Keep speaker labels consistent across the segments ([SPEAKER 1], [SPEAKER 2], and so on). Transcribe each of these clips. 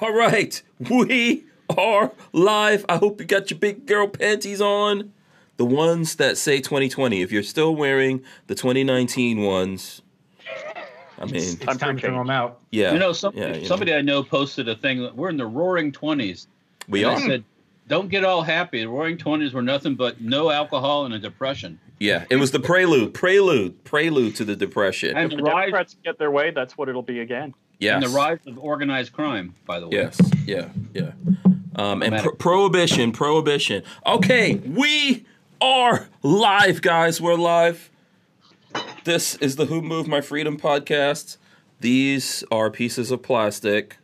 [SPEAKER 1] All right, we are live. I hope you got your big girl panties on. The ones that say 2020. If you're still wearing the 2019 ones, I mean,
[SPEAKER 2] It's time to throw them out.
[SPEAKER 1] yeah.
[SPEAKER 3] you know, some,
[SPEAKER 1] yeah, you
[SPEAKER 3] somebody I know posted a thing. that We're in the Roaring Twenties.
[SPEAKER 1] we
[SPEAKER 3] And
[SPEAKER 1] are.
[SPEAKER 3] I said, "Don't get all happy. The Roaring Twenties were nothing but no alcohol and a depression."
[SPEAKER 1] yeah, it was the prelude, prelude, prelude to the depression.
[SPEAKER 4] If
[SPEAKER 3] And the
[SPEAKER 4] the
[SPEAKER 3] rise,
[SPEAKER 4] Democrats get their way, that's what it'll be again.
[SPEAKER 1] Yes.
[SPEAKER 3] and the rise of organized crime. By the way,
[SPEAKER 1] Yes. Yeah. Yeah. Um, and
[SPEAKER 3] Matter.
[SPEAKER 1] pro- prohibition. Prohibition. Okay, we are live, guys. We're live. This is the Who Moved My Freedom podcast. These are pieces of plastic,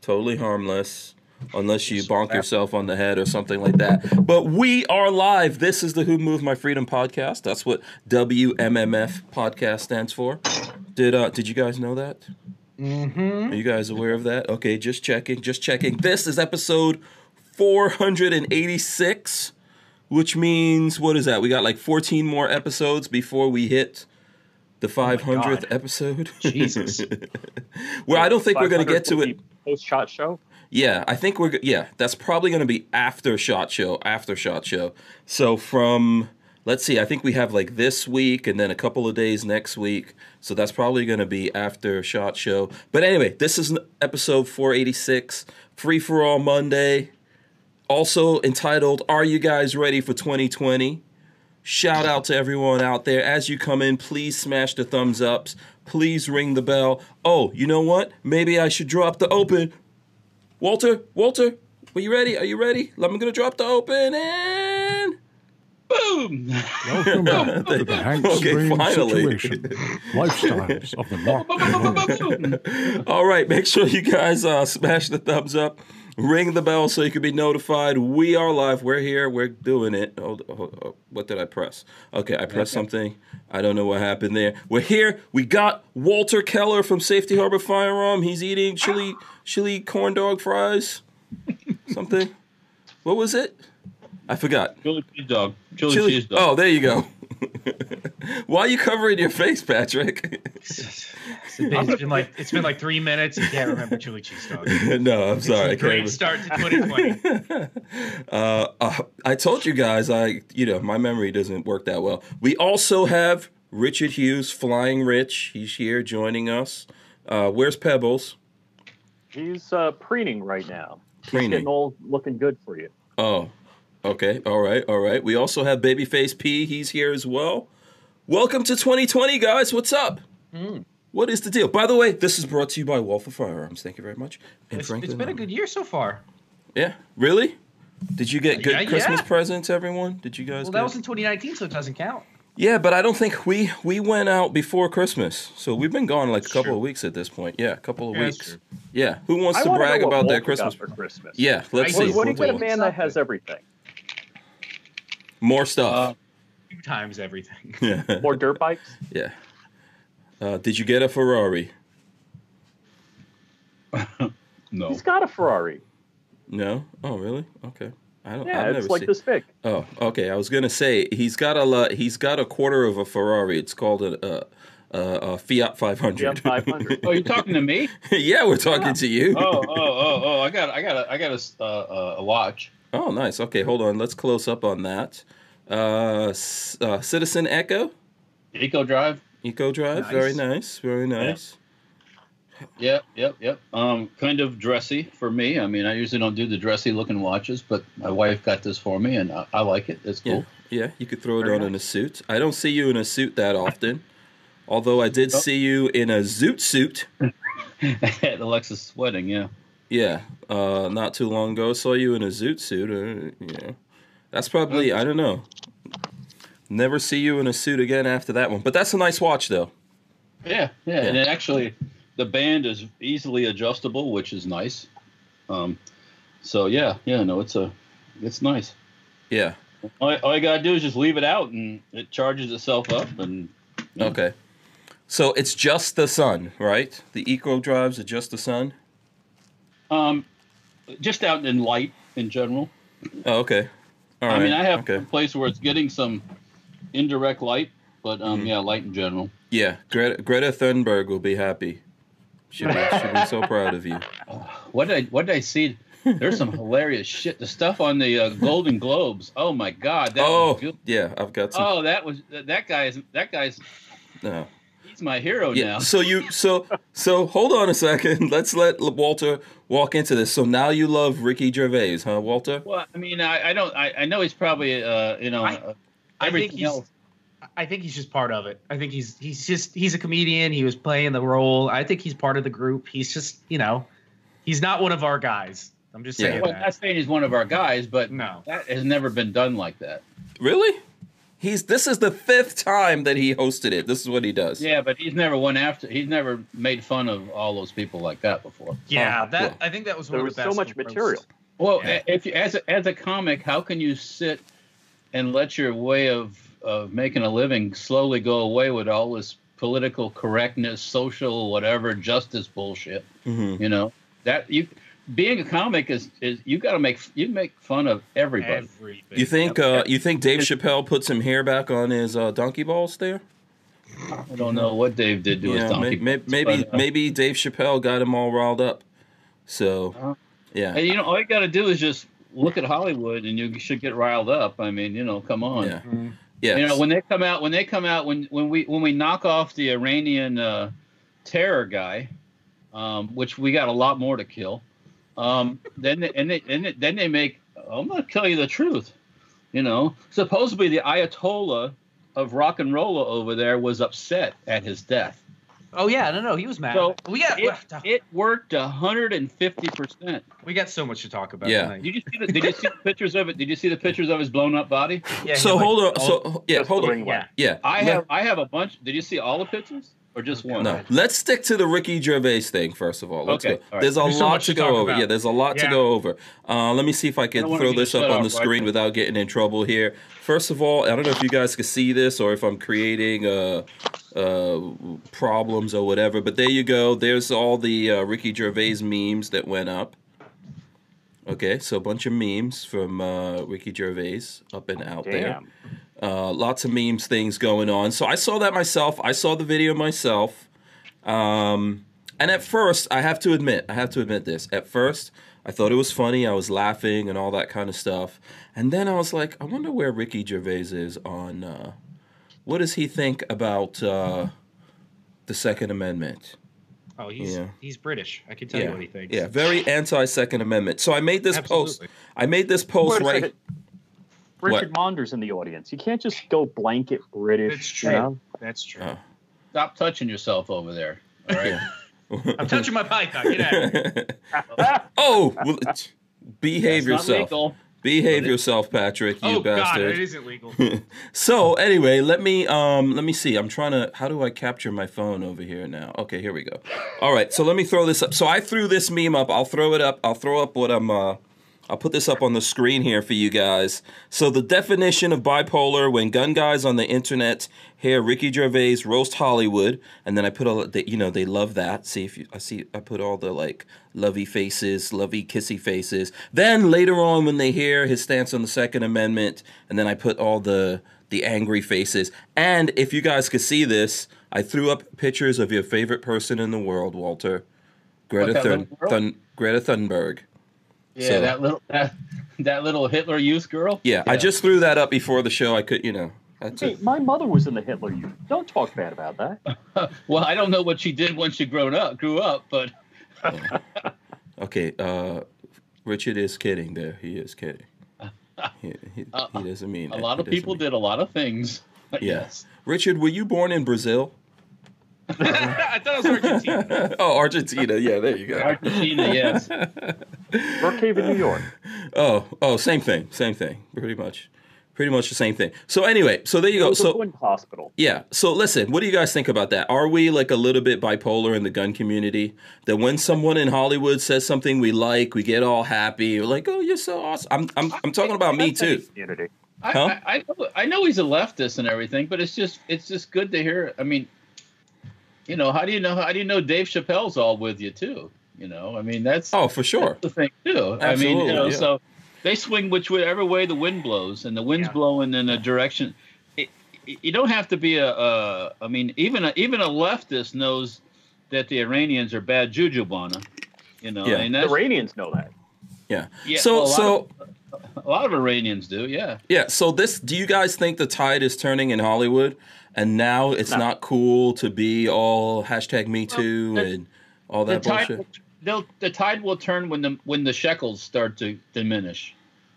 [SPEAKER 1] totally harmless, unless you bonk yourself on the head or something like that. But we are live. This is the Who Moved My Freedom podcast. That's what WMMF podcast stands for. Did uh, did you guys know that? Are you guys aware of that? Okay, just checking, just checking. This is episode 486, which means what is that? We got like 14 more episodes before we hit the 500th episode.
[SPEAKER 5] Jesus.
[SPEAKER 1] well, I don't think we're going to get to it.
[SPEAKER 4] Post shot show.
[SPEAKER 1] Yeah, I think we're g- yeah. That's probably going to be after Shot Show, after Shot Show. So from let's see, I think we have like this week and then a couple of days next week. So that's probably going to be after Shot Show. But anyway, this is n- episode 486, Free for All Monday, also entitled "Are You Guys Ready for 2020?" Shout out to everyone out there. As you come in, please smash the thumbs ups. Please ring the bell. Oh, you know what? Maybe I should drop the open. Walter, Walter, were you ready? Are you ready? I'm gonna drop the open and
[SPEAKER 3] boom.
[SPEAKER 6] Welcome back to the Hank
[SPEAKER 1] Okay,
[SPEAKER 6] Green
[SPEAKER 1] finally.
[SPEAKER 6] situation. Lifestyles of the marked minority.
[SPEAKER 1] all right. Make sure you guys uh, smash the thumbs up, ring the bell so you can be notified. We are live. We're here. We're doing it. Hold, hold, hold. What did I press? Okay, I pressed something. I don't know what happened there. We're here. We got Walter Keller from Safety Harbor Firearm. He's eating chili chili corn dog fries. Something. What was it? I forgot.
[SPEAKER 3] Chili cheese dog. Chili,
[SPEAKER 1] Chili-
[SPEAKER 3] cheese dog.
[SPEAKER 1] Oh, there you go. Why are you covering your face, Patrick?
[SPEAKER 5] It's been like it's been like three minutes. You can't remember chili cheese dog.
[SPEAKER 1] no, I'm sorry. I can't
[SPEAKER 5] Great
[SPEAKER 1] even-
[SPEAKER 5] start to 2020.
[SPEAKER 1] uh, uh, I told you guys, I you know my memory doesn't work that well. We also have Richard Hughes, Flying Rich. He's here joining us. Uh, where's Pebbles?
[SPEAKER 4] He's uh, preening right now.
[SPEAKER 1] Preening.
[SPEAKER 4] Getting old, looking good for you.
[SPEAKER 1] Oh, okay. All right. All right. We also have Babyface P. He's here as well. Welcome to 2020, guys. What's up?
[SPEAKER 5] Hmm.
[SPEAKER 1] What is the deal? By the way, this is brought to you by Waffle Firearms. Thank you very much. And
[SPEAKER 5] It's-
[SPEAKER 1] Franklin
[SPEAKER 5] it's been a
[SPEAKER 1] Armour.
[SPEAKER 5] good year so far. Uh,
[SPEAKER 1] Yeah. Really? Did you get good
[SPEAKER 5] Yeah, yeah.
[SPEAKER 1] Christmas presents, everyone? Did you guys?
[SPEAKER 5] Well,
[SPEAKER 1] get-
[SPEAKER 5] that was in 2019, so it doesn't count.
[SPEAKER 1] yeah, but I don't think we we went out before Christmas, so we've been gone like a couple
[SPEAKER 5] true.
[SPEAKER 1] of weeks at this point. Yeah, a couple of
[SPEAKER 5] Yeah, that's
[SPEAKER 1] weeks.
[SPEAKER 5] true.
[SPEAKER 1] Yeah. Who wants
[SPEAKER 4] I
[SPEAKER 1] to
[SPEAKER 4] wanna know
[SPEAKER 1] brag
[SPEAKER 4] what
[SPEAKER 1] about their
[SPEAKER 4] Walter got
[SPEAKER 1] Christmas?
[SPEAKER 4] for Christmas.
[SPEAKER 1] Yeah. Let's
[SPEAKER 5] I-
[SPEAKER 4] What,
[SPEAKER 1] see.
[SPEAKER 5] Please,
[SPEAKER 4] what do you
[SPEAKER 1] Walter
[SPEAKER 4] get a
[SPEAKER 1] wants
[SPEAKER 4] man that has everything?
[SPEAKER 1] More
[SPEAKER 3] Uh,
[SPEAKER 1] stuff.
[SPEAKER 5] Two times everything.
[SPEAKER 1] yeah.
[SPEAKER 4] Uh, More dirt bikes?
[SPEAKER 1] Yeah. Uh, did you get a Ferrari?
[SPEAKER 3] no.
[SPEAKER 4] He's got a Ferrari.
[SPEAKER 1] No. Oh, really? Okay. I don't.
[SPEAKER 4] Yeah,
[SPEAKER 1] I've
[SPEAKER 4] it's
[SPEAKER 1] never
[SPEAKER 4] like
[SPEAKER 1] seen.
[SPEAKER 4] this big.
[SPEAKER 1] Oh, okay. I was gonna say he's got a lot, he's got a quarter of a Ferrari. It's called a, a, a, a Fiat 500.
[SPEAKER 4] Fiat 500.
[SPEAKER 3] Oh, you're talking to me?
[SPEAKER 1] yeah, we're talking to you.
[SPEAKER 3] Oh, oh, oh, oh! I got, I got, a, I got a, uh, uh, a watch.
[SPEAKER 1] Oh, nice. Okay, hold on. Let's close up on that. Uh, s- uh, Citizen Echo,
[SPEAKER 3] Eco Drive.
[SPEAKER 1] Eco Drive.
[SPEAKER 5] Nice.
[SPEAKER 1] Very nice. Very nice.
[SPEAKER 3] Yep, yep, yep. Um, kind of dressy for me. I mean, I usually don't do the dressy looking watches, but my wife got this for me, and I, I like it. It's
[SPEAKER 1] Yeah.
[SPEAKER 3] cool.
[SPEAKER 1] Yeah, you could throw it
[SPEAKER 4] Very
[SPEAKER 1] on in a suit. I don't see you in a suit that often. Although I did
[SPEAKER 3] Oh.
[SPEAKER 1] see you in a zoot suit.
[SPEAKER 3] At Alexa's wedding, yeah.
[SPEAKER 1] Yeah, uh, not too long ago, saw you in a zoot suit. Uh, you know, that's probably I don't know. Never see you in a suit again after that one. But that's a nice watch, though.
[SPEAKER 3] Yeah, yeah.
[SPEAKER 1] Yeah.
[SPEAKER 3] And it actually, the band is easily adjustable, which is nice. Um, so yeah, yeah, no, it's a, it's nice.
[SPEAKER 1] Yeah.
[SPEAKER 3] All, I- all you gotta do is just leave it out, and it charges itself up. And Yeah.
[SPEAKER 1] Okay. So it's just the sun, right? The eco drives are just the sun.
[SPEAKER 3] um, just out in light in general.
[SPEAKER 1] Oh, okay. All
[SPEAKER 3] I
[SPEAKER 1] right.
[SPEAKER 3] mean, I have a
[SPEAKER 1] Okay.
[SPEAKER 3] place where it's getting some indirect light, but um,
[SPEAKER 1] Mm-hmm.
[SPEAKER 3] yeah, light in general.
[SPEAKER 1] Yeah, Greta, Greta Thunberg will be happy. She'll be, she'll be so proud of you.
[SPEAKER 3] What did I what did I see? There's some hilarious shit. The stuff on the uh, Golden Globes. Oh my god. That
[SPEAKER 1] oh,
[SPEAKER 3] was good.
[SPEAKER 1] yeah, I've got some.
[SPEAKER 3] oh, that was that- that guy is that guy's Oh,
[SPEAKER 1] no.
[SPEAKER 3] he's my hero
[SPEAKER 1] yeah.
[SPEAKER 3] now.
[SPEAKER 1] So you so so hold on a second. Let's let Walter walk into this. So now you love Ricky Gervais, huh, Walter?
[SPEAKER 3] Well, I mean, I, I don't. I, I know he's probably uh, you know
[SPEAKER 5] I-
[SPEAKER 3] uh,
[SPEAKER 5] I think
[SPEAKER 3] everything
[SPEAKER 5] he's.
[SPEAKER 3] else.
[SPEAKER 5] I think he's just part of it. I think he's he's just he's a comedian. He was playing the role. I think he's part of the group. He's just you know, he's not one of our guys. I'm just saying
[SPEAKER 1] Yeah.
[SPEAKER 3] Well, I'm not
[SPEAKER 5] that.
[SPEAKER 3] saying he's one of our guys, but
[SPEAKER 5] No,
[SPEAKER 3] that has never been done like that.
[SPEAKER 1] Really? He's this is the fifth time that he hosted it. This is what he does.
[SPEAKER 3] Yeah, but he's never went after. He's never made fun of all those people like that before.
[SPEAKER 5] yeah,
[SPEAKER 1] Oh,
[SPEAKER 5] that
[SPEAKER 1] cool.
[SPEAKER 5] I think that was one
[SPEAKER 4] There
[SPEAKER 5] of
[SPEAKER 4] was
[SPEAKER 5] the
[SPEAKER 4] so
[SPEAKER 5] best
[SPEAKER 4] much
[SPEAKER 5] approaches.
[SPEAKER 4] material.
[SPEAKER 3] Well,
[SPEAKER 5] Yeah.
[SPEAKER 3] if you, as a, as a comic, how can you sit and let your way of of making a living slowly go away with all this political correctness, social whatever justice bullshit?
[SPEAKER 1] Mhm.
[SPEAKER 3] You know that you being a comic is is you got to make you make fun of everybody.
[SPEAKER 5] Everything.
[SPEAKER 1] You think uh, you think Dave Chappelle put some hair back on his uh, donkey balls there?
[SPEAKER 3] I don't know what Dave did to his
[SPEAKER 1] may-
[SPEAKER 3] donkey.
[SPEAKER 1] may-
[SPEAKER 3] balls,
[SPEAKER 1] maybe
[SPEAKER 3] but, uh,
[SPEAKER 1] maybe Dave Chappelle got him all riled up.
[SPEAKER 3] Uh-huh.
[SPEAKER 1] So yeah,
[SPEAKER 3] And you know, all you got to do is just look at Hollywood, and you should get riled up. I mean, you know, come on.
[SPEAKER 1] yeah, yeah.
[SPEAKER 3] You know, when they come out, when they come out, when when we when we knock off the Iranian uh, terror guy, um, which we got a lot more to kill, um, then they, and they, and they, then they make I'm gonna tell you the truth. You know, supposedly the Ayatollah of rock and roll over there was upset at his death.
[SPEAKER 5] Oh yeah, no, no, he was mad.
[SPEAKER 3] So,
[SPEAKER 5] we got
[SPEAKER 3] It, it worked 150 percent.
[SPEAKER 5] we got so much to talk about.
[SPEAKER 1] Yeah.
[SPEAKER 5] tonight.
[SPEAKER 3] Did you see the, did you see the pictures of it? Did you see the pictures of his blown up body?
[SPEAKER 5] yeah
[SPEAKER 1] so
[SPEAKER 5] he,
[SPEAKER 1] hold
[SPEAKER 5] like,
[SPEAKER 1] on.
[SPEAKER 5] all-
[SPEAKER 1] So yeah,
[SPEAKER 4] Just
[SPEAKER 1] hold
[SPEAKER 4] the
[SPEAKER 1] on.
[SPEAKER 4] ring light.
[SPEAKER 5] yeah.
[SPEAKER 1] Yeah,
[SPEAKER 3] I
[SPEAKER 1] let-
[SPEAKER 3] have I have a bunch. Did you see all the pictures or just one?
[SPEAKER 1] No, let's stick to the Ricky Gervais thing first of all. Let's
[SPEAKER 3] Okay,
[SPEAKER 1] go.
[SPEAKER 3] all right.
[SPEAKER 1] There's a
[SPEAKER 5] There's so
[SPEAKER 1] lot
[SPEAKER 5] much
[SPEAKER 1] to
[SPEAKER 5] to talk
[SPEAKER 1] go over.
[SPEAKER 5] about.
[SPEAKER 1] Yeah, there's a lot to
[SPEAKER 5] Yeah.
[SPEAKER 1] go over. Uh, let me see if I
[SPEAKER 3] I
[SPEAKER 1] can
[SPEAKER 3] don't wanna
[SPEAKER 1] throw
[SPEAKER 3] get
[SPEAKER 1] this
[SPEAKER 3] shut
[SPEAKER 1] up on
[SPEAKER 3] off,
[SPEAKER 1] the
[SPEAKER 3] right?
[SPEAKER 1] screen without getting in trouble here. First of all, I don't know if you guys can see this or if I'm creating uh, uh, problems or whatever, but there you go. There's all the uh, Ricky Gervais memes that went up. Okay, so a bunch of memes from uh, Ricky Gervais up and out there
[SPEAKER 4] Damn.
[SPEAKER 1] uh, lots of memes things going on so i saw that myself i saw the video myself um, and at first i have to admit i have to admit this at first i thought it was funny i was laughing and all that kind of stuff and then i was like i wonder where ricky gervais is on uh, what does he think about uh, the second amendment
[SPEAKER 5] Oh, he's
[SPEAKER 1] Yeah.
[SPEAKER 5] he's British. I can tell
[SPEAKER 1] yeah.
[SPEAKER 5] you what he thinks.
[SPEAKER 1] yeah very anti-second amendment so i made this
[SPEAKER 5] Absolutely.
[SPEAKER 1] post i made this post
[SPEAKER 4] Wait a
[SPEAKER 1] right
[SPEAKER 4] second. Richard Monder's in the audience. You can't just go blanket British.
[SPEAKER 5] It's true.
[SPEAKER 4] You know?
[SPEAKER 5] That's true.
[SPEAKER 1] Oh.
[SPEAKER 3] Stop touching yourself over there. All right.
[SPEAKER 5] I'm touching my pipe now. Get out. of here.
[SPEAKER 4] Ah,
[SPEAKER 1] oh, well, t- behave
[SPEAKER 3] It's not
[SPEAKER 1] yourself.
[SPEAKER 3] legal.
[SPEAKER 1] Behave
[SPEAKER 3] But it-
[SPEAKER 1] yourself, Patrick. You
[SPEAKER 5] Oh god, it
[SPEAKER 1] bastard.
[SPEAKER 5] isn't legal.
[SPEAKER 1] so anyway, let me um let me see. I'm trying to. How do I capture my phone over here now? Okay, here we go. All right, so let me throw this up. So I threw this meme up. I'll throw it up. I'll throw up what I'm. uh I'll put this up on the screen here for you guys. So the definition of bipolar when gun guys on the internet hear Ricky Gervais roast Hollywood, and then I put all the, you know they love that. See if you, I see I put all the like lovey faces, lovey kissy faces. Then later on when they hear his stance on the Second Amendment, and then I put all the the angry faces. And if you guys could see this, I threw up pictures of your favorite person in the world, Walter, Greta
[SPEAKER 3] What, that
[SPEAKER 1] Thun,
[SPEAKER 3] little girl?
[SPEAKER 1] Thun, Greta Thunberg.
[SPEAKER 3] Yeah,
[SPEAKER 1] So-
[SPEAKER 3] that little that, that little Hitler youth girl.
[SPEAKER 1] Yeah, I just threw that up before the show. I could, you know, that's
[SPEAKER 4] Hey,
[SPEAKER 1] it.
[SPEAKER 4] my mother was in the Hitler Youth. Don't talk bad about that.
[SPEAKER 3] Well, I don't know what she did when she grown up, grew up, but
[SPEAKER 1] Okay, uh, Richard is kidding there. He is kidding. He, he, he doesn't mean
[SPEAKER 3] Uh, a
[SPEAKER 1] it.
[SPEAKER 3] lot
[SPEAKER 1] He
[SPEAKER 3] of
[SPEAKER 1] doesn't
[SPEAKER 3] people
[SPEAKER 1] mean-
[SPEAKER 3] did a lot of things.
[SPEAKER 1] Yes. Richard, were you born in Brazil?
[SPEAKER 5] I thought it was Argentina.
[SPEAKER 1] oh, Argentina. Yeah, there you go.
[SPEAKER 3] Argentina, yes.
[SPEAKER 4] Brookhaven, New York.
[SPEAKER 1] Oh, oh, same thing. Same thing. Pretty much. Pretty much the same thing. So anyway, so there you
[SPEAKER 3] Oh,
[SPEAKER 1] go.
[SPEAKER 4] Joseph
[SPEAKER 1] So
[SPEAKER 4] Wynn Hospital.
[SPEAKER 1] Yeah. So listen, what do you guys think about that? Are we like a little bit bipolar in the gun community? That when someone in Hollywood says something we like, we get all happy. We're like, oh, you're so awesome. I'm, I'm, I'm talking about me
[SPEAKER 4] That's
[SPEAKER 1] too.
[SPEAKER 4] nice Community.
[SPEAKER 3] I,
[SPEAKER 1] Huh?
[SPEAKER 3] I, I, know, I know he's a leftist and everything, but it's just it's just good to hear. I mean, you know, how do you know how do you know Dave Chappelle's all with you too? You know, I mean that's
[SPEAKER 1] Oh, for sure.
[SPEAKER 3] the thing too. I mean,
[SPEAKER 1] Absolutely,
[SPEAKER 3] you know,
[SPEAKER 1] yeah.
[SPEAKER 3] so they swing which whichever way the wind blows, and the wind's
[SPEAKER 5] Yeah.
[SPEAKER 3] blowing in a direction. It, it- you don't have to be a. a I mean, even a, even a leftist knows that the Iranians are bad jujubana. You know,
[SPEAKER 1] Yeah.
[SPEAKER 3] I mean, that's,
[SPEAKER 4] Iranians know that.
[SPEAKER 3] yeah,
[SPEAKER 1] so
[SPEAKER 3] well, a lot
[SPEAKER 1] so
[SPEAKER 3] of, a lot of Iranians do. Yeah,
[SPEAKER 1] yeah. So this. Do you guys think the tide is turning in Hollywood, and now it's
[SPEAKER 4] No.
[SPEAKER 1] not cool to be all hashtag Me
[SPEAKER 3] Well,
[SPEAKER 1] Too
[SPEAKER 3] the-
[SPEAKER 1] and all
[SPEAKER 3] the
[SPEAKER 1] that
[SPEAKER 3] tide,
[SPEAKER 1] bullshit?
[SPEAKER 3] will, they'll, the tide will turn when the when the shekels start to diminish.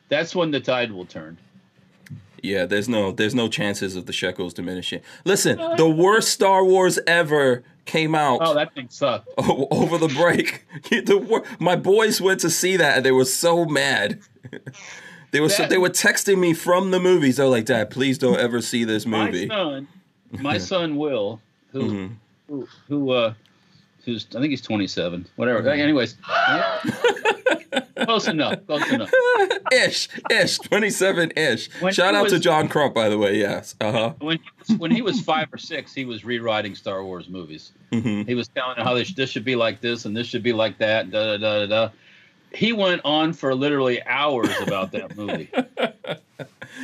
[SPEAKER 3] That's when the tide will turn.
[SPEAKER 1] Yeah, there's no there's no chances of the shekels diminishing. Listen, the worst Star Wars ever came out
[SPEAKER 3] Oh, that thing sucked.
[SPEAKER 1] o- over the break. the wor- my boys went to see that and they were so mad. they were so,
[SPEAKER 3] That-
[SPEAKER 1] they were texting me from the movies. They're like, "Dad, please don't ever see this movie."
[SPEAKER 3] My son, my son Will, who
[SPEAKER 1] Mhm.
[SPEAKER 3] who, who uh, who's I think he's 27, whatever.
[SPEAKER 1] Mhm.
[SPEAKER 3] Anyways, close enough, close enough.
[SPEAKER 1] ish, ish, twenty seven ish.
[SPEAKER 3] When
[SPEAKER 1] Shout
[SPEAKER 3] he
[SPEAKER 1] out to
[SPEAKER 3] was-
[SPEAKER 1] John Crump, by the way. Yes, uh huh.
[SPEAKER 3] When he was, when he was five or six, he was rewriting Star Wars movies.
[SPEAKER 1] hmm
[SPEAKER 3] He was telling how this, this should be like this and this should be like that. And da da da da. da. He went on for literally hours about that movie,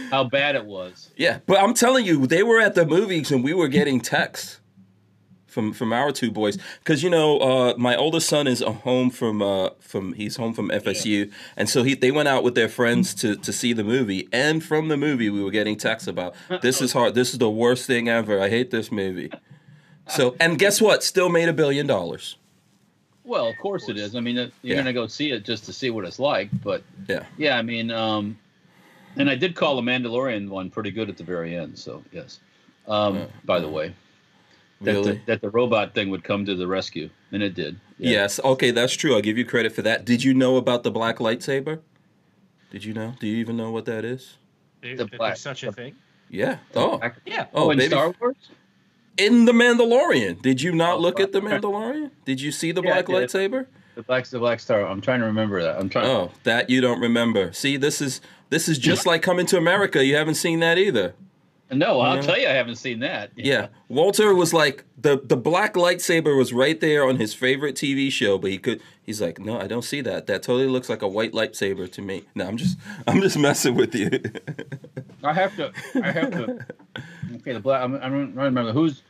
[SPEAKER 3] how bad it was.
[SPEAKER 1] Yeah, but I'm telling you, they were at the movies and we were getting texts from from our two boys because you know uh, my oldest son is uh, home from uh, from he's home from FSU, and so he they went out with their friends to to see the movie, and from the movie we were getting texts about this is hard, this is the worst thing ever, I hate this movie. So and guess what? Still made a billion dollars.
[SPEAKER 3] Well, of course it is. I mean, it- you're
[SPEAKER 1] Yeah.
[SPEAKER 3] gonna go see it just to see what it's like, but
[SPEAKER 1] Yeah.
[SPEAKER 3] yeah. I mean, um, and I did call the Mandalorian one pretty good at the very end. So yes. Um,
[SPEAKER 1] Yeah.
[SPEAKER 3] by the way, that,
[SPEAKER 1] Really?
[SPEAKER 3] the, that the robot thing would come to the rescue, and it did.
[SPEAKER 1] Yes. Okay, that's true. I'll give you credit for that. Did you know about the black lightsaber? Did you know? Do you even know what that is?
[SPEAKER 5] There-
[SPEAKER 3] The
[SPEAKER 5] that
[SPEAKER 3] black-
[SPEAKER 5] there's such a thing.
[SPEAKER 1] Yeah. Oh.
[SPEAKER 5] Yeah.
[SPEAKER 1] Oh,
[SPEAKER 3] in
[SPEAKER 1] baby.
[SPEAKER 3] Star Wars.
[SPEAKER 1] in the Mandalorian. Did you not
[SPEAKER 3] Oh,
[SPEAKER 1] look at the
[SPEAKER 3] right.
[SPEAKER 1] Mandalorian? Did you see the
[SPEAKER 3] Yeah, I
[SPEAKER 1] black
[SPEAKER 3] did.
[SPEAKER 1] lightsaber?
[SPEAKER 3] The black, the black star. I'm trying to remember that. I'm trying.
[SPEAKER 1] Oh, that you don't remember. See, this is this is just like coming to America. You haven't seen that either.
[SPEAKER 3] No, I'll
[SPEAKER 1] Yeah.
[SPEAKER 3] tell you, I haven't seen that.
[SPEAKER 1] Yeah. Walter was like the the black lightsaber was right there on his favorite TV show, but he could he's like, "No, I don't see that. That totally looks like a white lightsaber to me." No, I'm just I'm just messing with you.
[SPEAKER 3] I have to. I have to. okay, the black. I'm, I'm trying to remember who's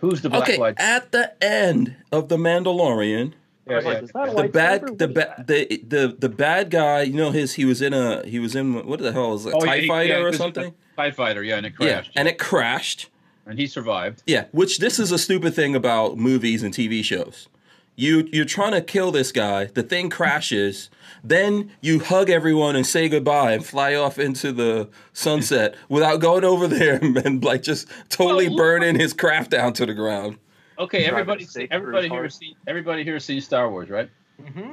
[SPEAKER 3] who's the black
[SPEAKER 1] okay,
[SPEAKER 3] light.
[SPEAKER 1] at the end of the Mandalorian,
[SPEAKER 4] I was like, is that a
[SPEAKER 1] the
[SPEAKER 4] lightsaber?
[SPEAKER 1] bad
[SPEAKER 4] What
[SPEAKER 1] the
[SPEAKER 4] is
[SPEAKER 1] bad
[SPEAKER 4] that?
[SPEAKER 1] the, the the bad guy you know his he was in a he was in what the hell was it,
[SPEAKER 3] Oh, yeah,
[SPEAKER 1] tie
[SPEAKER 3] he-
[SPEAKER 1] fighter
[SPEAKER 3] yeah,
[SPEAKER 1] or
[SPEAKER 3] 'cause he-
[SPEAKER 1] something
[SPEAKER 3] Tie fighter. Yeah, and it
[SPEAKER 1] yeah
[SPEAKER 3] crashed.
[SPEAKER 1] and it crashed
[SPEAKER 3] and he survived.
[SPEAKER 1] yeah which this is a stupid thing about movies and tv shows you you're trying to kill this guy the thing crashes then you hug everyone and say goodbye and fly off into the sunset without going over there and like just totally
[SPEAKER 3] Well, look-
[SPEAKER 1] burning his craft down to the ground
[SPEAKER 3] Okay,
[SPEAKER 4] Driving
[SPEAKER 3] everybody,
[SPEAKER 4] a stake through
[SPEAKER 3] everybody
[SPEAKER 4] his
[SPEAKER 3] here
[SPEAKER 4] heart.
[SPEAKER 3] seen everybody here seen Star Wars, right?
[SPEAKER 5] Mm-hmm.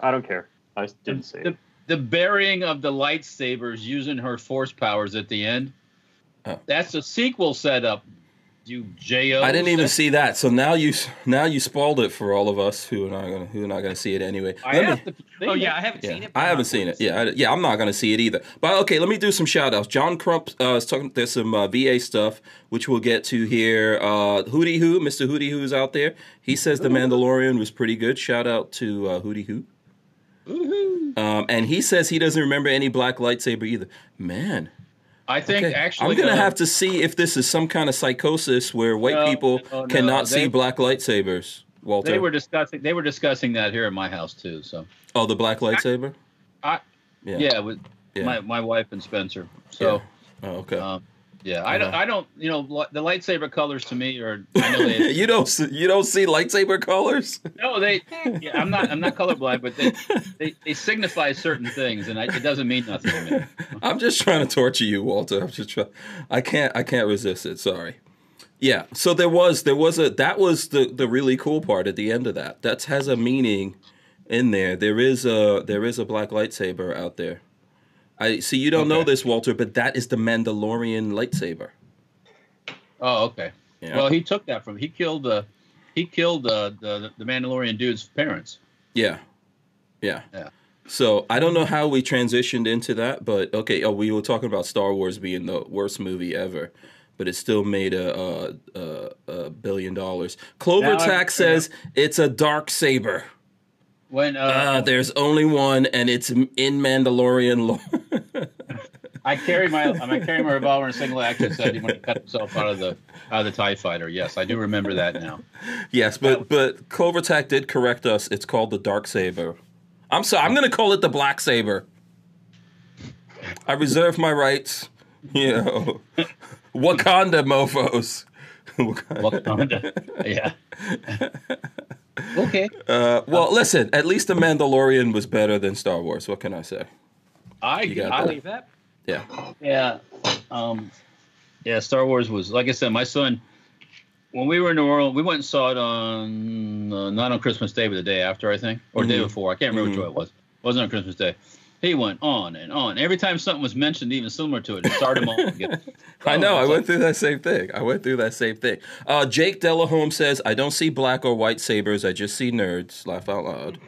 [SPEAKER 4] I don't care. I just didn't see
[SPEAKER 3] The,
[SPEAKER 4] it.
[SPEAKER 3] the burying of the lightsabers using her force powers at the end.
[SPEAKER 1] Oh.
[SPEAKER 3] That's a sequel setup. You jo.
[SPEAKER 1] I didn't even see that. So now you now you spoiled it for all of us who are not gonna who are not gonna see it anyway.
[SPEAKER 3] I
[SPEAKER 1] Let me-
[SPEAKER 3] asked if you've seen
[SPEAKER 5] Oh
[SPEAKER 3] it.
[SPEAKER 5] yeah, I haven't seen
[SPEAKER 1] Yeah,
[SPEAKER 5] it. but
[SPEAKER 1] I
[SPEAKER 5] I'm
[SPEAKER 1] haven't
[SPEAKER 5] not
[SPEAKER 1] seen
[SPEAKER 5] going
[SPEAKER 1] it.
[SPEAKER 5] to
[SPEAKER 1] Yeah, I, yeah, I'm not gonna see it either. But okay, let me do some shout outs. John Crump uh, is talking. There's some uh, VA stuff which we'll get to here. Uh, Hootie Who, Mr. Hootie Who's out there. He says
[SPEAKER 5] Mm-hmm.
[SPEAKER 1] The Mandalorian was pretty good. Shout out to uh, Hootie Who.
[SPEAKER 5] Mm-hmm.
[SPEAKER 3] Woohoo.
[SPEAKER 1] Um, and he says he doesn't remember any black lightsaber either. Man,
[SPEAKER 3] I think
[SPEAKER 1] okay.
[SPEAKER 3] actually
[SPEAKER 1] I'm gonna
[SPEAKER 3] uh,
[SPEAKER 1] have to see if this is some kind of psychosis where white
[SPEAKER 3] No,
[SPEAKER 1] people
[SPEAKER 3] no, no,
[SPEAKER 1] cannot
[SPEAKER 3] they-
[SPEAKER 1] see black lightsabers. Walter,
[SPEAKER 3] They were discussing they were discussing that here in my house too. So
[SPEAKER 1] Oh, the black lightsaber.
[SPEAKER 3] I-
[SPEAKER 1] yeah.
[SPEAKER 3] yeah, with
[SPEAKER 1] Yeah.
[SPEAKER 3] my my wife and Spencer. So
[SPEAKER 1] Oh, okay.
[SPEAKER 3] yeah, um, yeah I don't
[SPEAKER 1] Yeah.
[SPEAKER 3] I don't you know li- the lightsaber colors to me are I know they
[SPEAKER 1] you don't see, you don't see lightsaber colors.
[SPEAKER 3] No, they. Yeah, I'm not. I'm not colorblind, but they, they, they signify certain things, and I, it doesn't mean nothing to me.
[SPEAKER 1] I'm just trying to torture you, Walter. I'm just trying. I can't. I can't resist it. Sorry. Yeah. So there was there was a that was the the really cool part at the end of that. That has a meaning in there. There is a there is a black lightsaber out there. I see. You don't know
[SPEAKER 3] Okay.
[SPEAKER 1] this, Walter, but that is the Mandalorian lightsaber.
[SPEAKER 3] Oh, okay.
[SPEAKER 1] Yeah.
[SPEAKER 3] Well, he took that from. He killed the. He killed the the, the Mandalorian dude's parents.
[SPEAKER 1] Yeah. Yeah.
[SPEAKER 3] Yeah.
[SPEAKER 1] So I don't know how we transitioned into that, but okay. Oh, we were talking about Star Wars being the worst movie ever, but it still made a a, a, a billion dollars. Clover
[SPEAKER 4] Now I-
[SPEAKER 1] Tax says it's a dark saber.
[SPEAKER 3] When uh,
[SPEAKER 1] Uh, there's only one, and it's in Mandalorian lore.
[SPEAKER 3] I carry my I carry my revolver in single action. Said he wanted to cut himself out of the out of the Tie Fighter. Yes, I do remember that now.
[SPEAKER 1] Yes, but but Clovertac did correct us. It's called the Dark Saber. I'm sorry. I'm going to call it the Black Saber. I reserve my rights. You know, Wakanda mofo's.
[SPEAKER 3] Wakanda. Yeah. okay.
[SPEAKER 1] Uh, well, listen. At least the Mandalorian was better than Star Wars. What can I say?
[SPEAKER 3] I
[SPEAKER 1] You got
[SPEAKER 3] I,
[SPEAKER 1] that.
[SPEAKER 5] Believe that?
[SPEAKER 1] Yeah.
[SPEAKER 3] Yeah. Um, yeah, Star Wars was, like I said, my son, when we were in New Orleans, we went and saw it on, uh, not on Christmas Day, but the day after, I think, or the day
[SPEAKER 1] Mhm.
[SPEAKER 3] before. I can't remember which one it was. It wasn't on Christmas Day. He went on and on. Every time something was mentioned, even similar to it, it started him off again.
[SPEAKER 1] I know. I
[SPEAKER 3] it's
[SPEAKER 1] went through that same thing. I went through that same thing. Uh, Jake Delahome says, "I don't see black or white sabers. I just see nerds." Laugh out loud.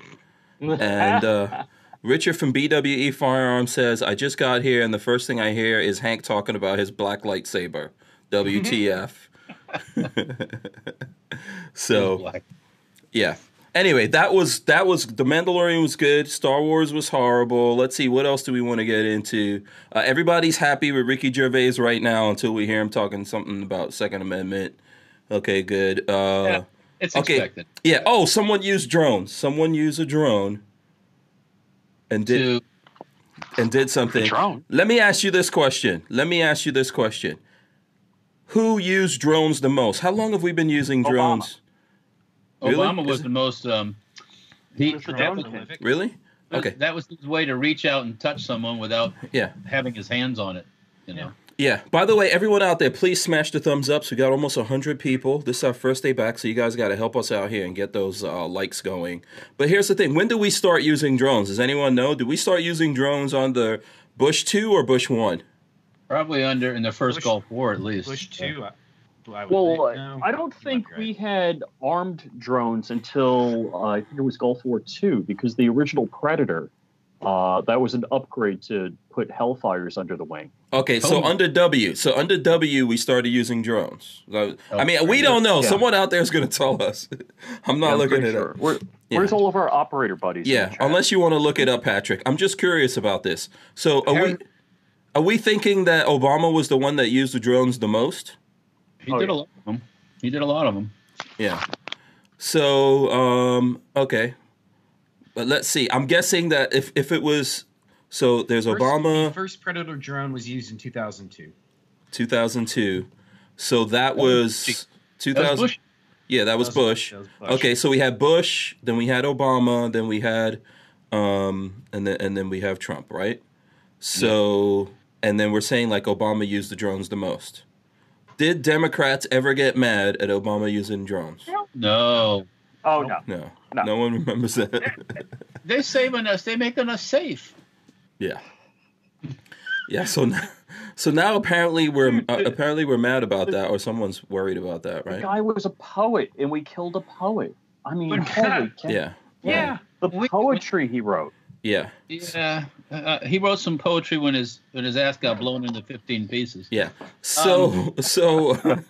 [SPEAKER 1] And uh, Richard from BWE Firearm says, "I just got here, and the first thing I hear is Hank talking about his black lightsaber. WTF?" so
[SPEAKER 3] black.
[SPEAKER 1] yeah. Anyway, that was that was the Mandalorian was good. Star Wars was horrible. Let's see what else do we want to get into. Uh, everybody's happy with Ricky Gervais right now until we hear him talking something about Second Amendment. Okay, good. Uh,
[SPEAKER 3] It's
[SPEAKER 1] Okay.
[SPEAKER 3] expected
[SPEAKER 1] yeah. Oh, someone used drones. Someone used a drone and did
[SPEAKER 3] to
[SPEAKER 1] and did something.
[SPEAKER 2] Drone.
[SPEAKER 1] Let me ask you this question. Let me ask you this question. Who used drones the most? How long have we been using
[SPEAKER 4] Obama.
[SPEAKER 1] drones? Really?
[SPEAKER 3] Obama was
[SPEAKER 1] Is it-
[SPEAKER 3] the most. Um, he,
[SPEAKER 4] It was the
[SPEAKER 3] that, was,
[SPEAKER 4] drone thing.
[SPEAKER 1] Really? Okay.
[SPEAKER 3] that was his way to reach out and touch someone without
[SPEAKER 1] Yeah.
[SPEAKER 3] having his hands on it. You know,
[SPEAKER 1] Yeah. By the way, everyone out there, please smash the thumbs ups. We got almost 100 people. This is our first day back, so you guys got to help us out here and get those uh, likes going. But here's the thing when do we start using drones? Does anyone know? Did we start using drones on the Bush 2 or Bush 1?
[SPEAKER 3] probably under in the first
[SPEAKER 5] Bush-
[SPEAKER 3] Gulf War at least.
[SPEAKER 5] Bush
[SPEAKER 3] Yeah.
[SPEAKER 5] two. I- I would
[SPEAKER 4] Well,
[SPEAKER 5] think, no.
[SPEAKER 4] I don't think we had armed drones until uh, I think it was Gulf War II, because the original Predator, uh, that was an upgrade to put Hellfires under the wing.
[SPEAKER 1] Okay, so
[SPEAKER 3] Totally.
[SPEAKER 1] under W, so under W, we started using drones. So- I
[SPEAKER 3] Oh,
[SPEAKER 1] mean, we don't know.
[SPEAKER 4] yeah.
[SPEAKER 1] Someone out there is going to tell us. I'm not
[SPEAKER 4] I'm
[SPEAKER 1] looking
[SPEAKER 4] pretty
[SPEAKER 1] at
[SPEAKER 4] sure.
[SPEAKER 1] it.
[SPEAKER 4] Where-
[SPEAKER 1] Yeah.
[SPEAKER 4] Where's all of our operator buddies? in the
[SPEAKER 1] Yeah,
[SPEAKER 4] chat?
[SPEAKER 1] unless you want to look it up, Patrick. I'm just curious about this. So are we
[SPEAKER 5] Harry-
[SPEAKER 1] are we thinking that Obama was the one that used the drones the most?
[SPEAKER 3] He
[SPEAKER 4] Oh,
[SPEAKER 3] did a
[SPEAKER 4] yeah.
[SPEAKER 3] lot of them. He did a lot of them.
[SPEAKER 1] Yeah. So um okay, but let's see. I'm guessing that if if it was so, there's
[SPEAKER 5] First-
[SPEAKER 1] Obama
[SPEAKER 5] the first Predator drone was used in 2002.
[SPEAKER 1] 2002. So that was
[SPEAKER 3] That was
[SPEAKER 1] 2000.
[SPEAKER 3] Bush.
[SPEAKER 1] Yeah, that was
[SPEAKER 5] That was-
[SPEAKER 1] Bush.
[SPEAKER 5] that was Bush.
[SPEAKER 1] Okay, so we had Bush, then we had Obama, then we had, um, and then and then we have Trump, right? So and then we're saying like Obama used the drones the most. Did Democrats ever get mad at Obama using drones?
[SPEAKER 3] No,
[SPEAKER 4] Oh no.
[SPEAKER 1] No, no,
[SPEAKER 4] No.
[SPEAKER 1] one remembers that.
[SPEAKER 3] they're saving us. They're making us safe.
[SPEAKER 1] yeah, yeah. So now, so now apparently we're uh, apparently we're mad about that, or someone's worried about that,
[SPEAKER 4] The
[SPEAKER 1] right?
[SPEAKER 4] guy was a poet, and we killed a poet. I mean, holy cow.
[SPEAKER 1] Yeah,
[SPEAKER 5] Yeah.
[SPEAKER 4] The
[SPEAKER 3] We-
[SPEAKER 4] poetry he wrote.
[SPEAKER 1] yeah.
[SPEAKER 3] Yeah, uh, he wrote some poetry when his when his ass got blown into fifteen pieces.
[SPEAKER 1] Yeah. So so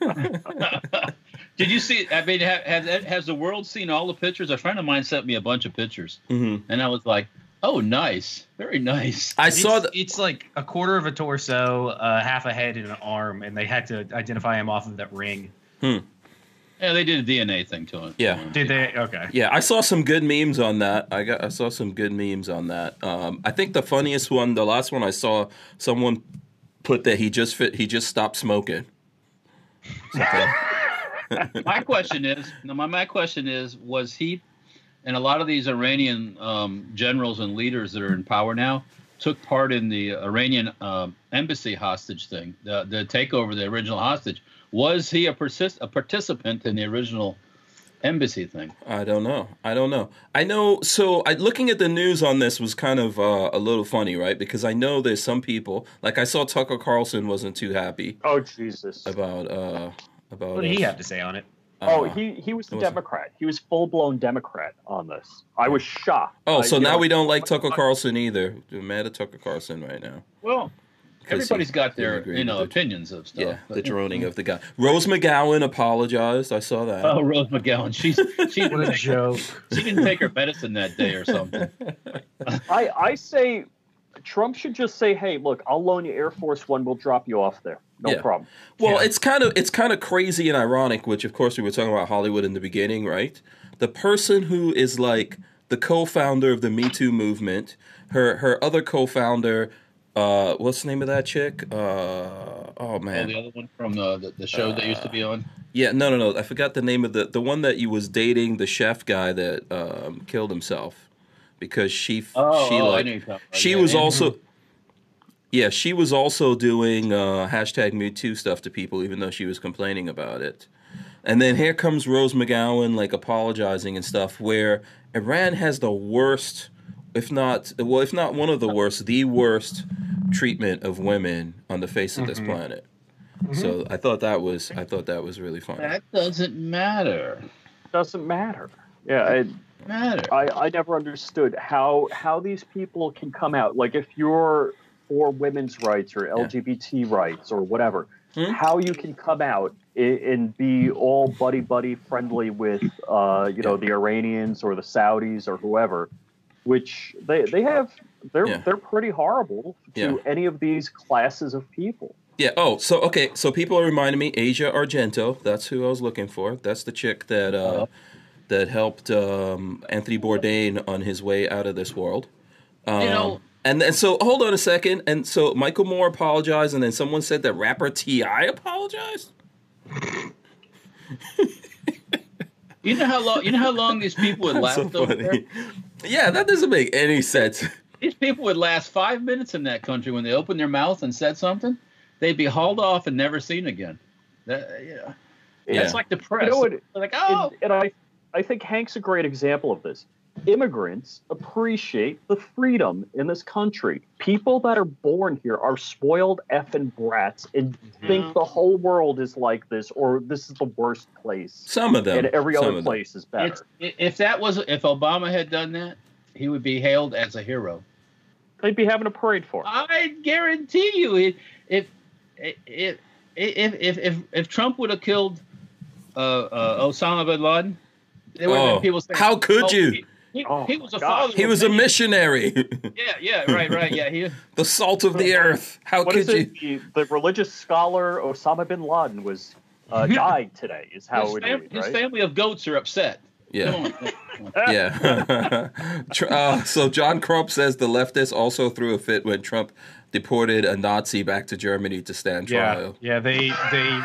[SPEAKER 3] Did you see? I mean, ha has has the world seen all the pictures? A friend of mine sent me a bunch of pictures,
[SPEAKER 1] Mhm.
[SPEAKER 3] and I was like, "Oh, nice, very nice."
[SPEAKER 1] I
[SPEAKER 5] It's-
[SPEAKER 1] saw the
[SPEAKER 5] It's like a quarter of a torso, uh, half a head, and an arm, and they had to identify him off of that ring.
[SPEAKER 3] Yeah, they did a DNA thing to him.
[SPEAKER 1] Yeah.
[SPEAKER 5] Did they? Okay.
[SPEAKER 1] yeah, I saw some good memes on that. I got I saw some good memes on that. Um, I think the funniest one, the last one I saw, someone put that he just fit he just stopped smoking. Something.
[SPEAKER 3] my question is no, my, my question is was he and a lot of these iranian um, generals and leaders that are in power now took part in the iranian um, embassy hostage thing the, the takeover of the original hostage was he a persist a participant in the original embassy thing
[SPEAKER 1] I don't know. I don't know. I know. So I, looking at the news on this was kind of uh, a little funny, right? Because I know there's some people like I saw Tucker Carlson wasn't too happy
[SPEAKER 4] Oh Jesus.
[SPEAKER 1] about uh about.
[SPEAKER 5] What did he
[SPEAKER 1] us.
[SPEAKER 5] have to say on it?
[SPEAKER 1] Uh,
[SPEAKER 4] Oh, he, he was the
[SPEAKER 1] Awesome.
[SPEAKER 4] Democrat. He was full blown Democrat on this. I was shocked.
[SPEAKER 1] Oh,
[SPEAKER 4] I-
[SPEAKER 1] so
[SPEAKER 4] you
[SPEAKER 1] now
[SPEAKER 4] know,
[SPEAKER 1] we don't like Tucker Carlson either. We're mad at Tucker Carlson right now.
[SPEAKER 3] well
[SPEAKER 1] 'Cause he-
[SPEAKER 3] everybody's got
[SPEAKER 1] he
[SPEAKER 3] their
[SPEAKER 1] agreed
[SPEAKER 3] you
[SPEAKER 1] with
[SPEAKER 3] know
[SPEAKER 1] it.
[SPEAKER 3] opinions of stuff
[SPEAKER 1] Yeah, the
[SPEAKER 3] but-
[SPEAKER 1] droning of the guy. Rose McGowan apologized. I saw that.
[SPEAKER 3] oh rose mcgowan she's she
[SPEAKER 5] What
[SPEAKER 3] didn't,
[SPEAKER 5] a
[SPEAKER 3] take,
[SPEAKER 5] joke.
[SPEAKER 3] she didn't take her medicine that day or something
[SPEAKER 4] I, I say Trump should just say, "Hey, look, I'll loan you Air Force One. We'll drop you off there. No
[SPEAKER 1] Yeah.
[SPEAKER 4] problem."
[SPEAKER 1] Well,
[SPEAKER 5] Yeah.
[SPEAKER 1] it's kind of it's kind of crazy and ironic, which of course we were talking about Hollywood in the beginning, right? The person who is like the co-founder of the Me Too movement, her her other co-founder, uh, what's the name of that chick? Uh, oh
[SPEAKER 3] Oh,
[SPEAKER 1] man,
[SPEAKER 3] the other one from uh, the, the show they used to be on.
[SPEAKER 1] yeah, no, no, no, I forgot the name of the the one that you was dating, the chef guy that um, killed himself because she
[SPEAKER 3] Oh,
[SPEAKER 1] she
[SPEAKER 3] oh, I
[SPEAKER 1] like
[SPEAKER 3] knew you were talking about.
[SPEAKER 1] she
[SPEAKER 3] Yeah,
[SPEAKER 1] was
[SPEAKER 3] yeah.
[SPEAKER 1] also yeah she was also doing uh, hashtag me too stuff to people even though she was complaining about it and then here comes rose mcgowan like apologizing and stuff where iran has the worst if not well if not one of the worst the worst treatment of women on the face of this
[SPEAKER 3] Mm-hmm.
[SPEAKER 1] planet so i thought that was i thought that was really funny
[SPEAKER 3] That doesn't matter.
[SPEAKER 4] Doesn't matter. Yeah, I,
[SPEAKER 3] Matter.
[SPEAKER 4] I, I never understood how how these people can come out like if you're for women's rights or LGBT rights or whatever,
[SPEAKER 1] Hmm?
[SPEAKER 4] how you can come out and, and be all buddy buddy friendly with uh, you know the Iranians or the Saudis or whoever, which they they have they're
[SPEAKER 1] Yeah.
[SPEAKER 4] they're pretty horrible to
[SPEAKER 1] Yeah.
[SPEAKER 4] any of these classes of people.
[SPEAKER 1] Yeah. Oh, so okay. So people are reminding me Asia Argento. That's who I was looking for. That's the chick that
[SPEAKER 3] Uh-huh.
[SPEAKER 1] uh, that helped um, Anthony Bourdain on his way out of this world. Um,
[SPEAKER 3] know-
[SPEAKER 1] and and so hold on a second. And so Michael Moore apologized, and then someone said that rapper Ti apologized.
[SPEAKER 3] You know how long? You know how long these people would
[SPEAKER 1] That's
[SPEAKER 3] last?
[SPEAKER 1] so
[SPEAKER 3] over there?
[SPEAKER 1] funny. Yeah, that doesn't make any sense.
[SPEAKER 3] These people would last five minutes in that country when they opened their mouth and said something. They'd be hauled off and never seen again. That, yeah.
[SPEAKER 1] Yeah.
[SPEAKER 3] That's like the press.
[SPEAKER 4] You know what?
[SPEAKER 3] They're like,
[SPEAKER 4] and,
[SPEAKER 3] oh,
[SPEAKER 4] and I, I think Hank's a great example of this. Immigrants appreciate the freedom in this country. People that are born here are spoiled effing brats and think the whole world is like this or this is the worst place
[SPEAKER 1] Some of them.
[SPEAKER 4] and every
[SPEAKER 1] some
[SPEAKER 4] other
[SPEAKER 1] of them.
[SPEAKER 4] place is better.
[SPEAKER 3] it's, i- if that was if Obama had done that, he would be hailed as a hero.
[SPEAKER 4] They'd be having a parade for it.
[SPEAKER 3] I guarantee you, it, if if if if if, if Trump would have killed uh, uh, Osama bin Laden, there would have
[SPEAKER 1] Oh,
[SPEAKER 3] been people saying,
[SPEAKER 1] how could you?"
[SPEAKER 3] He, he-
[SPEAKER 4] Oh
[SPEAKER 3] he
[SPEAKER 4] my
[SPEAKER 3] was a
[SPEAKER 4] gosh.
[SPEAKER 3] father.
[SPEAKER 1] He
[SPEAKER 3] of
[SPEAKER 1] was a
[SPEAKER 3] nations."
[SPEAKER 1] missionary,
[SPEAKER 3] Yeah, yeah, right, right, yeah. He,
[SPEAKER 1] the salt of the earth. How
[SPEAKER 4] What
[SPEAKER 1] could
[SPEAKER 4] is
[SPEAKER 1] you?
[SPEAKER 4] it? The, the religious scholar Osama bin Laden was uh, died today, is how
[SPEAKER 3] his,
[SPEAKER 4] it
[SPEAKER 3] fam-
[SPEAKER 4] is,
[SPEAKER 3] his
[SPEAKER 4] right?
[SPEAKER 3] family of goats are upset.
[SPEAKER 1] Yeah.
[SPEAKER 3] Come on, come on.
[SPEAKER 1] yeah. Tr- uh, so John Crump says the leftists also threw a fit when Trump deported a Nazi back to Germany to stand
[SPEAKER 5] Yeah,
[SPEAKER 1] trial.
[SPEAKER 5] yeah. They they.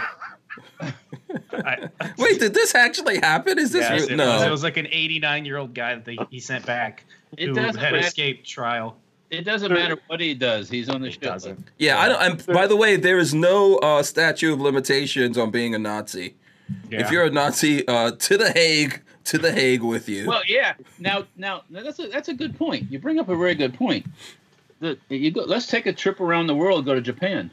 [SPEAKER 5] I,
[SPEAKER 1] Wait, did this actually happen? Is this
[SPEAKER 5] yes,
[SPEAKER 1] real?
[SPEAKER 5] it,
[SPEAKER 1] no?
[SPEAKER 5] was, it was like an 89 year old guy that they, he sent back
[SPEAKER 3] It
[SPEAKER 5] who
[SPEAKER 3] doesn't
[SPEAKER 5] had
[SPEAKER 3] matter.
[SPEAKER 5] escaped trial.
[SPEAKER 3] It doesn't matter what he does. He's on the
[SPEAKER 5] It
[SPEAKER 3] shit list.
[SPEAKER 5] doesn't.
[SPEAKER 1] yeah, I don't. I'm, by the way, there is no uh, statute of limitations on being a Nazi.
[SPEAKER 5] Yeah.
[SPEAKER 1] If you're a Nazi, uh, to the Hague, to the Hague with you.
[SPEAKER 3] Well, yeah. Now, now, now that's a that's a good point. You bring up a very good point. The, you go, let's take a trip around the world. Go to Japan.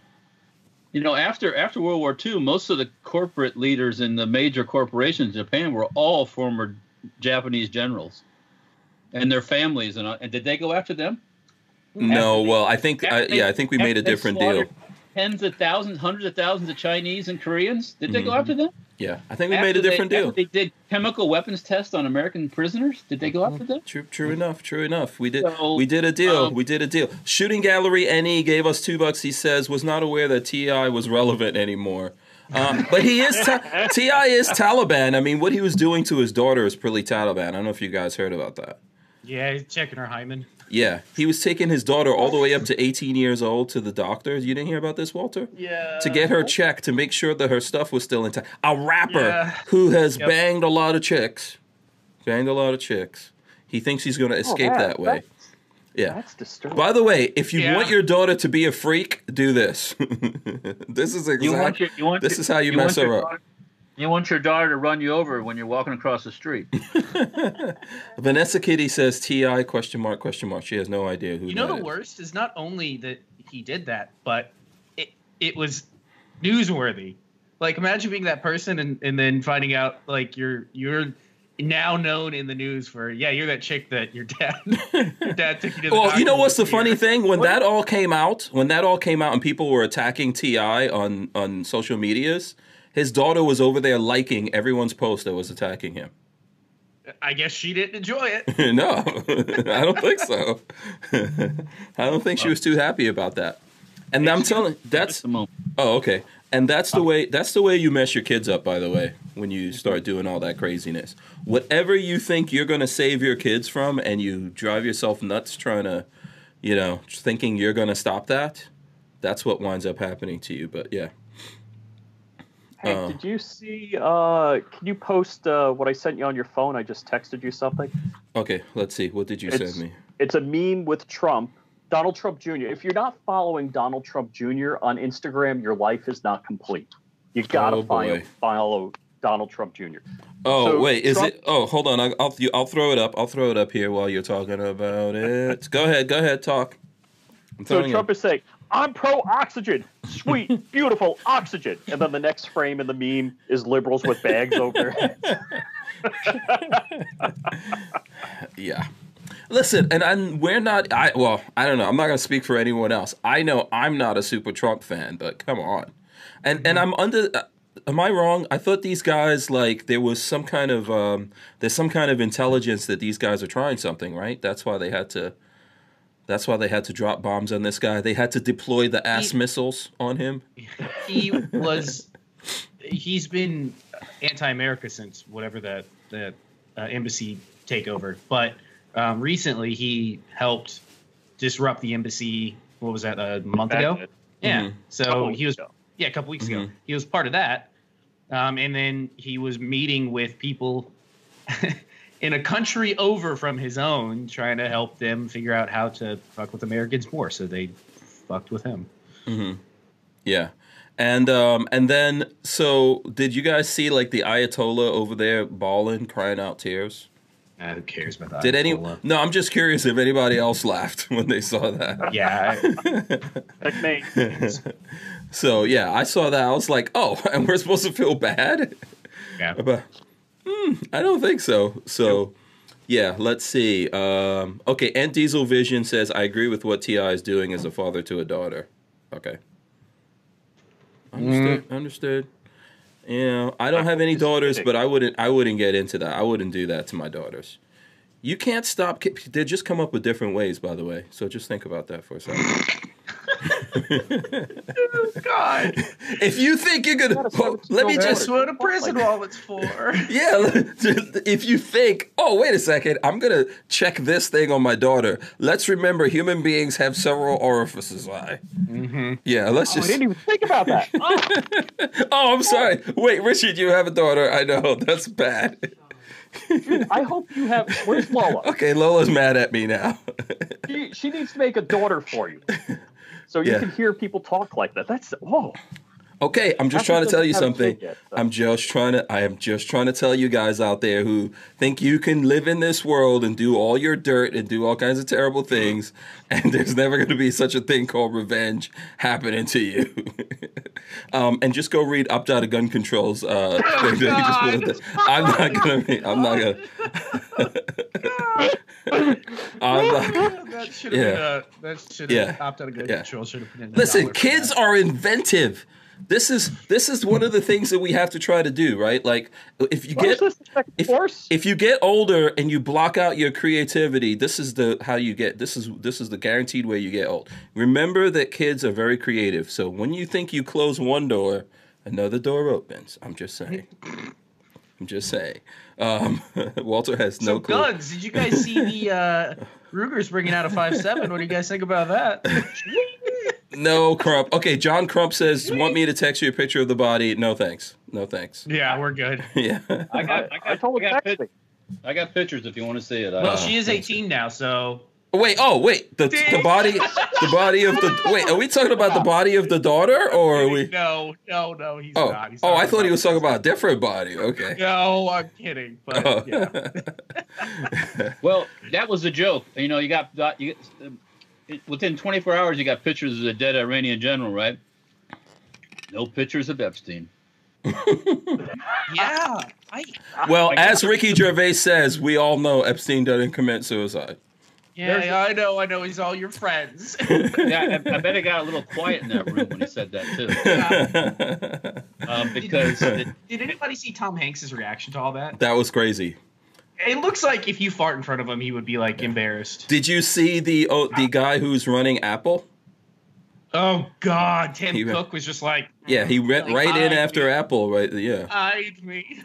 [SPEAKER 3] You know, after after World War II, most of the corporate leaders in the major corporations in Japan were all former Japanese generals, and their families. And, and did they go after them?
[SPEAKER 1] no, well, I think,
[SPEAKER 3] after
[SPEAKER 1] I,
[SPEAKER 3] they-
[SPEAKER 1] yeah, I think we made a
[SPEAKER 3] after they
[SPEAKER 1] different deal.
[SPEAKER 3] slaughtered Tens of thousands, hundreds of thousands of Chinese and Koreans. Did they go
[SPEAKER 1] Mhm.
[SPEAKER 3] after them?
[SPEAKER 1] Yeah, I think we
[SPEAKER 3] After
[SPEAKER 1] made a
[SPEAKER 3] they-
[SPEAKER 1] different
[SPEAKER 3] after
[SPEAKER 1] deal.
[SPEAKER 3] They did chemical weapons tests on American prisoners. Did they go after them?
[SPEAKER 1] True, true enough. True enough. We did.
[SPEAKER 3] So,
[SPEAKER 1] we did a deal.
[SPEAKER 3] um,
[SPEAKER 1] we did a deal. Shooting gallery. Ne gave us two bucks. He says was not aware that Ti was relevant anymore. Um, but he is ta- Ti is Taliban. I mean, what he was doing to his daughter is pretty Taliban. I don't know if you guys heard about that.
[SPEAKER 5] yeah, he's checking her hymen.
[SPEAKER 1] Yeah, he was taking his daughter all the way up to 18 years old to the doctor. You didn't hear about this, Walter?
[SPEAKER 5] Yeah.
[SPEAKER 1] to get her checked to make sure that her stuff was still intact. A rapper
[SPEAKER 5] Yeah.
[SPEAKER 1] who has
[SPEAKER 5] Yep.
[SPEAKER 1] banged a lot of chicks, banged a lot of chicks. He thinks he's going to escape
[SPEAKER 4] Oh,
[SPEAKER 1] that way.
[SPEAKER 4] That's,
[SPEAKER 1] Yeah.
[SPEAKER 4] that's disturbing.
[SPEAKER 1] By the way, if you
[SPEAKER 5] Yeah.
[SPEAKER 1] want your daughter to be a freak, do this. this is exactly
[SPEAKER 3] You want your, you want
[SPEAKER 1] this
[SPEAKER 3] your-
[SPEAKER 1] is how you
[SPEAKER 3] want
[SPEAKER 1] mess her
[SPEAKER 3] your
[SPEAKER 1] up.
[SPEAKER 3] daughter- you want your daughter to run you over when you're walking across the street.
[SPEAKER 1] Vanessa Kitty says Ti question mark question mark. She has no idea who.
[SPEAKER 5] You know
[SPEAKER 1] that
[SPEAKER 5] the
[SPEAKER 1] is.
[SPEAKER 5] worst is not only that he did that, but it it was newsworthy. Like imagine being that person and, and then finding out like you're you're now known in the news for yeah you're that chick that your dad your dad took you to the
[SPEAKER 1] Well, you know
[SPEAKER 5] doctor
[SPEAKER 1] what's the
[SPEAKER 5] with
[SPEAKER 1] funny
[SPEAKER 5] your-
[SPEAKER 1] thing? When that all came out, when that all came out, and people were attacking Ti on on social medias, his daughter was over there liking everyone's post that was attacking him.
[SPEAKER 5] I guess she didn't enjoy it.
[SPEAKER 1] no, I don't think so. I don't think she was too happy about that. And I'm telling that's
[SPEAKER 3] Just a moment.
[SPEAKER 1] oh okay. And that's the way that's the way you mess your kids up by the way when you start doing all that craziness. Whatever you think you're going to save your kids from and you drive yourself nuts trying to, you know, thinking you're going to stop that, that's what winds up happening to you. But yeah.
[SPEAKER 4] Hank,
[SPEAKER 1] Oh.
[SPEAKER 4] did you see? Uh, can you post uh, what I sent you on your phone? I just texted you something.
[SPEAKER 1] Okay, let's see. What did you
[SPEAKER 4] It's-
[SPEAKER 1] send me?
[SPEAKER 4] It's a meme with Trump, Donald Trump Jr. If you're not following Donald Trump Jr. on Instagram, your life is not complete. You gotta
[SPEAKER 1] Oh,
[SPEAKER 4] follow,
[SPEAKER 1] boy.
[SPEAKER 4] follow Donald Trump Jr.
[SPEAKER 1] Oh
[SPEAKER 4] So
[SPEAKER 1] wait, is
[SPEAKER 4] Trump-
[SPEAKER 1] it? Oh, hold on. I'll I'll, you- I'll throw it up. I'll throw it up here while you're talking about it. go ahead. Go ahead. Talk. I'm
[SPEAKER 4] So
[SPEAKER 1] telling
[SPEAKER 4] Trump is saying, "I'm pro oxygen, sweet, beautiful oxygen," and then the next frame in the meme is liberals with bags over.
[SPEAKER 1] you. Yeah. Listen, and I'm, we're not. I well, I don't know. I'm not going to speak for anyone else. I know I'm not a super Trump fan, but come on. And
[SPEAKER 4] Mm-hmm.
[SPEAKER 1] and I'm under. Uh, am I wrong? I thought these guys like there was some kind of um, there's some kind of intelligence that these guys are trying something, right? That's why they had to. That's why they had to drop bombs on this guy. They had to deploy the ass
[SPEAKER 5] He-
[SPEAKER 1] missiles on him.
[SPEAKER 5] He was. He's been anti-America since whatever that that uh, embassy takeover. But um, recently, he helped disrupt the embassy. What was that? A month
[SPEAKER 4] Back
[SPEAKER 5] ago.
[SPEAKER 4] then.
[SPEAKER 5] Yeah.
[SPEAKER 1] Mhm.
[SPEAKER 5] So
[SPEAKER 4] Couple
[SPEAKER 5] he was
[SPEAKER 4] ago.
[SPEAKER 5] yeah, a couple weeks
[SPEAKER 1] Mm-hmm.
[SPEAKER 5] ago. He was part of that. Um, and then he was meeting with people in a country over from his own, trying to help them figure out how to fuck with Americans more. So they fucked with him.
[SPEAKER 1] hmm Yeah, and um, and then so did you guys see like the Ayatollah over there bawling, crying out tears?
[SPEAKER 5] Uh, who cares about that?
[SPEAKER 1] Did any? No, I'm just curious if anybody else laughed when they saw that.
[SPEAKER 5] Yeah.
[SPEAKER 4] Like me.
[SPEAKER 1] so yeah, I saw that. I was like, oh, and we're supposed to feel bad.
[SPEAKER 5] yeah.
[SPEAKER 1] But hmm, I don't think so. So yeah, let's see. Um, okay, and Diesel Vision says I agree with what Ti is doing as a father to a daughter. Okay, understood. Understood. Yeah, Mm. I don't have any
[SPEAKER 4] Just
[SPEAKER 1] daughters,
[SPEAKER 4] kidding.
[SPEAKER 1] but I wouldn't. I wouldn't get into that. I wouldn't do that to my daughters. You can't stop. ki- They just come up with different ways, by the way. So just think about that for a second.
[SPEAKER 5] God,
[SPEAKER 1] if you think you're gonna,
[SPEAKER 4] Gotta start
[SPEAKER 1] oh,
[SPEAKER 4] with
[SPEAKER 1] let me
[SPEAKER 4] small
[SPEAKER 1] just
[SPEAKER 5] that's what a prison wallet's for.
[SPEAKER 1] yeah, if you think, oh, wait a second, I'm going to check this thing on my daughter. Let's remember human beings have several orifices. Why?
[SPEAKER 5] mm-hmm.
[SPEAKER 1] Yeah, let's
[SPEAKER 4] Oh, I
[SPEAKER 1] just.
[SPEAKER 4] didn't even think about that. Oh,
[SPEAKER 1] oh, I'm sorry. Wait, Richard, you have a daughter. I know. That's bad.
[SPEAKER 4] I hope you have. Where's Lola?
[SPEAKER 1] Okay, Lola's mad at me now.
[SPEAKER 4] She, she needs to make a daughter for you, so you
[SPEAKER 1] Yeah.
[SPEAKER 4] can hear people talk like that. That's whoa.
[SPEAKER 1] Okay, I'm just
[SPEAKER 4] Apple
[SPEAKER 1] trying to tell
[SPEAKER 4] doesn't
[SPEAKER 1] you
[SPEAKER 4] have a
[SPEAKER 1] something.
[SPEAKER 4] kid yet, so-
[SPEAKER 1] I'm just trying to I am just trying to tell you guys out there who think you can live in this world and do all your dirt and do all kinds of terrible things and there's never going to be such a thing called revenge happening to you. um, and just go read Opt Out of Gun Control's uh thing that he just put up there. I'm not going to I'm not going to I'm not gonna,
[SPEAKER 5] that should have been
[SPEAKER 1] Yeah.
[SPEAKER 5] uh, that should have
[SPEAKER 1] Yeah.
[SPEAKER 5] opt out of good
[SPEAKER 1] Yeah.
[SPEAKER 5] control. Should have put in a
[SPEAKER 1] Listen,
[SPEAKER 5] dollar for
[SPEAKER 1] kids
[SPEAKER 5] that.
[SPEAKER 1] are inventive. This is this is one of the things that we have to try to do, right? Like if you
[SPEAKER 4] What
[SPEAKER 1] get
[SPEAKER 4] is this? The second
[SPEAKER 1] if-
[SPEAKER 4] course?
[SPEAKER 1] if you get older and you block out your creativity, this is the how you get this is this is the guaranteed way you get old. Remember that kids are very creative. So when you think you close one door, another door opens. I'm just saying. I'm just saying. Um, Walter has
[SPEAKER 5] So
[SPEAKER 1] no clue.
[SPEAKER 5] guns, did you guys see the uh, Ruger's bringing out a five seven? What do you guys think about that?
[SPEAKER 1] No Crump. Okay, John Crump says, "Want me to text you a picture of the body?" No thanks. No thanks.
[SPEAKER 5] Yeah, we're good.
[SPEAKER 1] Yeah.
[SPEAKER 3] I got, I got,
[SPEAKER 4] I told
[SPEAKER 3] I
[SPEAKER 4] her
[SPEAKER 3] got,
[SPEAKER 4] text
[SPEAKER 3] pic-
[SPEAKER 4] me.
[SPEAKER 3] I got pictures if you want to see it.
[SPEAKER 5] Well,
[SPEAKER 1] Uh,
[SPEAKER 3] I,
[SPEAKER 5] she is 18 now, so
[SPEAKER 1] Wait, oh wait, the the body the body of the wait, are we talking about the body of the daughter or are we
[SPEAKER 5] no, no, no, he's
[SPEAKER 1] Oh,
[SPEAKER 5] not. He's
[SPEAKER 1] oh,
[SPEAKER 5] not
[SPEAKER 1] I thought he was talking about a different body. Okay.
[SPEAKER 5] No, I'm kidding. But
[SPEAKER 1] Oh.
[SPEAKER 5] yeah,
[SPEAKER 3] well, that was a joke. You know, you got you, uh, it- within 24 hours, you got pictures of the dead Iranian general, right? No pictures of Epstein.
[SPEAKER 5] yeah. I
[SPEAKER 1] Well,
[SPEAKER 3] I
[SPEAKER 1] as Ricky Gervais says, we all know Epstein doesn't commit suicide.
[SPEAKER 5] yeah,
[SPEAKER 3] There's-
[SPEAKER 5] I know, I know. He's all your friends.
[SPEAKER 3] Yeah, I, I bet it got a little quiet in that room when he said that too,
[SPEAKER 1] that
[SPEAKER 3] um, because it,
[SPEAKER 5] Did anybody see Tom Hanks's reaction to all that?
[SPEAKER 1] was crazy.
[SPEAKER 5] It looks like if you fart in front of him, he would be like embarrassed.
[SPEAKER 1] Did you see the oh, the guy who's running Apple?
[SPEAKER 5] Oh God, Tim
[SPEAKER 1] He-
[SPEAKER 5] Cook was just like,
[SPEAKER 1] Yeah, he went right in after Apple, right? Yeah,
[SPEAKER 5] eyed me.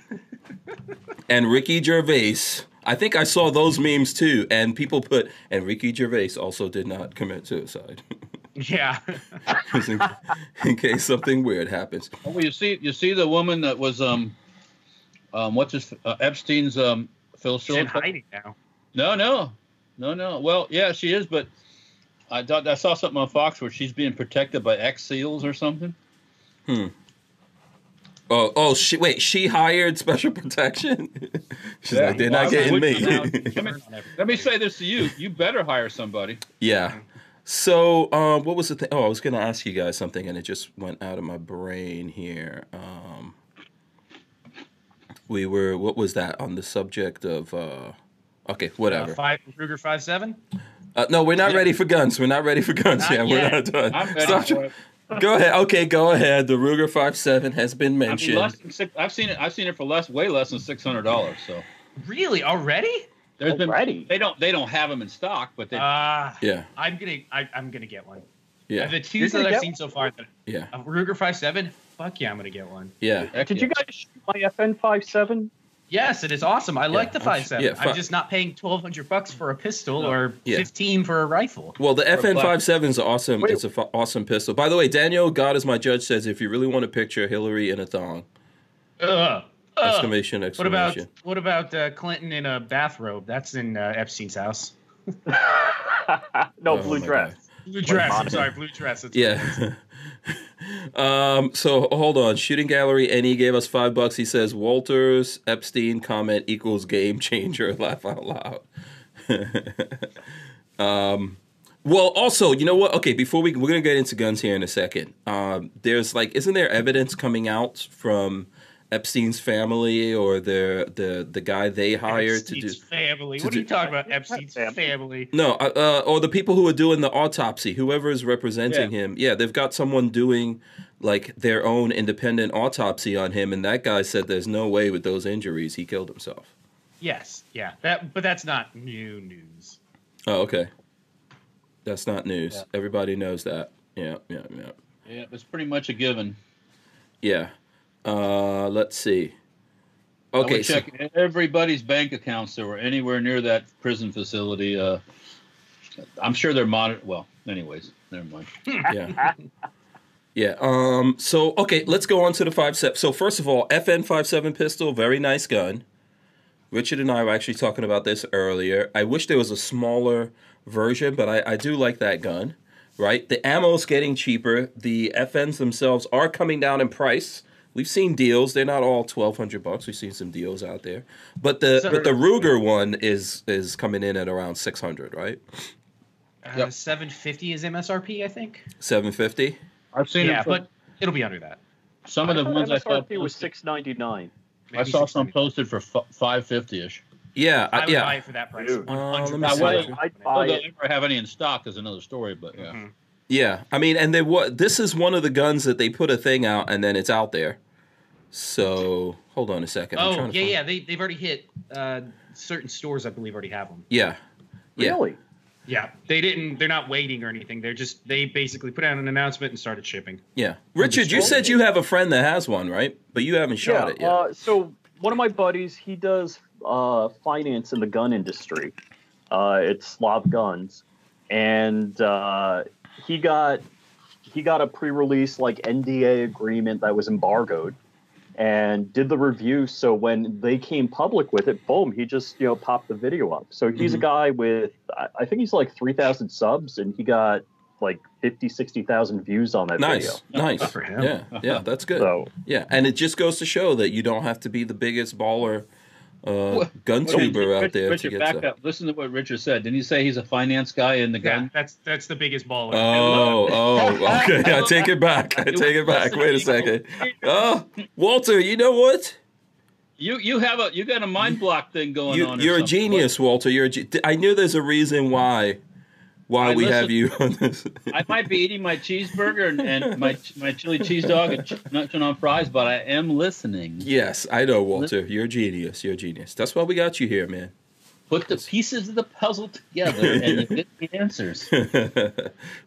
[SPEAKER 1] and Ricky Gervais. I think I saw those memes too, and people put and Ricky Gervais also did not commit suicide,
[SPEAKER 5] yeah,
[SPEAKER 1] Just in, in case something weird happens.
[SPEAKER 3] Oh, well, you see, you see the woman that was um, um, what's his uh, Epstein's um, Phil
[SPEAKER 5] she's in
[SPEAKER 3] Schiller.
[SPEAKER 5] hiding now.
[SPEAKER 3] No, no, no, no. Well, yeah, she is, but I thought I saw something on Fox where she's being protected by ex seals or something.
[SPEAKER 1] Oh, oh, she wait, she hired special protection. She's
[SPEAKER 3] Yeah.
[SPEAKER 1] like, they're
[SPEAKER 3] Well,
[SPEAKER 1] not
[SPEAKER 3] I
[SPEAKER 1] getting
[SPEAKER 3] wouldn't
[SPEAKER 1] me.
[SPEAKER 3] Let me, let me say this to you: you better hire somebody.
[SPEAKER 1] yeah. So, uh, what was the thing? Oh, I was going to ask you guys something, and it just went out of my brain here. Um, we were, what was that on the subject of? Uh, okay,
[SPEAKER 5] Uh,
[SPEAKER 1] whatever.
[SPEAKER 5] five Ruger five seven.
[SPEAKER 1] Uh, no, we're not ready for guns. We're not ready for guns.
[SPEAKER 5] Not
[SPEAKER 1] yeah, we're
[SPEAKER 5] yet.
[SPEAKER 1] not done.
[SPEAKER 3] I'm ready
[SPEAKER 1] Stop-
[SPEAKER 3] for it.
[SPEAKER 1] Go ahead. Okay, go ahead. The Ruger 57 has been
[SPEAKER 3] I mean,
[SPEAKER 1] mentioned.
[SPEAKER 3] less than six, I've seen it. I've seen it for less, way less than six hundred dollars. So
[SPEAKER 5] Really already?
[SPEAKER 3] there's
[SPEAKER 4] Already?
[SPEAKER 3] been they don't they don't have them in stock, but they
[SPEAKER 4] Uh,
[SPEAKER 5] Ah,
[SPEAKER 1] yeah,
[SPEAKER 5] I'm gonna I, I'm gonna get one.
[SPEAKER 1] yeah,
[SPEAKER 5] Of the two
[SPEAKER 4] You're
[SPEAKER 5] that
[SPEAKER 4] gonna
[SPEAKER 5] I've
[SPEAKER 4] get
[SPEAKER 5] seen so far, that
[SPEAKER 1] yeah,
[SPEAKER 5] a Ruger five seven. Fuck yeah, I'm gonna get one.
[SPEAKER 1] yeah.
[SPEAKER 3] Heck
[SPEAKER 4] Did
[SPEAKER 3] yeah.
[SPEAKER 4] you guys shoot my FN57?
[SPEAKER 5] Yes, it is awesome. I like the
[SPEAKER 1] I'm
[SPEAKER 5] five
[SPEAKER 1] s-
[SPEAKER 5] seven.
[SPEAKER 1] yeah, fi-
[SPEAKER 5] I'm just not paying twelve hundred bucks for a pistol or
[SPEAKER 1] Yeah.
[SPEAKER 5] fifteen for a rifle.
[SPEAKER 1] Well, the
[SPEAKER 3] a black-
[SPEAKER 1] FN57 is awesome.
[SPEAKER 4] Wait.
[SPEAKER 1] It's an awesome pistol. By the way, Daniel, God is my judge, says if you really want to picture Hillary in a thong,
[SPEAKER 5] Ugh. Ugh.
[SPEAKER 1] exclamation,
[SPEAKER 5] Oh, What
[SPEAKER 1] exclamation.
[SPEAKER 5] about what about uh, Clinton in a bathrobe? That's in uh, Epstein's house.
[SPEAKER 4] no,
[SPEAKER 1] Oh
[SPEAKER 4] blue
[SPEAKER 1] my
[SPEAKER 4] dress.
[SPEAKER 5] Blue dress. I'm
[SPEAKER 4] Monica.
[SPEAKER 5] sorry, blue dress. That's
[SPEAKER 1] Yeah. um, so hold on. Shooting gallery, and he gave us five bucks. He says Walters Epstein comment equals game changer. Laugh out loud. um, well, also, you know what? Okay, before we we're gonna get into guns here in a second. Um, there's like, isn't there evidence coming out from Epstein's family or their the the guy they hired to do?
[SPEAKER 5] Epstein's family.
[SPEAKER 1] to
[SPEAKER 5] what are you
[SPEAKER 1] do-
[SPEAKER 5] talking about? Epstein's
[SPEAKER 4] Family.
[SPEAKER 5] family.
[SPEAKER 1] No, uh, uh, or the people who are doing the autopsy, whoever is representing him. Yeah, they've got someone doing like their own independent autopsy on him, and that guy said there's no way with those injuries he killed himself.
[SPEAKER 5] Yes, yeah. That, but that's not new news.
[SPEAKER 1] Oh, okay. That's not news.
[SPEAKER 3] Yeah.
[SPEAKER 1] Everybody knows that. Yeah, yeah, yeah.
[SPEAKER 3] Yeah, it's pretty much a given.
[SPEAKER 1] Yeah. Uh, let's see.
[SPEAKER 3] I
[SPEAKER 1] Okay.
[SPEAKER 3] would
[SPEAKER 1] so-
[SPEAKER 3] check everybody's bank accounts that were anywhere near that prison facility. Uh, I'm sure they're monitored. Well, anyways, never mind.
[SPEAKER 1] yeah. Yeah. Um, so okay, let's go on to the five step. So first of all, FN 57 pistol, very nice gun. Richard and I were actually talking about this earlier. I wish there was a smaller version, but I, I do like that gun. Right? The ammo's getting cheaper. The FNs themselves are coming down in price. We've seen deals. They're not all twelve hundred bucks. We've seen some deals out there. But the
[SPEAKER 5] So-
[SPEAKER 1] but the Ruger one is is coming in at around six hundred, right?
[SPEAKER 5] Uh,
[SPEAKER 3] Yep.
[SPEAKER 5] 750 is MSRP, I think.
[SPEAKER 1] Seven fifty?
[SPEAKER 3] I've seen
[SPEAKER 5] Yeah,
[SPEAKER 3] it.
[SPEAKER 5] but it'll be under that.
[SPEAKER 3] some of the
[SPEAKER 4] thought
[SPEAKER 3] ones I saw.
[SPEAKER 4] MSRP was
[SPEAKER 3] posted-
[SPEAKER 4] 699.
[SPEAKER 3] I
[SPEAKER 5] Maybe
[SPEAKER 3] saw some
[SPEAKER 5] 650.
[SPEAKER 3] posted for five fifty ish.
[SPEAKER 1] Yeah. I-
[SPEAKER 5] I would
[SPEAKER 1] yeah.
[SPEAKER 5] buy it for that price.
[SPEAKER 4] Dude.
[SPEAKER 1] Uh, let me
[SPEAKER 5] 100%.
[SPEAKER 3] see. Now,
[SPEAKER 4] I
[SPEAKER 3] Whether
[SPEAKER 4] buy
[SPEAKER 3] they'll
[SPEAKER 4] it.
[SPEAKER 3] ever have any in stock is another story, but yeah.
[SPEAKER 5] Mhm.
[SPEAKER 1] Yeah, I mean, and they what? This is one of the guns that they put a thing out, and then it's out there. So hold on a second. I'm
[SPEAKER 5] Oh
[SPEAKER 1] trying to
[SPEAKER 5] yeah,
[SPEAKER 1] find-
[SPEAKER 5] yeah. They they've already hit uh, certain stores. I believe already have them.
[SPEAKER 1] yeah, yeah.
[SPEAKER 4] Really?
[SPEAKER 5] Yeah, they didn't. They're not waiting or anything. They're just they basically put out an announcement and started shipping.
[SPEAKER 1] yeah. Richard, you
[SPEAKER 4] destroyed
[SPEAKER 1] said you have a friend that has one, right? But you haven't shot it yet.
[SPEAKER 4] Uh, so one of my buddies, he does uh, finance in the gun industry. Uh, it's Slav Guns, and uh, he got he got a pre-release like NDA agreement that was embargoed, and did the review. So when they came public with it, boom, he just you know popped the video up. So he's a
[SPEAKER 1] Mm-hmm.
[SPEAKER 4] guy with I I think he's like three thousand subs, and he got like 50 60,000 views on that video.
[SPEAKER 1] nice, nice.
[SPEAKER 5] for him.
[SPEAKER 1] Yeah, yeah. That's good.
[SPEAKER 4] So
[SPEAKER 1] Yeah, and it just goes to show that you don't have to be the biggest baller uh, gun tuber out
[SPEAKER 3] Richard-
[SPEAKER 1] there
[SPEAKER 3] Richard,
[SPEAKER 1] to
[SPEAKER 3] back
[SPEAKER 1] get to.
[SPEAKER 3] up. Listen to what Richard said. Didn't he say he's a finance guy in the
[SPEAKER 5] Yeah,
[SPEAKER 3] gun?
[SPEAKER 5] that's that's the biggest baller. I
[SPEAKER 1] Oh,
[SPEAKER 5] love
[SPEAKER 1] oh, okay. I take it back. I take it back. Wait a second. Oh, Walter, you know what?
[SPEAKER 3] You you have a you got a mind block thing going
[SPEAKER 1] you,
[SPEAKER 3] on. or
[SPEAKER 1] you're a
[SPEAKER 3] something.
[SPEAKER 1] genius, Walter. You're a ge- I knew there's a reason why why
[SPEAKER 3] I
[SPEAKER 1] we
[SPEAKER 3] listen-
[SPEAKER 1] have you on this.
[SPEAKER 3] I might be eating my cheeseburger and, and my my chili cheese dog and ch- munching on fries, but I am listening.
[SPEAKER 1] yes, I know, Walter. You're a genius. You're a genius. That's why we got you here, man.
[SPEAKER 3] Put the pieces of the puzzle together and you get the answers.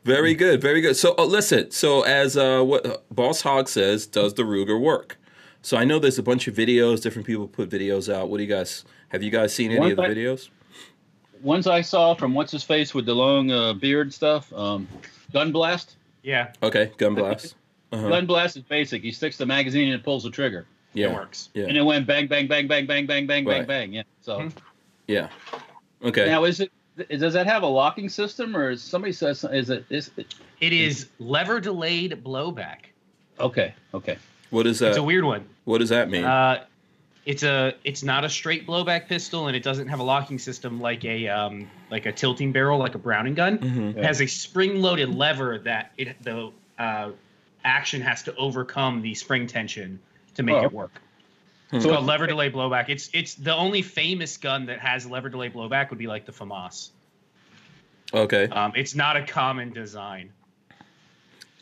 [SPEAKER 1] very good, very good. So uh, listen, so as uh, what uh, Boss Hog says, does the Ruger work? So I know there's a bunch of videos. Different people put videos out. What do you guys have? You guys seen any
[SPEAKER 3] One
[SPEAKER 1] of the
[SPEAKER 3] thing-
[SPEAKER 1] videos?
[SPEAKER 3] Ones I saw from what's his face with the long uh, beard stuff, um, gun blast.
[SPEAKER 5] Yeah,
[SPEAKER 1] Okay, gun blast. Uh-huh.
[SPEAKER 3] Gun blast is basic. He sticks the magazine and it pulls the trigger,
[SPEAKER 5] it
[SPEAKER 1] yeah,
[SPEAKER 5] works.
[SPEAKER 3] and it went bang, bang, bang, bang, bang, bang, bang, bang,
[SPEAKER 1] Right.
[SPEAKER 3] bang. Yeah. So
[SPEAKER 5] Mhm.
[SPEAKER 1] yeah. Okay.
[SPEAKER 3] now is it? Does that have a locking system, or is somebody says is it is it,
[SPEAKER 5] It is lever delayed blowback.
[SPEAKER 3] okay okay
[SPEAKER 1] what is that?
[SPEAKER 5] It's a weird one.
[SPEAKER 1] what does that mean?
[SPEAKER 5] Uh, it's a it's not a straight blowback pistol, and it doesn't have a locking system like a um, like a tilting barrel, like a Browning gun.
[SPEAKER 1] hmm
[SPEAKER 5] It has a spring-loaded lever that it the uh, action has to overcome the spring tension to make
[SPEAKER 3] Oh.
[SPEAKER 5] it work. It's
[SPEAKER 1] Hmm.
[SPEAKER 5] called lever delay blowback. It's it's the only famous gun that has lever delay blowback would be like the FAMAS.
[SPEAKER 1] Okay.
[SPEAKER 3] uh,
[SPEAKER 5] Um, it's not a common design.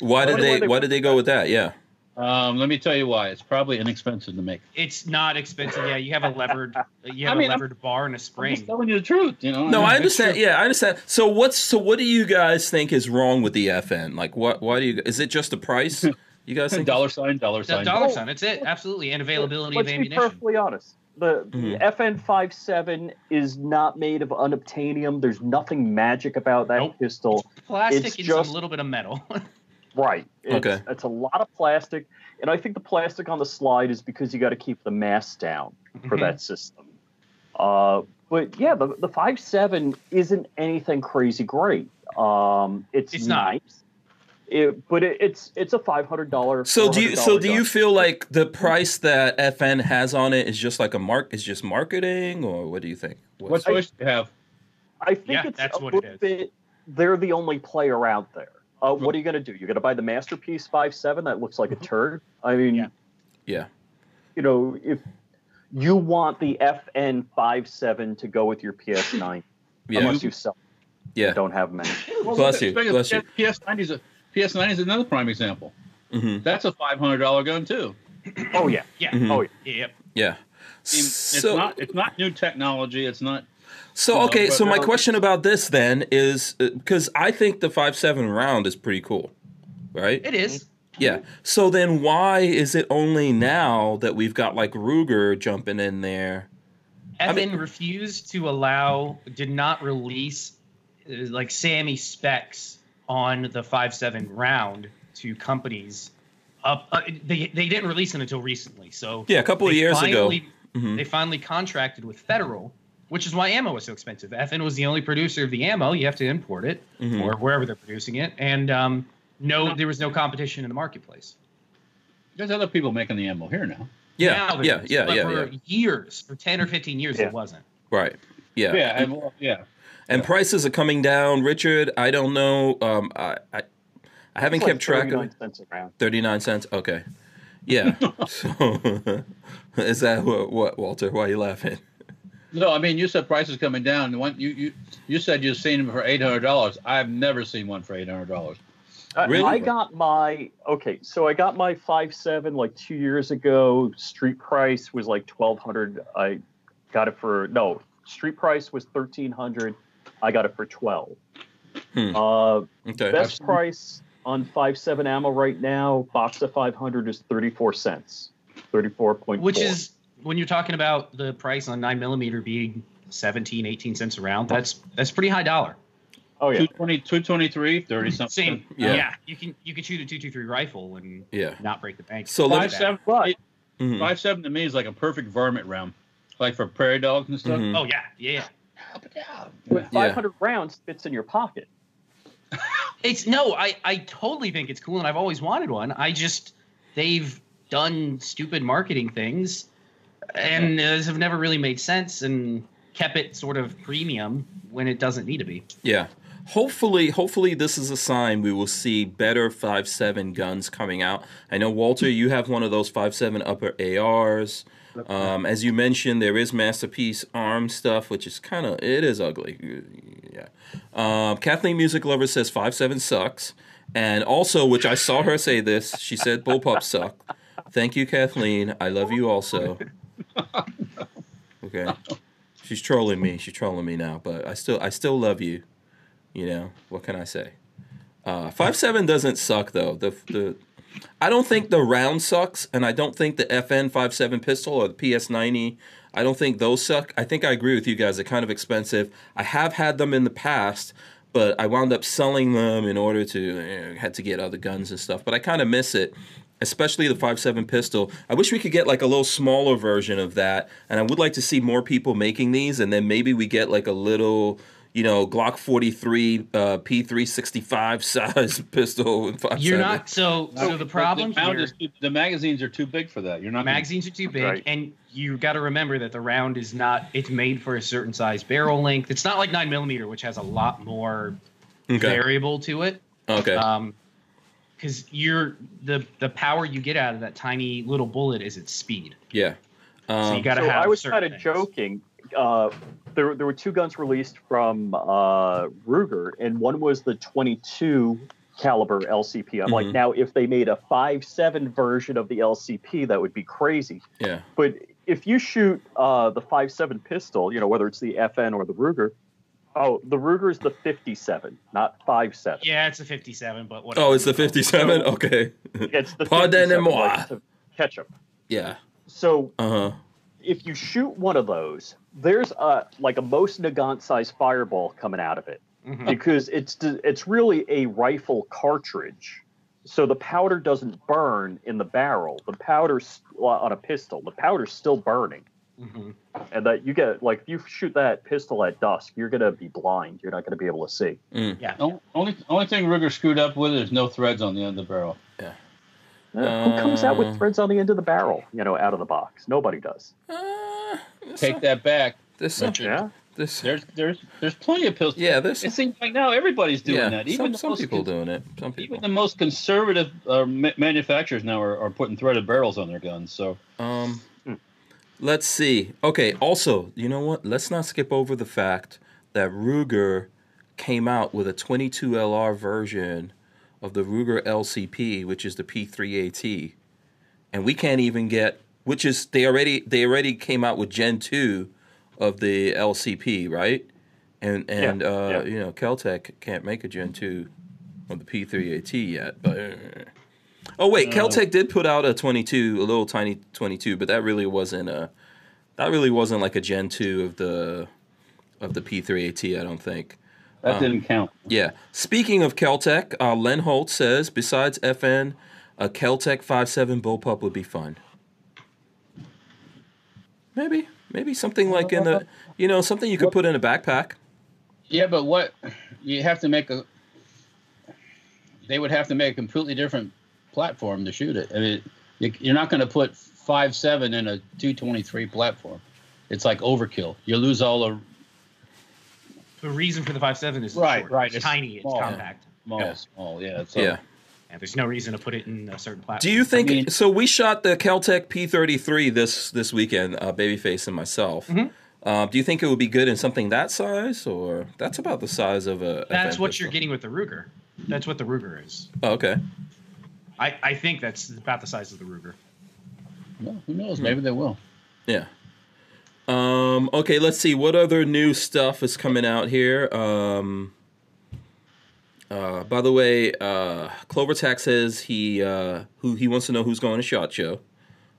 [SPEAKER 1] Why did
[SPEAKER 4] wonder why
[SPEAKER 1] they?
[SPEAKER 4] they-
[SPEAKER 1] Why did they go with that? Yeah.
[SPEAKER 3] um, let me tell you why it's probably inexpensive to make.
[SPEAKER 5] It's not expensive. Yeah, you have a levered you have
[SPEAKER 3] I mean,
[SPEAKER 5] a
[SPEAKER 3] I'm-
[SPEAKER 5] levered bar and a
[SPEAKER 3] I'm just
[SPEAKER 5] spring.
[SPEAKER 3] telling you the truth, you know.
[SPEAKER 1] No, I
[SPEAKER 3] It's
[SPEAKER 1] understand.
[SPEAKER 3] true.
[SPEAKER 1] Yeah, I understand. So what's so what do you guys think is wrong with the FN? Like what why do you is it just the price? You guys think
[SPEAKER 3] Dollar sign, dollar
[SPEAKER 5] The
[SPEAKER 3] sign.
[SPEAKER 5] dollar sign. That's it. Absolutely, and availability
[SPEAKER 4] Let's
[SPEAKER 5] of
[SPEAKER 4] be
[SPEAKER 5] ammunition.
[SPEAKER 4] perfectly honest. The, the
[SPEAKER 1] Mhm.
[SPEAKER 4] FN57 is not made of unobtainium. There's nothing magic about that
[SPEAKER 5] Nope.
[SPEAKER 4] pistol.
[SPEAKER 5] Plastic
[SPEAKER 4] It's
[SPEAKER 5] and
[SPEAKER 4] just-
[SPEAKER 5] some little bit of metal.
[SPEAKER 4] Right. It's,
[SPEAKER 1] Okay.
[SPEAKER 4] It's a lot of plastic. And I think the plastic on the slide is because you got to keep the mass down for
[SPEAKER 5] Mm-hmm.
[SPEAKER 4] that system. Uh, but yeah, the, the 5.7 isn't anything crazy great. Um, it's,
[SPEAKER 5] It's not.
[SPEAKER 4] nice. It, but it, it's it's a five hundred dollar.
[SPEAKER 1] So do you so do you feel like the price that FN has on it is just like a mark is just marketing or what do you think?
[SPEAKER 3] What
[SPEAKER 1] What's-
[SPEAKER 3] choice do you have?
[SPEAKER 4] I think
[SPEAKER 5] Yeah,
[SPEAKER 4] it's
[SPEAKER 5] that's
[SPEAKER 4] a
[SPEAKER 5] what it
[SPEAKER 4] little
[SPEAKER 5] is.
[SPEAKER 4] bit. They're the only player out there. Uh, what are you going to do? You're going to buy the masterpiece five seven that looks like a turd. I mean,
[SPEAKER 5] Mm-hmm. Yeah.
[SPEAKER 1] Yeah.
[SPEAKER 4] you know, if you want the FN five seven to go with your PS nine,
[SPEAKER 1] Yeah.
[SPEAKER 4] unless you sell,
[SPEAKER 1] Yeah.
[SPEAKER 4] don't have many.
[SPEAKER 3] Well,
[SPEAKER 1] Bless
[SPEAKER 3] look,
[SPEAKER 1] you,
[SPEAKER 3] speaking of
[SPEAKER 1] bless you.
[SPEAKER 3] PS ninety's a PS ninety is another prime example.
[SPEAKER 1] hmm
[SPEAKER 3] That's a five hundred dollar gun too.
[SPEAKER 4] Oh yeah,
[SPEAKER 5] yeah.
[SPEAKER 1] Mhm.
[SPEAKER 4] oh yeah.
[SPEAKER 5] Yep.
[SPEAKER 1] Yeah.
[SPEAKER 3] I mean, it's
[SPEAKER 1] So
[SPEAKER 3] not it's not new technology. It's not
[SPEAKER 1] so
[SPEAKER 3] No,
[SPEAKER 1] okay,
[SPEAKER 3] but
[SPEAKER 1] so my
[SPEAKER 3] no.
[SPEAKER 1] question about this then is cuz I think the 57 round is pretty cool. Right?
[SPEAKER 5] It is.
[SPEAKER 1] Yeah. So then why is it only now that we've got like Ruger jumping in there?
[SPEAKER 5] FN
[SPEAKER 1] I mean-
[SPEAKER 5] refused to allow, did not release uh, like Sammy specs on the five seven round to companies. Up, uh, they they didn't release them until recently. So
[SPEAKER 1] Yeah, a couple of years
[SPEAKER 5] finally,
[SPEAKER 1] ago. Mhm.
[SPEAKER 5] they finally contracted with Federal, which is why ammo was so expensive. FN was the only producer of the ammo. You have to import it
[SPEAKER 1] Mhm.
[SPEAKER 5] or wherever they're producing it, and um, no, there was no competition in the marketplace.
[SPEAKER 3] there's other people making the ammo here now.
[SPEAKER 1] Yeah,
[SPEAKER 5] Now there
[SPEAKER 1] yeah,
[SPEAKER 5] is,
[SPEAKER 1] yeah,
[SPEAKER 5] but
[SPEAKER 1] yeah,
[SPEAKER 5] for
[SPEAKER 1] yeah.
[SPEAKER 5] Years, for ten or fifteen years,
[SPEAKER 4] Yeah.
[SPEAKER 5] it wasn't.
[SPEAKER 1] Right. Yeah.
[SPEAKER 3] Yeah, and, well, yeah.
[SPEAKER 1] And prices are coming down, Richard. I don't know. Um, I, I, I haven't
[SPEAKER 4] It's like
[SPEAKER 1] kept track of
[SPEAKER 4] 39
[SPEAKER 1] it.
[SPEAKER 4] cents a round.
[SPEAKER 1] Thirty-nine cents. Okay. Yeah. so, is that what, what, Walter? Why are you laughing?
[SPEAKER 3] No, I mean you said prices coming down. The One you you you said you've seen them for eight hundred dollars. I've never seen one for eight hundred dollars.
[SPEAKER 1] Oh,
[SPEAKER 4] I-
[SPEAKER 1] Really?
[SPEAKER 4] Uh, I got my okay, so I got my five seven like two years ago. Street price was like twelve hundred. I got it for no street price was thirteen hundred. I got it for twelve.
[SPEAKER 1] Hmm.
[SPEAKER 4] Uh,
[SPEAKER 1] Okay.
[SPEAKER 4] best
[SPEAKER 3] Absolutely.
[SPEAKER 4] price on five seven ammo right now. Box of five hundred is thirty four cents. Thirty four point
[SPEAKER 5] which is when you're talking about the price on 9 millimeter being 17 18 cents a round that's that's pretty high dollar
[SPEAKER 4] oh yeah.
[SPEAKER 3] 220, 223, 30 something.
[SPEAKER 5] same
[SPEAKER 1] Yeah.
[SPEAKER 5] yeah. you can you can shoot a 223 rifle and
[SPEAKER 1] Yeah.
[SPEAKER 5] not break the bank
[SPEAKER 1] So let
[SPEAKER 3] Five
[SPEAKER 1] me.
[SPEAKER 3] seven,
[SPEAKER 4] But
[SPEAKER 1] mhm.
[SPEAKER 3] five seven to me is like a perfect varmint round, like for prairie dogs and stuff.
[SPEAKER 1] Mhm.
[SPEAKER 5] oh yeah yeah
[SPEAKER 3] Yeah.
[SPEAKER 4] five hundred rounds fits in your pocket.
[SPEAKER 5] it's no i i totally think it's cool and i've always wanted one i just they've done stupid marketing things and those have never really made sense and kept it sort of premium when it doesn't need to be
[SPEAKER 1] Yeah. Hopefully, hopefully this is a sign we will see better 5.7 guns coming out. I know Walter, you have one of those 5.7 upper ARs. Um, as you mentioned, there is masterpiece arm stuff, which is kind of it is ugly. yeah. Um, Kathleen Music Lover says five seven sucks, and also, which I saw her say this, she said bullpups suck. Thank you, Kathleen. I love you also. Okay, she's trolling me. She's trolling me now, but I still I still love you. You know what can I say? Uh, five seven doesn't suck though. The the I don't think the round sucks, and I don't think the FN 57 pistol or the PS90, I don't think those suck. I think I agree with you guys. They're kind of expensive. I have had them in the past, but I wound up selling them in order to you know, had to get other guns and stuff. But I kind of miss it, especially the 57 pistol. I wish we could get like a little smaller version of that, and I would like to see more people making these, and then maybe we get like a little you know, Glock 43 uh, P365 size pistol. With five
[SPEAKER 5] You're not so. So the problem
[SPEAKER 3] the, round
[SPEAKER 5] here,
[SPEAKER 3] is too- the magazines are too big for that. You're not gonna-
[SPEAKER 5] magazines are too big,
[SPEAKER 4] Right.
[SPEAKER 5] and you got to remember that the round is not. It's made for a certain size barrel length. It's not like nine millimeter, which has a lot more
[SPEAKER 1] Okay.
[SPEAKER 5] variable to it.
[SPEAKER 1] Okay.
[SPEAKER 5] Um, because you're the the power you get out of that tiny little bullet is its speed.
[SPEAKER 1] yeah.
[SPEAKER 5] So you
[SPEAKER 1] Um,
[SPEAKER 5] got to
[SPEAKER 4] so
[SPEAKER 5] have.
[SPEAKER 4] I was
[SPEAKER 5] certain
[SPEAKER 4] kind of
[SPEAKER 5] things.
[SPEAKER 4] joking. Uh, there, there were two guns released from uh, Ruger, and one was the 22 caliber LCP. I'm like,
[SPEAKER 1] Mhm.
[SPEAKER 4] now if they made a 5.7 version of the LCP, that would be crazy.
[SPEAKER 1] yeah.
[SPEAKER 4] But if you shoot uh, the 5.7 pistol, you know whether it's the FN or the Ruger. Oh, the Ruger is the 57, not 5.7.
[SPEAKER 5] Yeah, it's a 57, but whatever.
[SPEAKER 1] Oh, it's the 57? Okay.
[SPEAKER 4] It's the
[SPEAKER 1] Pardonnez-moi.
[SPEAKER 4] 57, like, to catch up.
[SPEAKER 1] yeah.
[SPEAKER 4] So
[SPEAKER 1] Uh huh.
[SPEAKER 4] if you shoot one of those, there's a like a most Nagant size fireball coming out of it
[SPEAKER 5] Mhm.
[SPEAKER 4] because it's it's really a rifle cartridge. So the powder doesn't burn in the barrel. The powder's on a pistol. The powder's still burning,
[SPEAKER 5] Mhm.
[SPEAKER 4] and that you get like if you shoot that pistol at dusk, you're gonna be blind. You're not gonna be able to see.
[SPEAKER 5] Yeah.
[SPEAKER 3] O- Only only thing Ruger screwed up with is no threads on the end of the barrel.
[SPEAKER 4] Uh, Who comes out
[SPEAKER 1] Uh.
[SPEAKER 4] with threads on the end of the barrel? You know, out of the box. Nobody does.
[SPEAKER 1] Uh, there's
[SPEAKER 3] Take
[SPEAKER 1] some-
[SPEAKER 3] that back.
[SPEAKER 1] There's some.
[SPEAKER 3] Richard.
[SPEAKER 4] Yeah.
[SPEAKER 1] There's,
[SPEAKER 3] There's there's there's plenty of pistols.
[SPEAKER 1] yeah. There's
[SPEAKER 3] It seems like now everybody's doing
[SPEAKER 1] yeah,
[SPEAKER 3] that.
[SPEAKER 1] Some,
[SPEAKER 3] Even
[SPEAKER 1] some
[SPEAKER 3] those
[SPEAKER 1] people doing it. Some people.
[SPEAKER 3] Even the most conservative uh, ma- manufacturers now are, are putting threaded barrels on their guns. So
[SPEAKER 1] Um,
[SPEAKER 3] Hmm.
[SPEAKER 1] let's see. Okay. Also, you know what? Let's not skip over the fact that Ruger came out with a 22 LR version of the Ruger LCP, which is the P3AT, and we can't even get. Which is they already they already came out with Gen two of the LCP, right? And and uh,
[SPEAKER 4] yeah.
[SPEAKER 1] you know Keltec can't make a Gen two on the P3AT yet, but. Oh wait, Caltech did put out a 22, a little tiny 22, but that really wasn't a that really wasn't like a Gen 2 of the of the P3AT, I don't think.
[SPEAKER 3] that didn't count.
[SPEAKER 1] Yeah. Speaking of Caltech, uh, Len Holt says besides FN, a Caltech 57 bullpup would be fun. Maybe, maybe something like in the, you know, something you could put in a backpack.
[SPEAKER 3] Yeah, but what you have to make a they would have to make a completely different platform to shoot it. I mean, you, you're not going to put five seven in a two twenty three platform. It's like overkill. You lose all the
[SPEAKER 5] The reason for the 57 is it's
[SPEAKER 3] Right,
[SPEAKER 5] short.
[SPEAKER 3] right,
[SPEAKER 5] It's,
[SPEAKER 3] it's
[SPEAKER 5] tiny. It's
[SPEAKER 3] small.
[SPEAKER 5] compact.
[SPEAKER 3] small,
[SPEAKER 1] Yeah.
[SPEAKER 3] small. Oh, Yeah. So,
[SPEAKER 1] yeah.
[SPEAKER 5] And there's no reason to put it in a certain
[SPEAKER 1] Do
[SPEAKER 5] platform.
[SPEAKER 1] you think
[SPEAKER 3] mean-
[SPEAKER 1] so? We shot the Caltech P33 this this weekend, uh, Babyface and myself.
[SPEAKER 5] Mhm.
[SPEAKER 3] Mm-hmm.
[SPEAKER 1] Uh, do you think it would be good in something that size, or that's about the size of a?
[SPEAKER 5] That's
[SPEAKER 1] FN
[SPEAKER 5] what
[SPEAKER 1] pistol?
[SPEAKER 5] you're getting with the Ruger. That's what the Ruger is.
[SPEAKER 1] Oh, okay.
[SPEAKER 5] I, I think that's about the size of the Ruger.
[SPEAKER 3] Well, who knows? Maybe they will.
[SPEAKER 1] Yeah. Um, okay, let's see what other new stuff is coming out here. Um, uh, by the way, uh, Clover Tax says he uh, who he wants to know who's going to Shot Show.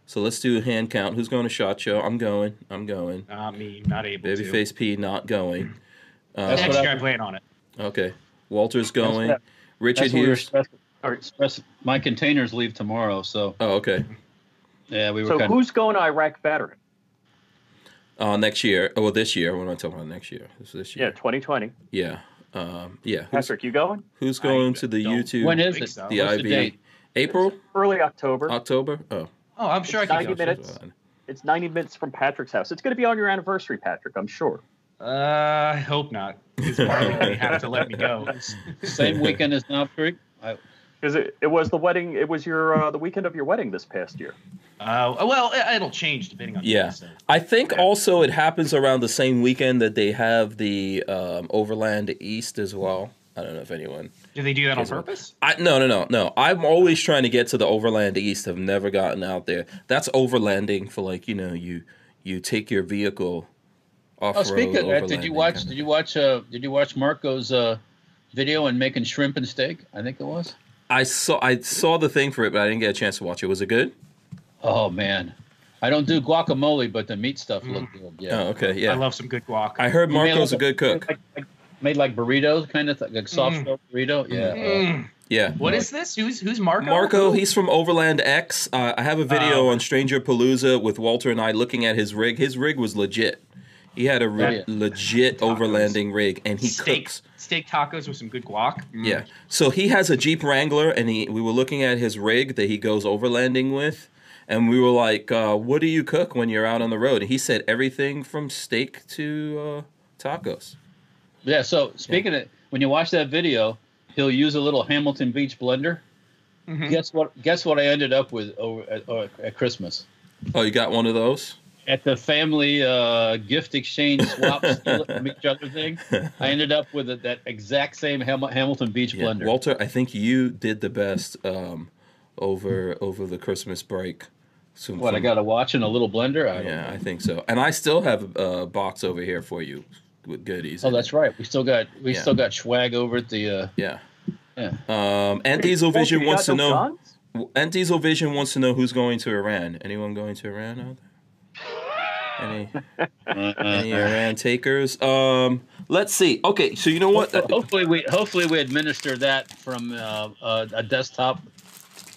[SPEAKER 1] So let's do a hand count. Who's going to Shot Show? I'm going. I'm going.
[SPEAKER 5] Not me. Not able to.
[SPEAKER 1] Babyface P not going.
[SPEAKER 3] That's
[SPEAKER 5] Next
[SPEAKER 3] what I-
[SPEAKER 5] year I plan on it.
[SPEAKER 1] Okay. Walter's going.
[SPEAKER 3] what-
[SPEAKER 1] Richard
[SPEAKER 3] what we were
[SPEAKER 1] Hughes.
[SPEAKER 3] stressing- or stress- My containers leave tomorrow, so
[SPEAKER 1] Oh, okay.
[SPEAKER 3] yeah, we were
[SPEAKER 4] So
[SPEAKER 3] kind
[SPEAKER 4] who's going to Iraq veteran?
[SPEAKER 1] Uh, next year. Oh, well, this year. What am I talking about? Next year. This this
[SPEAKER 4] Yeah,
[SPEAKER 1] year.
[SPEAKER 4] 2020.
[SPEAKER 1] Yeah. Um, yeah. Who's,
[SPEAKER 4] Patrick, you going?
[SPEAKER 1] who's going to the
[SPEAKER 5] don't-
[SPEAKER 1] YouTube?
[SPEAKER 3] When is
[SPEAKER 5] think
[SPEAKER 3] it?
[SPEAKER 5] so.
[SPEAKER 1] the
[SPEAKER 3] what's the
[SPEAKER 1] IV?
[SPEAKER 3] date?
[SPEAKER 1] April,
[SPEAKER 4] Early October.
[SPEAKER 1] October. Oh,
[SPEAKER 5] Oh, I'm sure I
[SPEAKER 4] It's
[SPEAKER 5] can go.
[SPEAKER 4] 90 minutes. It's 90 minutes from Patrick's house. It's going to be on your anniversary, Patrick, I'm sure.
[SPEAKER 5] Uh, I hope not. Because Marley may have to let me go.
[SPEAKER 3] Same weekend as Knob Creek. I,
[SPEAKER 4] Because it, it was the wedding. It was your uh, the weekend of your wedding this past year.
[SPEAKER 5] Uh, well, it, will change depending on.
[SPEAKER 1] Yeah.
[SPEAKER 5] episode.
[SPEAKER 1] I think also it happens around the same weekend that they have the um, Overland East as well. I don't know if anyone.
[SPEAKER 5] Do they do that on
[SPEAKER 1] Here's one.
[SPEAKER 5] purpose?
[SPEAKER 1] I no no no no. I'm always trying to get to the Overland East. I've never gotten out there. That's overlanding for like you know you you take your vehicle off.
[SPEAKER 3] Oh, speaking of that, did you watch? Did you watch? Uh, did you watch Marco's uh, video and making shrimp and steak? I think it was.
[SPEAKER 1] I saw I saw the thing for it, but I didn't get a chance to watch it. Was it good?
[SPEAKER 3] Oh man, I don't do guacamole, but the meat stuff
[SPEAKER 5] Mm.
[SPEAKER 3] looked good. Yeah,
[SPEAKER 1] Oh, okay, yeah. I,
[SPEAKER 5] I love some good guac.
[SPEAKER 1] heard
[SPEAKER 3] You made
[SPEAKER 1] Marco's a
[SPEAKER 3] like
[SPEAKER 1] good cook.
[SPEAKER 3] Like, like, made like burritos, kind of like soft
[SPEAKER 5] Mm.
[SPEAKER 3] shell burrito. Yeah. uh,
[SPEAKER 5] Mm.
[SPEAKER 1] Yeah.
[SPEAKER 5] What is this? Who's who's Marco?
[SPEAKER 1] Marco, he's from Overland X. Uh, I have a video
[SPEAKER 5] Oh.
[SPEAKER 1] on Stranger Palooza with Walter and I looking at his rig. His rig was legit. He had a re-
[SPEAKER 3] Yeah.
[SPEAKER 1] legit
[SPEAKER 5] Tacos.
[SPEAKER 1] overlanding rig, and he
[SPEAKER 5] steak
[SPEAKER 1] cooks.
[SPEAKER 5] steak tacos with some good guac. Mm.
[SPEAKER 1] Yeah. So he has a Jeep Wrangler, and he we were looking at his rig that he goes overlanding with, and we were like, uh, "What do you cook when you're out on the road?" And he said, "Everything from steak to uh, tacos."
[SPEAKER 3] Yeah. So speaking of, when you watch that video, he'll use a little Hamilton Beach blender.
[SPEAKER 5] Mhm.
[SPEAKER 3] Guess what? Guess what I ended up with over at, uh, at Christmas
[SPEAKER 1] Oh, you got one of those?
[SPEAKER 3] at the family uh, gift exchange swap steal it from each other thing. I ended up with a, that exact same Ham- Hamilton Beach
[SPEAKER 1] Yeah.
[SPEAKER 3] blender.
[SPEAKER 1] Walter, I think you did the best um, over over the Christmas break. So
[SPEAKER 3] what I
[SPEAKER 1] from-
[SPEAKER 3] got a watch and a little blender. I don't
[SPEAKER 1] Yeah,
[SPEAKER 3] know.
[SPEAKER 1] I think so. And I still have a uh, box over here for you with goodies.
[SPEAKER 3] Oh,
[SPEAKER 1] in
[SPEAKER 3] that's
[SPEAKER 1] it.
[SPEAKER 3] right. We still got we
[SPEAKER 1] Yeah.
[SPEAKER 3] still got swag over at the. Uh,
[SPEAKER 1] Yeah.
[SPEAKER 3] yeah.
[SPEAKER 1] Um, and Diesel
[SPEAKER 4] Walter,
[SPEAKER 1] Vision
[SPEAKER 4] you
[SPEAKER 1] wants
[SPEAKER 4] got
[SPEAKER 1] to
[SPEAKER 4] no
[SPEAKER 1] know.
[SPEAKER 4] guns?
[SPEAKER 1] And Diesel Vision wants to know who's going to Iran. Anyone going to Iran out there? Any any Iran takers? Um, let's see. Okay, so you know what?
[SPEAKER 3] Hopefully, hopefully we hopefully we administer that from uh, uh, a desktop,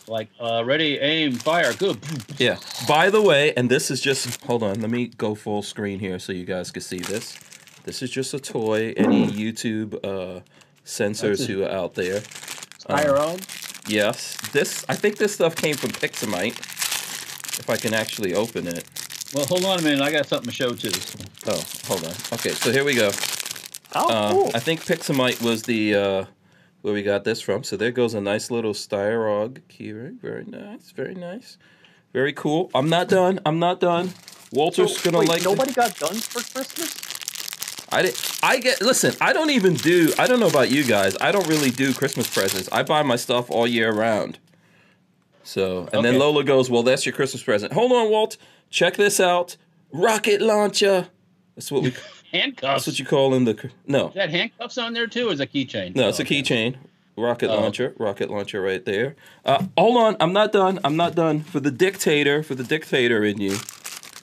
[SPEAKER 3] like uh, ready, aim, fire, good.
[SPEAKER 1] Yeah. By the way, and this is just hold on, let me go full screen here so you guys can see this. This is just a toy. Any YouTube uh
[SPEAKER 3] That's
[SPEAKER 1] censors
[SPEAKER 3] a-
[SPEAKER 1] who are out there. Uh-huh.
[SPEAKER 3] Fire on.
[SPEAKER 1] Yes. This I think this stuff came from Pixamite. If I can actually open it.
[SPEAKER 3] Well, hold on a minute. I got something to show too.
[SPEAKER 1] Oh, hold on. Okay, so here we go.
[SPEAKER 4] Oh,
[SPEAKER 1] Uh,
[SPEAKER 4] cool.
[SPEAKER 1] I think Pixamite was the uh where we got this from. So there goes a nice little Styrog keyring. Very nice. Very nice. Very cool. I'm not done. I'm not done.
[SPEAKER 4] So,
[SPEAKER 1] Walter's gonna
[SPEAKER 4] wait,
[SPEAKER 1] like
[SPEAKER 4] nobody got guns for Christmas.
[SPEAKER 1] I did. I get. Listen, I don't even do. I don't know about you guys. I don't really do Christmas presents. I buy my stuff all year round. So, and then
[SPEAKER 3] Okay.
[SPEAKER 1] Lola goes, "Well, that's your Christmas present." Hold on, Walt. Check this out. Rocket launcher. That's what we. that's
[SPEAKER 3] Handcuffs.
[SPEAKER 1] what you call in the. cr- No,
[SPEAKER 3] Is that handcuffs on there too, or is it a keychain?
[SPEAKER 1] no, it's a
[SPEAKER 3] Okay.
[SPEAKER 1] keychain. Rocket
[SPEAKER 3] Oh.
[SPEAKER 1] launcher. Rocket launcher right there. Uh, hold on, I'm not done. I'm not done. For the dictator. For the dictator in you.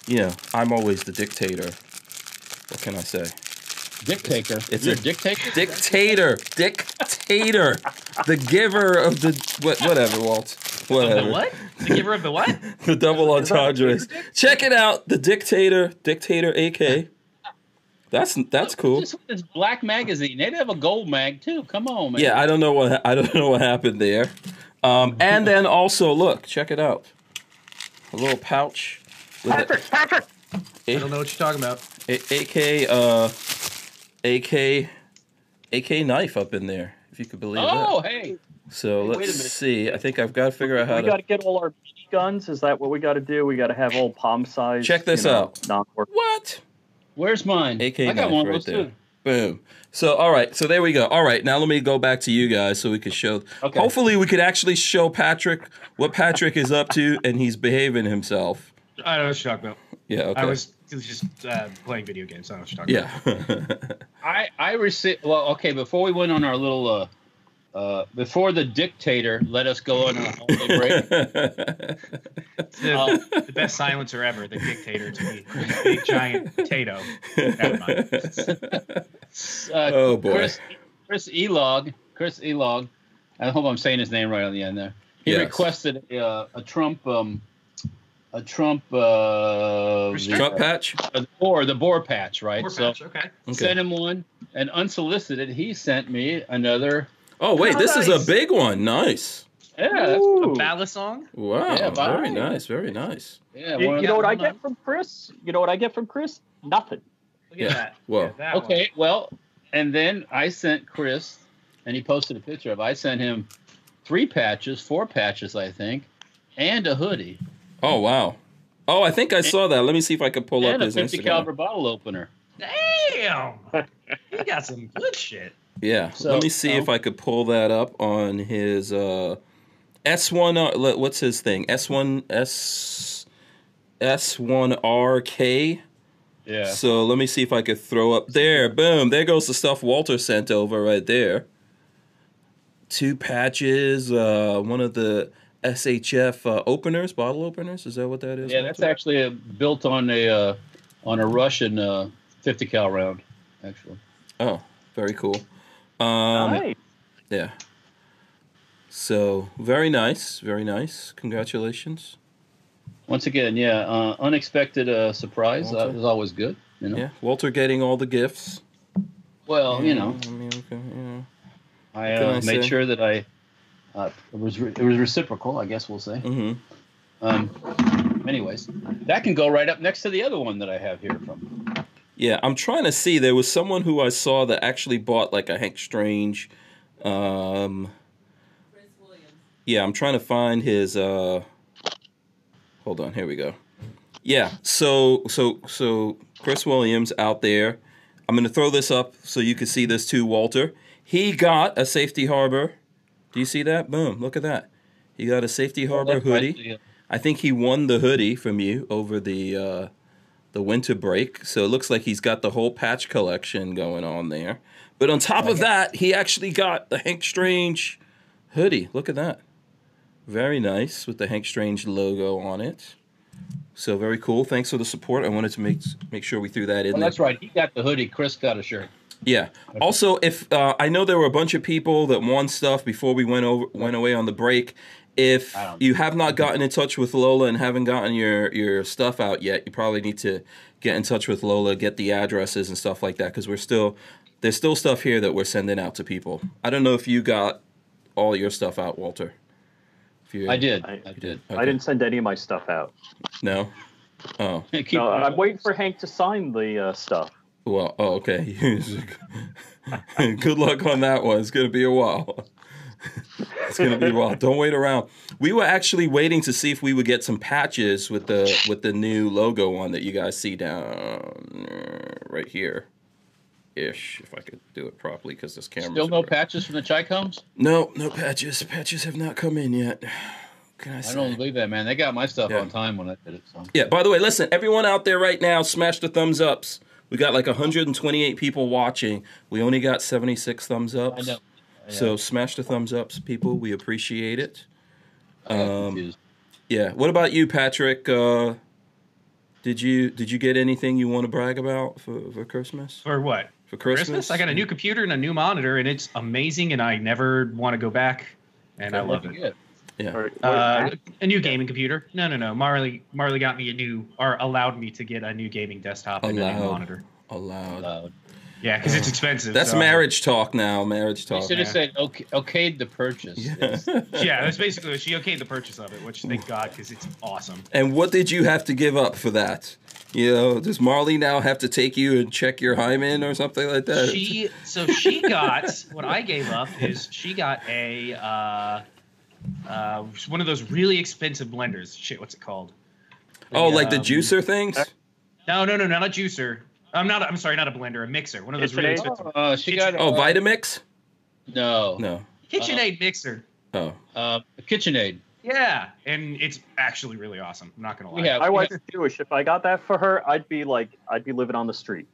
[SPEAKER 1] You know, I'm always the dictator. What can I say?
[SPEAKER 3] Dictator.
[SPEAKER 1] It's
[SPEAKER 3] It's You're
[SPEAKER 1] a
[SPEAKER 3] a dictator.
[SPEAKER 1] Dictator, dictator, the giver of the what, whatever, Walt.
[SPEAKER 5] The
[SPEAKER 1] Whatever.
[SPEAKER 5] what? The giver of the what?
[SPEAKER 1] The double
[SPEAKER 5] Is that a
[SPEAKER 1] entendres.
[SPEAKER 5] dictator dick?
[SPEAKER 1] Check it out, the dictator, dictator, AK. That's that's cool.
[SPEAKER 3] This, this black magazine. They'd have a gold mag too. Come on, man.
[SPEAKER 1] Yeah, I don't know what I don't know what happened there. Um, and then also look, check it out, a little pouch with a-
[SPEAKER 4] Patrick.
[SPEAKER 5] I don't know what you're talking about.
[SPEAKER 1] a- AK, uh, AK, AK knife up in there. If you could believe
[SPEAKER 3] Oh,
[SPEAKER 1] that.
[SPEAKER 3] hey.
[SPEAKER 1] So
[SPEAKER 3] wait a
[SPEAKER 1] let's
[SPEAKER 3] minute.
[SPEAKER 1] see. I think I've got to figure out how
[SPEAKER 4] we
[SPEAKER 1] to.
[SPEAKER 4] got to get all our BB guns. Is that what we got to do? We got to have all palm size.
[SPEAKER 1] Check this out.
[SPEAKER 4] Not work.
[SPEAKER 1] What?
[SPEAKER 3] Where's mine?
[SPEAKER 1] AK
[SPEAKER 3] I got
[SPEAKER 1] knife
[SPEAKER 3] one of
[SPEAKER 1] right
[SPEAKER 3] those
[SPEAKER 1] there.
[SPEAKER 3] too.
[SPEAKER 1] Boom. So all right, so there we go. All right, now let me go back to you guys so we could show.
[SPEAKER 3] Okay.
[SPEAKER 1] Hopefully, we could actually show Patrick what Patrick is up to, and he's behaving himself.
[SPEAKER 5] I don't know what you're talking about.
[SPEAKER 1] Yeah. Okay.
[SPEAKER 5] I was just uh, playing video games. I don't know what you're talking about.
[SPEAKER 1] Yeah.
[SPEAKER 3] I I received. Well, okay. Before we went on our little. uh uh, before the dictator let us go on a holiday break,
[SPEAKER 5] It's The, the best silencer ever, the dictator to me. Big giant potato. Never mind.
[SPEAKER 3] uh,
[SPEAKER 1] oh boy.
[SPEAKER 3] Chris, Chris Elog, Chris Elog, I hope I'm saying his name right on the end there. He
[SPEAKER 1] Yes.
[SPEAKER 3] requested uh, a Trump, um, a Trump, uh, the,
[SPEAKER 1] Trump patch.
[SPEAKER 3] uh, the boar, the boar patch, right?
[SPEAKER 5] Poor
[SPEAKER 3] so
[SPEAKER 5] patch, okay.
[SPEAKER 1] Okay.
[SPEAKER 3] sent him one, and unsolicited, he sent me another.
[SPEAKER 1] Oh wait, this is a
[SPEAKER 5] Nice.
[SPEAKER 1] big one. Nice.
[SPEAKER 3] Yeah, that's-
[SPEAKER 4] Ooh.
[SPEAKER 5] Bala song?
[SPEAKER 1] Wow.
[SPEAKER 3] Yeah, bye.
[SPEAKER 1] very nice. Very nice.
[SPEAKER 3] yeah.
[SPEAKER 4] You,
[SPEAKER 3] one of
[SPEAKER 4] you know what I
[SPEAKER 5] hold on.
[SPEAKER 4] get from Chris? You know what I get from Chris? Nothing.
[SPEAKER 5] Look at
[SPEAKER 1] Yeah.
[SPEAKER 5] that.
[SPEAKER 1] Whoa.
[SPEAKER 5] Look at that one.
[SPEAKER 3] Okay, well, and then I sent Chris, and he posted a picture of. I sent him three patches, four patches, I think, and a hoodie
[SPEAKER 1] Oh wow. Oh, I think I saw that. Let me see if I could pull up
[SPEAKER 3] and a
[SPEAKER 1] his
[SPEAKER 3] 50
[SPEAKER 1] Instagram.
[SPEAKER 3] caliber bottle opener.
[SPEAKER 5] Damn, he got some good shit.
[SPEAKER 1] Yeah.
[SPEAKER 3] So- um,
[SPEAKER 1] Let me see if I could pull that up on his uh S1 uh, le- what's his thing? S1 S S1RK.
[SPEAKER 3] Yeah.
[SPEAKER 1] So let me see if I could throw up there. Boom. There goes the stuff Walter sent over right there. Two patches, uh one of the SHF uh, openers, bottle openers. Is that what that is?
[SPEAKER 3] Yeah, that's
[SPEAKER 1] Walter?
[SPEAKER 3] actually a, built on a uh, on a Russian uh, 50 cal round, actually.
[SPEAKER 1] Oh, very cool. Um
[SPEAKER 4] Nice.
[SPEAKER 1] Yeah. So very nice, very nice. Congratulations.
[SPEAKER 3] Once again, yeah, uh, unexpected uh, surprise uh,
[SPEAKER 1] Okay.
[SPEAKER 3] is always good. You know?
[SPEAKER 1] Yeah, Walter getting all the gifts.
[SPEAKER 3] Well, you know,
[SPEAKER 1] I mean, okay, yeah.
[SPEAKER 3] I
[SPEAKER 1] Can
[SPEAKER 3] uh,
[SPEAKER 1] I
[SPEAKER 3] made
[SPEAKER 1] say?
[SPEAKER 3] sure that I uh, it was re- it was reciprocal, I guess we'll say.
[SPEAKER 1] Mhm.
[SPEAKER 3] Um, anyways, that can go right up next to the other one that I have here from.
[SPEAKER 1] Yeah, I'm trying to see. There was someone who I saw that actually bought like a Hank Strange. Um,
[SPEAKER 2] Chris Williams.
[SPEAKER 1] yeah, I'm trying to find his. Uh, hold on, here we go. Yeah, so so so Chris Williams out there. I'm going to throw this up so you can see this too, Walter. He got a Safety Harbor. Do you see that? Boom! Look at that. He got a Safety Harbor hoodie. I think he won the hoodie from you over the uh, the winter break. So it looks like he's got the whole patch collection going on there. But on top of that, he actually got the Hank Strange hoodie. Look at that. Very nice with the Hank Strange logo on it. So very cool. Thanks for the support. I wanted to make make sure we threw that in
[SPEAKER 3] Well,
[SPEAKER 1] there.
[SPEAKER 3] that's right. He got the hoodie. Chris got a shirt.
[SPEAKER 1] Yeah. Also, if uh, I know there were a bunch of people that won stuff before we went over went away on the break. If
[SPEAKER 3] I don't-
[SPEAKER 1] you have not gotten in touch with Lola and haven't gotten your your stuff out yet, you probably need to get in touch with Lola, get the addresses and stuff like that, because we're still there's still stuff here that we're sending out to people. I don't know if you got all your stuff out, Walter. If you,
[SPEAKER 3] I did. I,
[SPEAKER 4] I-
[SPEAKER 3] did.
[SPEAKER 1] Okay.
[SPEAKER 4] I didn't send any of my stuff out.
[SPEAKER 1] No. Oh
[SPEAKER 3] Keep-
[SPEAKER 4] No, I'm waiting for Hank to sign the uh, stuff.
[SPEAKER 1] well. Oh okay. Good luck on that one. It's gonna be a while. It's gonna be wild. Don't wait around. We were actually waiting to see if we would get some patches with the with the new logo on that you guys see down uh, right here, ish. If I could do it properly, because this camera
[SPEAKER 3] Still no patches from the Chicombs?
[SPEAKER 1] No, no patches. Patches have not come in yet. Can I? Say?
[SPEAKER 3] I don't believe that, man. They got my stuff
[SPEAKER 1] Yeah.
[SPEAKER 3] on time when I did it. So.
[SPEAKER 1] Yeah, by the way, listen, everyone out there right now, smash the thumbs ups. We got like 128 people watching. We only got 76 thumbs ups.
[SPEAKER 3] I know.
[SPEAKER 1] So smash the thumbs ups, people. We appreciate it.
[SPEAKER 3] I got
[SPEAKER 1] um,
[SPEAKER 3] confused.
[SPEAKER 1] Yeah. What about you, Patrick? Uh, did you did you get anything you want to brag about for, for Christmas?
[SPEAKER 5] For what?
[SPEAKER 1] For Christmas? Mm.
[SPEAKER 5] Christmas? I got a new computer and a new monitor, and it's amazing, and I never want to go back. And I
[SPEAKER 3] Good,
[SPEAKER 5] love it.
[SPEAKER 3] looking good.
[SPEAKER 4] Or- or-
[SPEAKER 5] Uh, a new gaming computer? No, no, no. Marley, Marley got me a new, or allowed me to get a new gaming desktop and a new
[SPEAKER 1] Allowed.
[SPEAKER 5] monitor.
[SPEAKER 1] allowed.
[SPEAKER 3] Loud.
[SPEAKER 5] Yeah, because it's expensive.
[SPEAKER 1] That's
[SPEAKER 5] Uh, so- uh,
[SPEAKER 1] marriage talk now. Marriage
[SPEAKER 3] You
[SPEAKER 1] talk.
[SPEAKER 3] should have said okay, okayed the purchase.
[SPEAKER 1] Yeah.
[SPEAKER 3] Yes.
[SPEAKER 5] Yeah, that's basically she okayed the purchase of it, which thank God, because it's awesome.
[SPEAKER 1] And what did you have to give up for that? You know, does Marley now have to take you and check your hymen or something like that?
[SPEAKER 5] She so she got what I gave up is she got a uh, uh, one of those really expensive blenders. Shit, what's it called?
[SPEAKER 1] oh, like the
[SPEAKER 5] um,
[SPEAKER 1] juicer things?
[SPEAKER 5] No, no, no, not a juicer. I'm not. I'm sorry, not a blender, a mixer. One of those
[SPEAKER 4] It's
[SPEAKER 5] really
[SPEAKER 4] an
[SPEAKER 5] expensive.
[SPEAKER 3] Uh, she got
[SPEAKER 1] Oh,
[SPEAKER 3] uh,
[SPEAKER 1] Vitamix?
[SPEAKER 3] no, no.
[SPEAKER 1] No.
[SPEAKER 5] KitchenAid mixer.
[SPEAKER 1] Oh.
[SPEAKER 3] Uh, KitchenAid.
[SPEAKER 5] Yeah, and it's actually really awesome. I'm not gonna lie.
[SPEAKER 3] We have.
[SPEAKER 4] My wife's Jewish. If I got that for her, I'd be like, I'd be living on the street.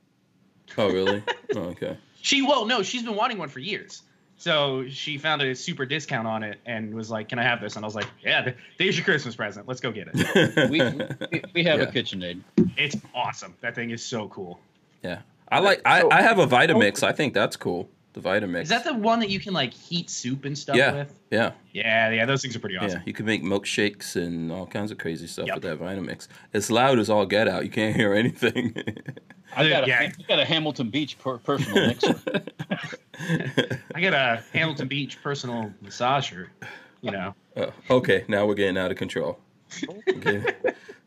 [SPEAKER 1] Oh, really? oh, okay.
[SPEAKER 5] She well, no, she's been wanting one for years. So she found a super discount on it and was like, "Can I have this?" And I was like, "Yeah, th- there's your Christmas present. Let's go get it.
[SPEAKER 3] we, we, we have
[SPEAKER 1] Yeah.
[SPEAKER 3] a KitchenAid.
[SPEAKER 5] It's awesome. That thing is so cool.
[SPEAKER 1] yeah. I like, I, I have a Vitamix. I think that's cool. The Vitamix.
[SPEAKER 5] Is that the one that you can like heat soup and stuff
[SPEAKER 1] Yeah.
[SPEAKER 5] with?
[SPEAKER 1] yeah.
[SPEAKER 5] Yeah, yeah, those things are pretty awesome.
[SPEAKER 1] Yeah. You can make milkshakes and all kinds of crazy stuff
[SPEAKER 5] Yep.
[SPEAKER 1] with that Vitamix. It's loud as all get out. You can't hear anything.
[SPEAKER 3] I got a,
[SPEAKER 5] Yeah.
[SPEAKER 3] I got a Hamilton Beach per- personal mixer.
[SPEAKER 5] I got a Hamilton Beach personal massager. You know,
[SPEAKER 1] Oh, okay. Now we're getting out of control. Okay.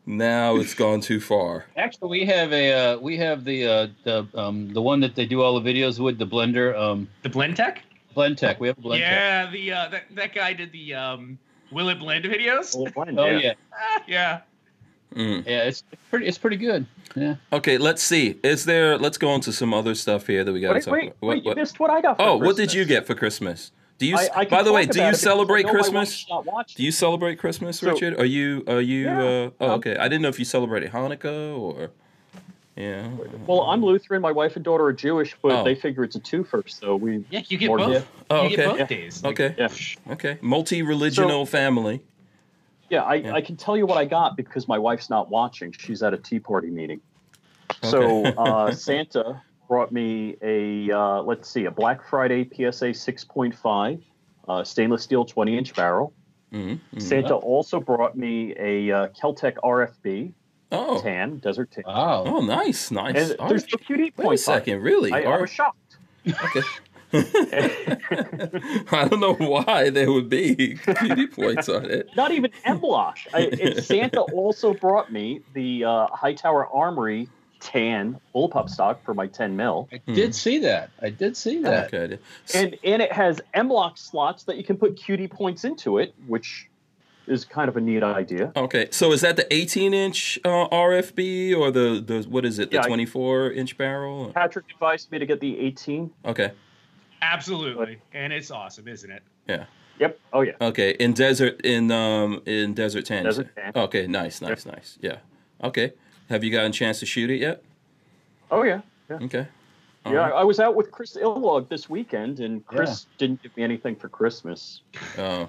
[SPEAKER 1] now it's gone too far.
[SPEAKER 3] Actually, we have a uh, we have the uh, the um, the one that they do all the videos with the blender. Um,
[SPEAKER 5] the Blend Tech.
[SPEAKER 3] Blend Tech. We have a Blend Tech.
[SPEAKER 5] yeah, the uh, that that guy did the um, Will It Blend videos.
[SPEAKER 4] Well, fine,
[SPEAKER 3] Oh
[SPEAKER 4] yeah.
[SPEAKER 3] yeah,
[SPEAKER 5] Ah, yeah,
[SPEAKER 1] Mm.
[SPEAKER 3] yeah. It's pretty. It's pretty good. Yeah.
[SPEAKER 1] Okay, let's see. Is there? Let's go on to some other stuff here that we got to
[SPEAKER 4] Wait,
[SPEAKER 1] talk
[SPEAKER 4] wait,
[SPEAKER 1] about.
[SPEAKER 4] wait,
[SPEAKER 1] What-
[SPEAKER 4] you
[SPEAKER 1] what-
[SPEAKER 4] missed what I got. For
[SPEAKER 1] Oh, what did
[SPEAKER 4] Christmas.
[SPEAKER 1] you get for Christmas? Do you?
[SPEAKER 4] I- I can
[SPEAKER 1] by the way,
[SPEAKER 4] talk
[SPEAKER 1] do
[SPEAKER 4] about it
[SPEAKER 1] you
[SPEAKER 4] because
[SPEAKER 1] celebrate
[SPEAKER 4] I know my wife's
[SPEAKER 1] Christmas?
[SPEAKER 4] Not watching.
[SPEAKER 1] Do you celebrate Christmas,
[SPEAKER 4] So-
[SPEAKER 1] Richard? Are you? Are you?
[SPEAKER 4] Yeah,
[SPEAKER 1] uh, oh,
[SPEAKER 4] um,
[SPEAKER 1] okay. I didn't know if you celebrated Hanukkah or. Yeah.
[SPEAKER 4] Well, I'm Lutheran. My wife and daughter are Jewish, but
[SPEAKER 1] Oh.
[SPEAKER 4] they figure it's a twofer, so we.
[SPEAKER 5] yeah. You get
[SPEAKER 4] More-
[SPEAKER 5] both.
[SPEAKER 4] yeah.
[SPEAKER 1] Oh,
[SPEAKER 5] you get
[SPEAKER 1] okay.
[SPEAKER 5] both days. Like,
[SPEAKER 1] Okay.
[SPEAKER 4] Yeah,
[SPEAKER 1] Okay. Multi-religional family.
[SPEAKER 4] yeah. I,
[SPEAKER 1] Yeah.
[SPEAKER 4] I can tell you what I got because my wife's not watching. She's at a Tea Party meeting. So
[SPEAKER 1] Okay.
[SPEAKER 4] uh, Santa brought me a uh, let's see, a Black Friday PSA 6.5 uh, stainless steel 20 inch barrel.
[SPEAKER 1] Mhm, mhm.
[SPEAKER 4] Santa also brought me a uh, Keltec RFB
[SPEAKER 1] Oh.
[SPEAKER 4] tan desert tan.
[SPEAKER 3] Wow.
[SPEAKER 1] Oh, nice, nice.
[SPEAKER 4] and
[SPEAKER 1] All
[SPEAKER 4] there's
[SPEAKER 1] right.
[SPEAKER 4] no QD
[SPEAKER 1] Wait a
[SPEAKER 4] points. on it.
[SPEAKER 1] second, really?
[SPEAKER 4] I, I
[SPEAKER 1] All
[SPEAKER 4] was
[SPEAKER 1] right.
[SPEAKER 4] shocked.
[SPEAKER 1] okay. I don't know why there would be beauty points on it.
[SPEAKER 4] Not even Emblosh. I, and Santa also brought me the uh, Hightower Armory tan bullpup stock for my 10 mil.
[SPEAKER 3] I
[SPEAKER 1] Hmm.
[SPEAKER 3] did see that. I did see that.
[SPEAKER 1] Okay.
[SPEAKER 4] And and it has M-Lock slots that you can put QD points into it, which is kind of a neat idea.
[SPEAKER 1] Okay, so is that the 18 inch uh, RFB or the, the what is it, the
[SPEAKER 4] Yeah, I-
[SPEAKER 1] 24 inch barrel?
[SPEAKER 4] Patrick advised me to get the 18.
[SPEAKER 1] Okay,
[SPEAKER 5] Absolutely, and it's awesome, isn't it?
[SPEAKER 4] Yep. Oh yeah.
[SPEAKER 1] okay, in desert in um in desert tan. you
[SPEAKER 4] Desert
[SPEAKER 1] said?
[SPEAKER 4] Tan.
[SPEAKER 1] Okay, nice, nice, nice. Yeah. Okay, have you gotten a chance to shoot it yet?
[SPEAKER 4] Oh yeah. Yeah.
[SPEAKER 1] Okay.
[SPEAKER 4] yeah.
[SPEAKER 1] Alright.
[SPEAKER 4] I was out with Chris Illog this weekend, and Chris didn't give me anything for Christmas.
[SPEAKER 1] Uh,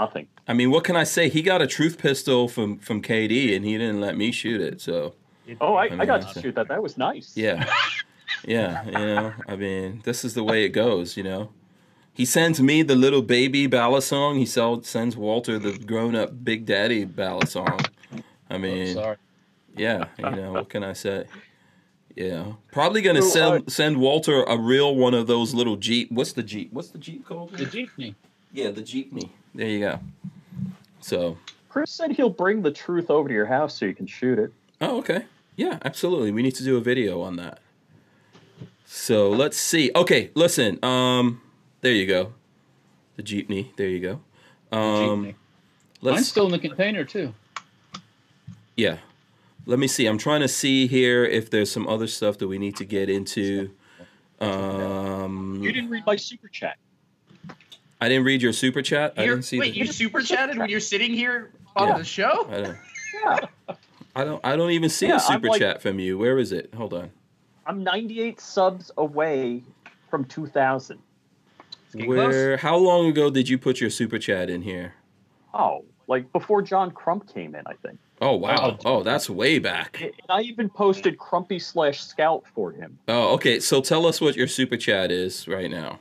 [SPEAKER 4] Nothing.
[SPEAKER 1] I mean, what can I say? He got a truth pistol from from KD, and he didn't let me shoot it. So
[SPEAKER 5] It-
[SPEAKER 4] Oh, I,
[SPEAKER 1] I mean,
[SPEAKER 4] I got
[SPEAKER 1] that's
[SPEAKER 4] to
[SPEAKER 1] it.
[SPEAKER 4] shoot that. That was nice.
[SPEAKER 1] Yeah. Yeah, you know, I mean, this is the way it goes, you know. He sends me the little baby balisong. He sell, sends Walter the grown-up big daddy balisong. I
[SPEAKER 3] I'm
[SPEAKER 1] mean,
[SPEAKER 3] sorry.
[SPEAKER 1] yeah, you know, what can I say? Yeah, probably gonna
[SPEAKER 4] So, uh,
[SPEAKER 1] send send Walter a real one of those little jeep. What's the jeep? What's the jeep called?
[SPEAKER 3] The jeepney.
[SPEAKER 1] Yeah, the jeepney. There you go. So,
[SPEAKER 4] Chris said he'll bring the truth over to your house so you can shoot it.
[SPEAKER 1] Oh, okay. Yeah, absolutely. We need to do a video on that. So let's see. Okay, listen. Um, there you go. The jeepney. There you go. Um,
[SPEAKER 3] jeepney. Mine's
[SPEAKER 1] let's.
[SPEAKER 3] still in the container too.
[SPEAKER 1] yeah. Let me see. I'm trying to see here if there's some other stuff that we need to get into. Um,
[SPEAKER 4] You didn't read my super chat.
[SPEAKER 1] I didn't read your super chat. I
[SPEAKER 5] You're-
[SPEAKER 1] didn't see.
[SPEAKER 5] wait,
[SPEAKER 1] the,
[SPEAKER 5] you super chatted when you're sitting here on
[SPEAKER 1] Yeah. Uh,
[SPEAKER 5] the show?
[SPEAKER 1] I don't.
[SPEAKER 4] Yeah.
[SPEAKER 1] I don't. I don't even see
[SPEAKER 4] Yeah,
[SPEAKER 1] a
[SPEAKER 4] I'm
[SPEAKER 1] super
[SPEAKER 4] like-
[SPEAKER 1] chat from you. Where is it? Hold on.
[SPEAKER 4] I'm 98 subs away from 2,000.
[SPEAKER 5] getting
[SPEAKER 1] Where? How long ago did you put your super chat in here?
[SPEAKER 4] Oh, like before John Crump came in, I think.
[SPEAKER 1] Oh wow! Oh, that's way back.
[SPEAKER 4] And I even posted Crumpy slash Scout for him.
[SPEAKER 1] Oh, okay. So tell us what your super chat is right now.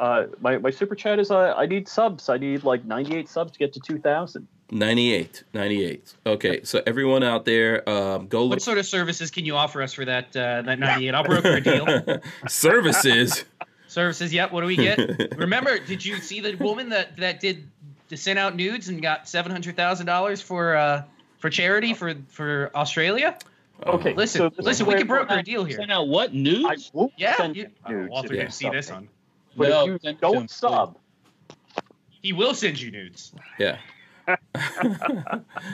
[SPEAKER 4] Uh, my, my super chat is uh, I need subs. I need like 98 subs to get to 2,000.
[SPEAKER 1] 98, 98. Okay, so everyone out there, um, go
[SPEAKER 5] What
[SPEAKER 1] look.
[SPEAKER 5] sort of services can you offer us for that uh, that 98? I'll broker a deal.
[SPEAKER 1] Services.
[SPEAKER 5] services, yep. What do we get? Remember, did you see the woman that that did to send out nudes and got seven hundred thousand dollars for uh for charity for for Australia?
[SPEAKER 4] Okay.
[SPEAKER 1] Oh,
[SPEAKER 5] Listen,
[SPEAKER 4] So this is
[SPEAKER 5] listen, we
[SPEAKER 4] where-
[SPEAKER 5] can broker a deal here.
[SPEAKER 3] Send out what
[SPEAKER 4] I
[SPEAKER 3] news?
[SPEAKER 4] won't
[SPEAKER 5] Yeah,
[SPEAKER 4] send
[SPEAKER 5] you,
[SPEAKER 4] you
[SPEAKER 5] oh,
[SPEAKER 4] nudes
[SPEAKER 5] Walter
[SPEAKER 4] if you
[SPEAKER 5] didn't see this
[SPEAKER 4] sub
[SPEAKER 5] one.
[SPEAKER 4] me. But
[SPEAKER 3] No,
[SPEAKER 4] if you
[SPEAKER 3] send it to him,
[SPEAKER 4] don't
[SPEAKER 3] please.
[SPEAKER 4] sub,
[SPEAKER 5] He will send you nudes.
[SPEAKER 1] Yeah.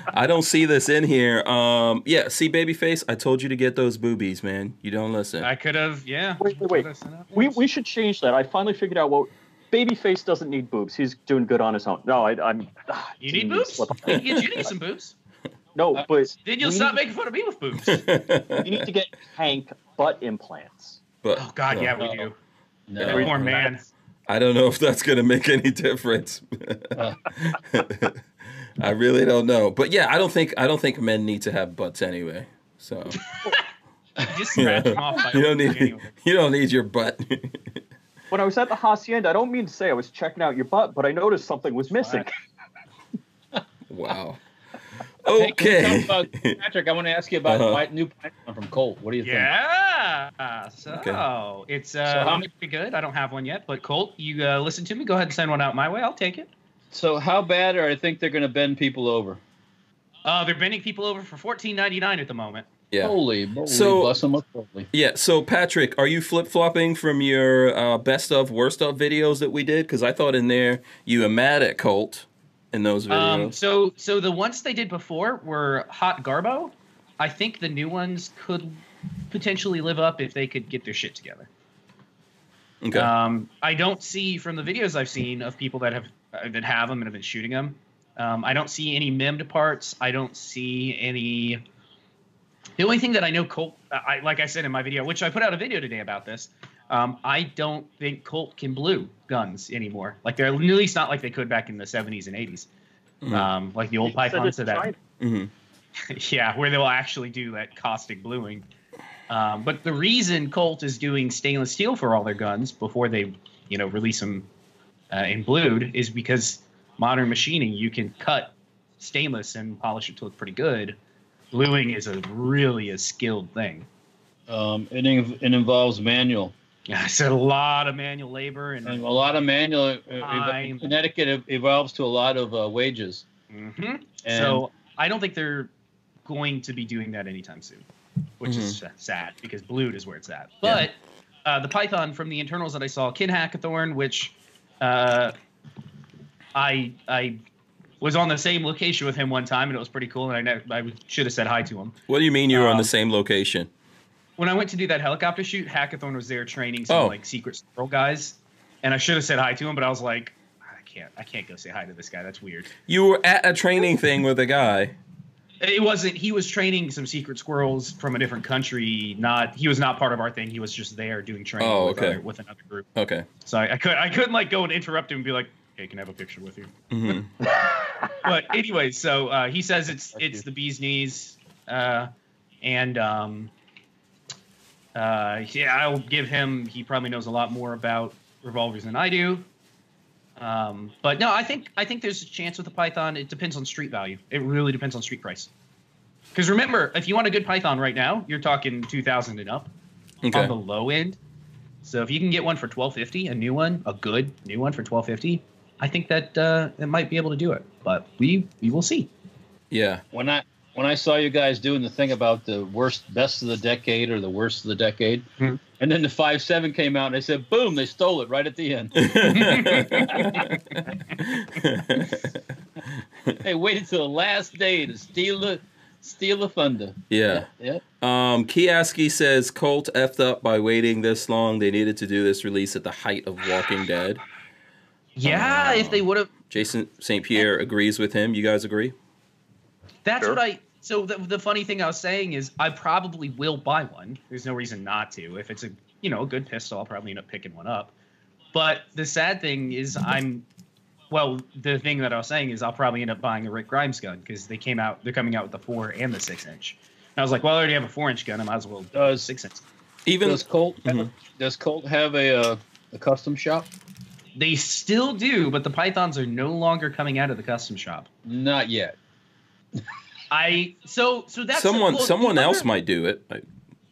[SPEAKER 1] I don't see this in here. Um, yeah, see, babyface, I told you to get those boobies, man. You don't listen.
[SPEAKER 5] I could have, yeah.
[SPEAKER 4] Wait, wait, wait.
[SPEAKER 5] Could've sent out
[SPEAKER 4] we,
[SPEAKER 5] nudes.
[SPEAKER 4] we should change that. I finally figured out what. Babyface doesn't need boobs. He's doing good on his own. No, I, I'm. ah,
[SPEAKER 5] you need
[SPEAKER 4] jeez,
[SPEAKER 5] boobs.
[SPEAKER 4] what the-
[SPEAKER 5] We can get you to get some boobs.
[SPEAKER 4] No, but
[SPEAKER 5] Then you'll
[SPEAKER 4] We
[SPEAKER 5] stop
[SPEAKER 4] need-
[SPEAKER 5] making fun of me with boobs.
[SPEAKER 4] you need to get Hank butt implants.
[SPEAKER 1] but
[SPEAKER 5] Oh God, yeah, we do.
[SPEAKER 3] No.
[SPEAKER 1] Yeah.
[SPEAKER 5] Poor man.
[SPEAKER 1] I don't know if that's going to make any difference.
[SPEAKER 3] Uh.
[SPEAKER 1] I really don't know. But yeah, I don't think I don't think men need to have butts anyway. So
[SPEAKER 5] Just scratch him off by
[SPEAKER 1] you don't need
[SPEAKER 5] anyway.
[SPEAKER 1] you don't need your butt.
[SPEAKER 4] When I was at the hacienda, I don't mean to say I was checking out your butt, but I noticed something was missing.
[SPEAKER 1] wow.
[SPEAKER 3] Hey, can
[SPEAKER 1] Okay.
[SPEAKER 3] we talk about- Patrick, I want to ask you about
[SPEAKER 1] Uh-huh.
[SPEAKER 3] my new pipeline from Colt. What do you think?
[SPEAKER 5] Yeah. So it's uh,
[SPEAKER 3] So how many-
[SPEAKER 5] pretty good. I don't have one yet, but Colt, you uh, listen to me. Go ahead and send one out my way. I'll take it.
[SPEAKER 3] So, how bad are I think they're going to bend people over?
[SPEAKER 5] Uh, they're bending people over for fourteen ninety nine at the moment.
[SPEAKER 1] Yeah.
[SPEAKER 3] Holy moly,
[SPEAKER 1] So-
[SPEAKER 3] bless him up holy.
[SPEAKER 1] Yeah. So Patrick, are you flip flopping from your uh, best of worst of videos that we did? Because I thought in there you were mad at Colt in those
[SPEAKER 5] Um,
[SPEAKER 1] videos.
[SPEAKER 5] so so the ones they did before were Hot Garbo. I think the new ones could potentially live up if they could get their shit together.
[SPEAKER 1] okay.
[SPEAKER 3] uh,
[SPEAKER 5] Um, I don't see from the videos I've seen of people that have uh, that have them and have been shooting them. Um, I don't see any memmed parts. I don't see any. The only thing that I know Colt, uh, I, I- like I said in my video, which I put out a video today about this. Um, I don't think Colt can blue guns anymore. Like they're at least not like they could back in the 70s and 80s.
[SPEAKER 1] Mhm.
[SPEAKER 5] Um, like the old
[SPEAKER 4] He said
[SPEAKER 5] pythons
[SPEAKER 4] it's
[SPEAKER 5] of that
[SPEAKER 4] China.
[SPEAKER 1] Mhm.
[SPEAKER 5] yeah, where they'll actually do that caustic bluing. Um, but the reason Colt is doing stainless steel for all their guns before they, you know, release them uh, in blued is because modern machining you can cut stainless and polish it to look pretty good. Bluing is a really a skilled thing.
[SPEAKER 3] Um, it, in- it involves manual.
[SPEAKER 5] Yeah, It's a lot of manual labor and
[SPEAKER 3] And a lot of manual. uh, uh,
[SPEAKER 5] Time.
[SPEAKER 3] Connecticut ev- evolves to a lot of uh, wages.
[SPEAKER 5] Mhm.
[SPEAKER 3] And
[SPEAKER 5] so I don't think they're going to be doing that anytime soon, which is sa- sad because Blued is where it's at. But uh, the Python from the internals that I saw, Kin Hackathorn, which uh, I I was on the same location with him one time, and it was pretty cool. And I ne- I should have said hi to him
[SPEAKER 1] What do you mean you were on the
[SPEAKER 3] uh.
[SPEAKER 5] um,
[SPEAKER 1] same location?
[SPEAKER 5] when I went to do that helicopter shoot. Hackathorn was there training some
[SPEAKER 1] Oh.
[SPEAKER 5] like secret squirrel guys, and I should have said hi to him, but I was like, I can't I can't go say hi to this guy. That's weird.
[SPEAKER 1] You were at a training thing with a guy.
[SPEAKER 5] It wasn't. He was training some secret squirrels from a different country. Not he was not part of our thing. He was just there doing training
[SPEAKER 1] Oh,
[SPEAKER 5] with,
[SPEAKER 1] okay.
[SPEAKER 5] other, with another group.
[SPEAKER 1] Okay.
[SPEAKER 5] So I, I could I couldn't like go and interrupt him and be like, "Hey, can I have a picture with you?"
[SPEAKER 1] hmm
[SPEAKER 5] But anyway, so uh, he says it's
[SPEAKER 3] Thank
[SPEAKER 5] it's
[SPEAKER 3] you.
[SPEAKER 5] the bee's knees, uh, and um, uh, yeah, I'll give him. He probably knows a lot more about revolvers than I do. Um, but no, I think I think there's a chance with the Python. It depends on street value. It really depends on street price. Because remember, if you want a good Python right now, you're talking two thousand and up on
[SPEAKER 1] Okay.
[SPEAKER 5] the low end. So if you can get one for twelve fifty, a new one, a good new one for twelve fifty, I think that uh, it might be able to do it. But we we will see.
[SPEAKER 1] Yeah.
[SPEAKER 3] when I when I saw you guys doing the thing about the worst, best of the decade or the worst of the decade,
[SPEAKER 5] Mhm.
[SPEAKER 3] and then the five seven came out and they said, boom, they stole it right at the end. they waited till the last day to steal the steal the thunder.
[SPEAKER 1] yeah.
[SPEAKER 3] Yeah.
[SPEAKER 1] Um, Kiaski says Colt effed up by waiting this long. They needed to do this release at the height of Walking Dead.
[SPEAKER 5] Yeah, if they would have
[SPEAKER 1] Jason St. Pierre agrees with him. You guys agree?
[SPEAKER 5] That's
[SPEAKER 4] Sure.
[SPEAKER 5] what I. So the, the funny thing I was saying is I probably will buy one. There's no reason not to. If it's a you know a good pistol, I'll probably end up picking one up. But the sad thing is I'm. Well, the thing that I was saying is I'll probably end up buying a Rick Grimes gun because they came out. They're coming out with the four and the six inch. And I was like, well, I already have a four inch gun. I might as well do a
[SPEAKER 3] Does-
[SPEAKER 5] six inch.
[SPEAKER 1] Even
[SPEAKER 3] Does Colt have a,
[SPEAKER 1] Mm-hmm.
[SPEAKER 3] does Colt have a uh, a custom shop?
[SPEAKER 5] They still do, but the pythons are no longer coming out of the custom shop.
[SPEAKER 3] Not yet.
[SPEAKER 5] I so so that's
[SPEAKER 1] someone
[SPEAKER 5] well, the
[SPEAKER 1] someone
[SPEAKER 5] other-
[SPEAKER 1] else might do it. Like,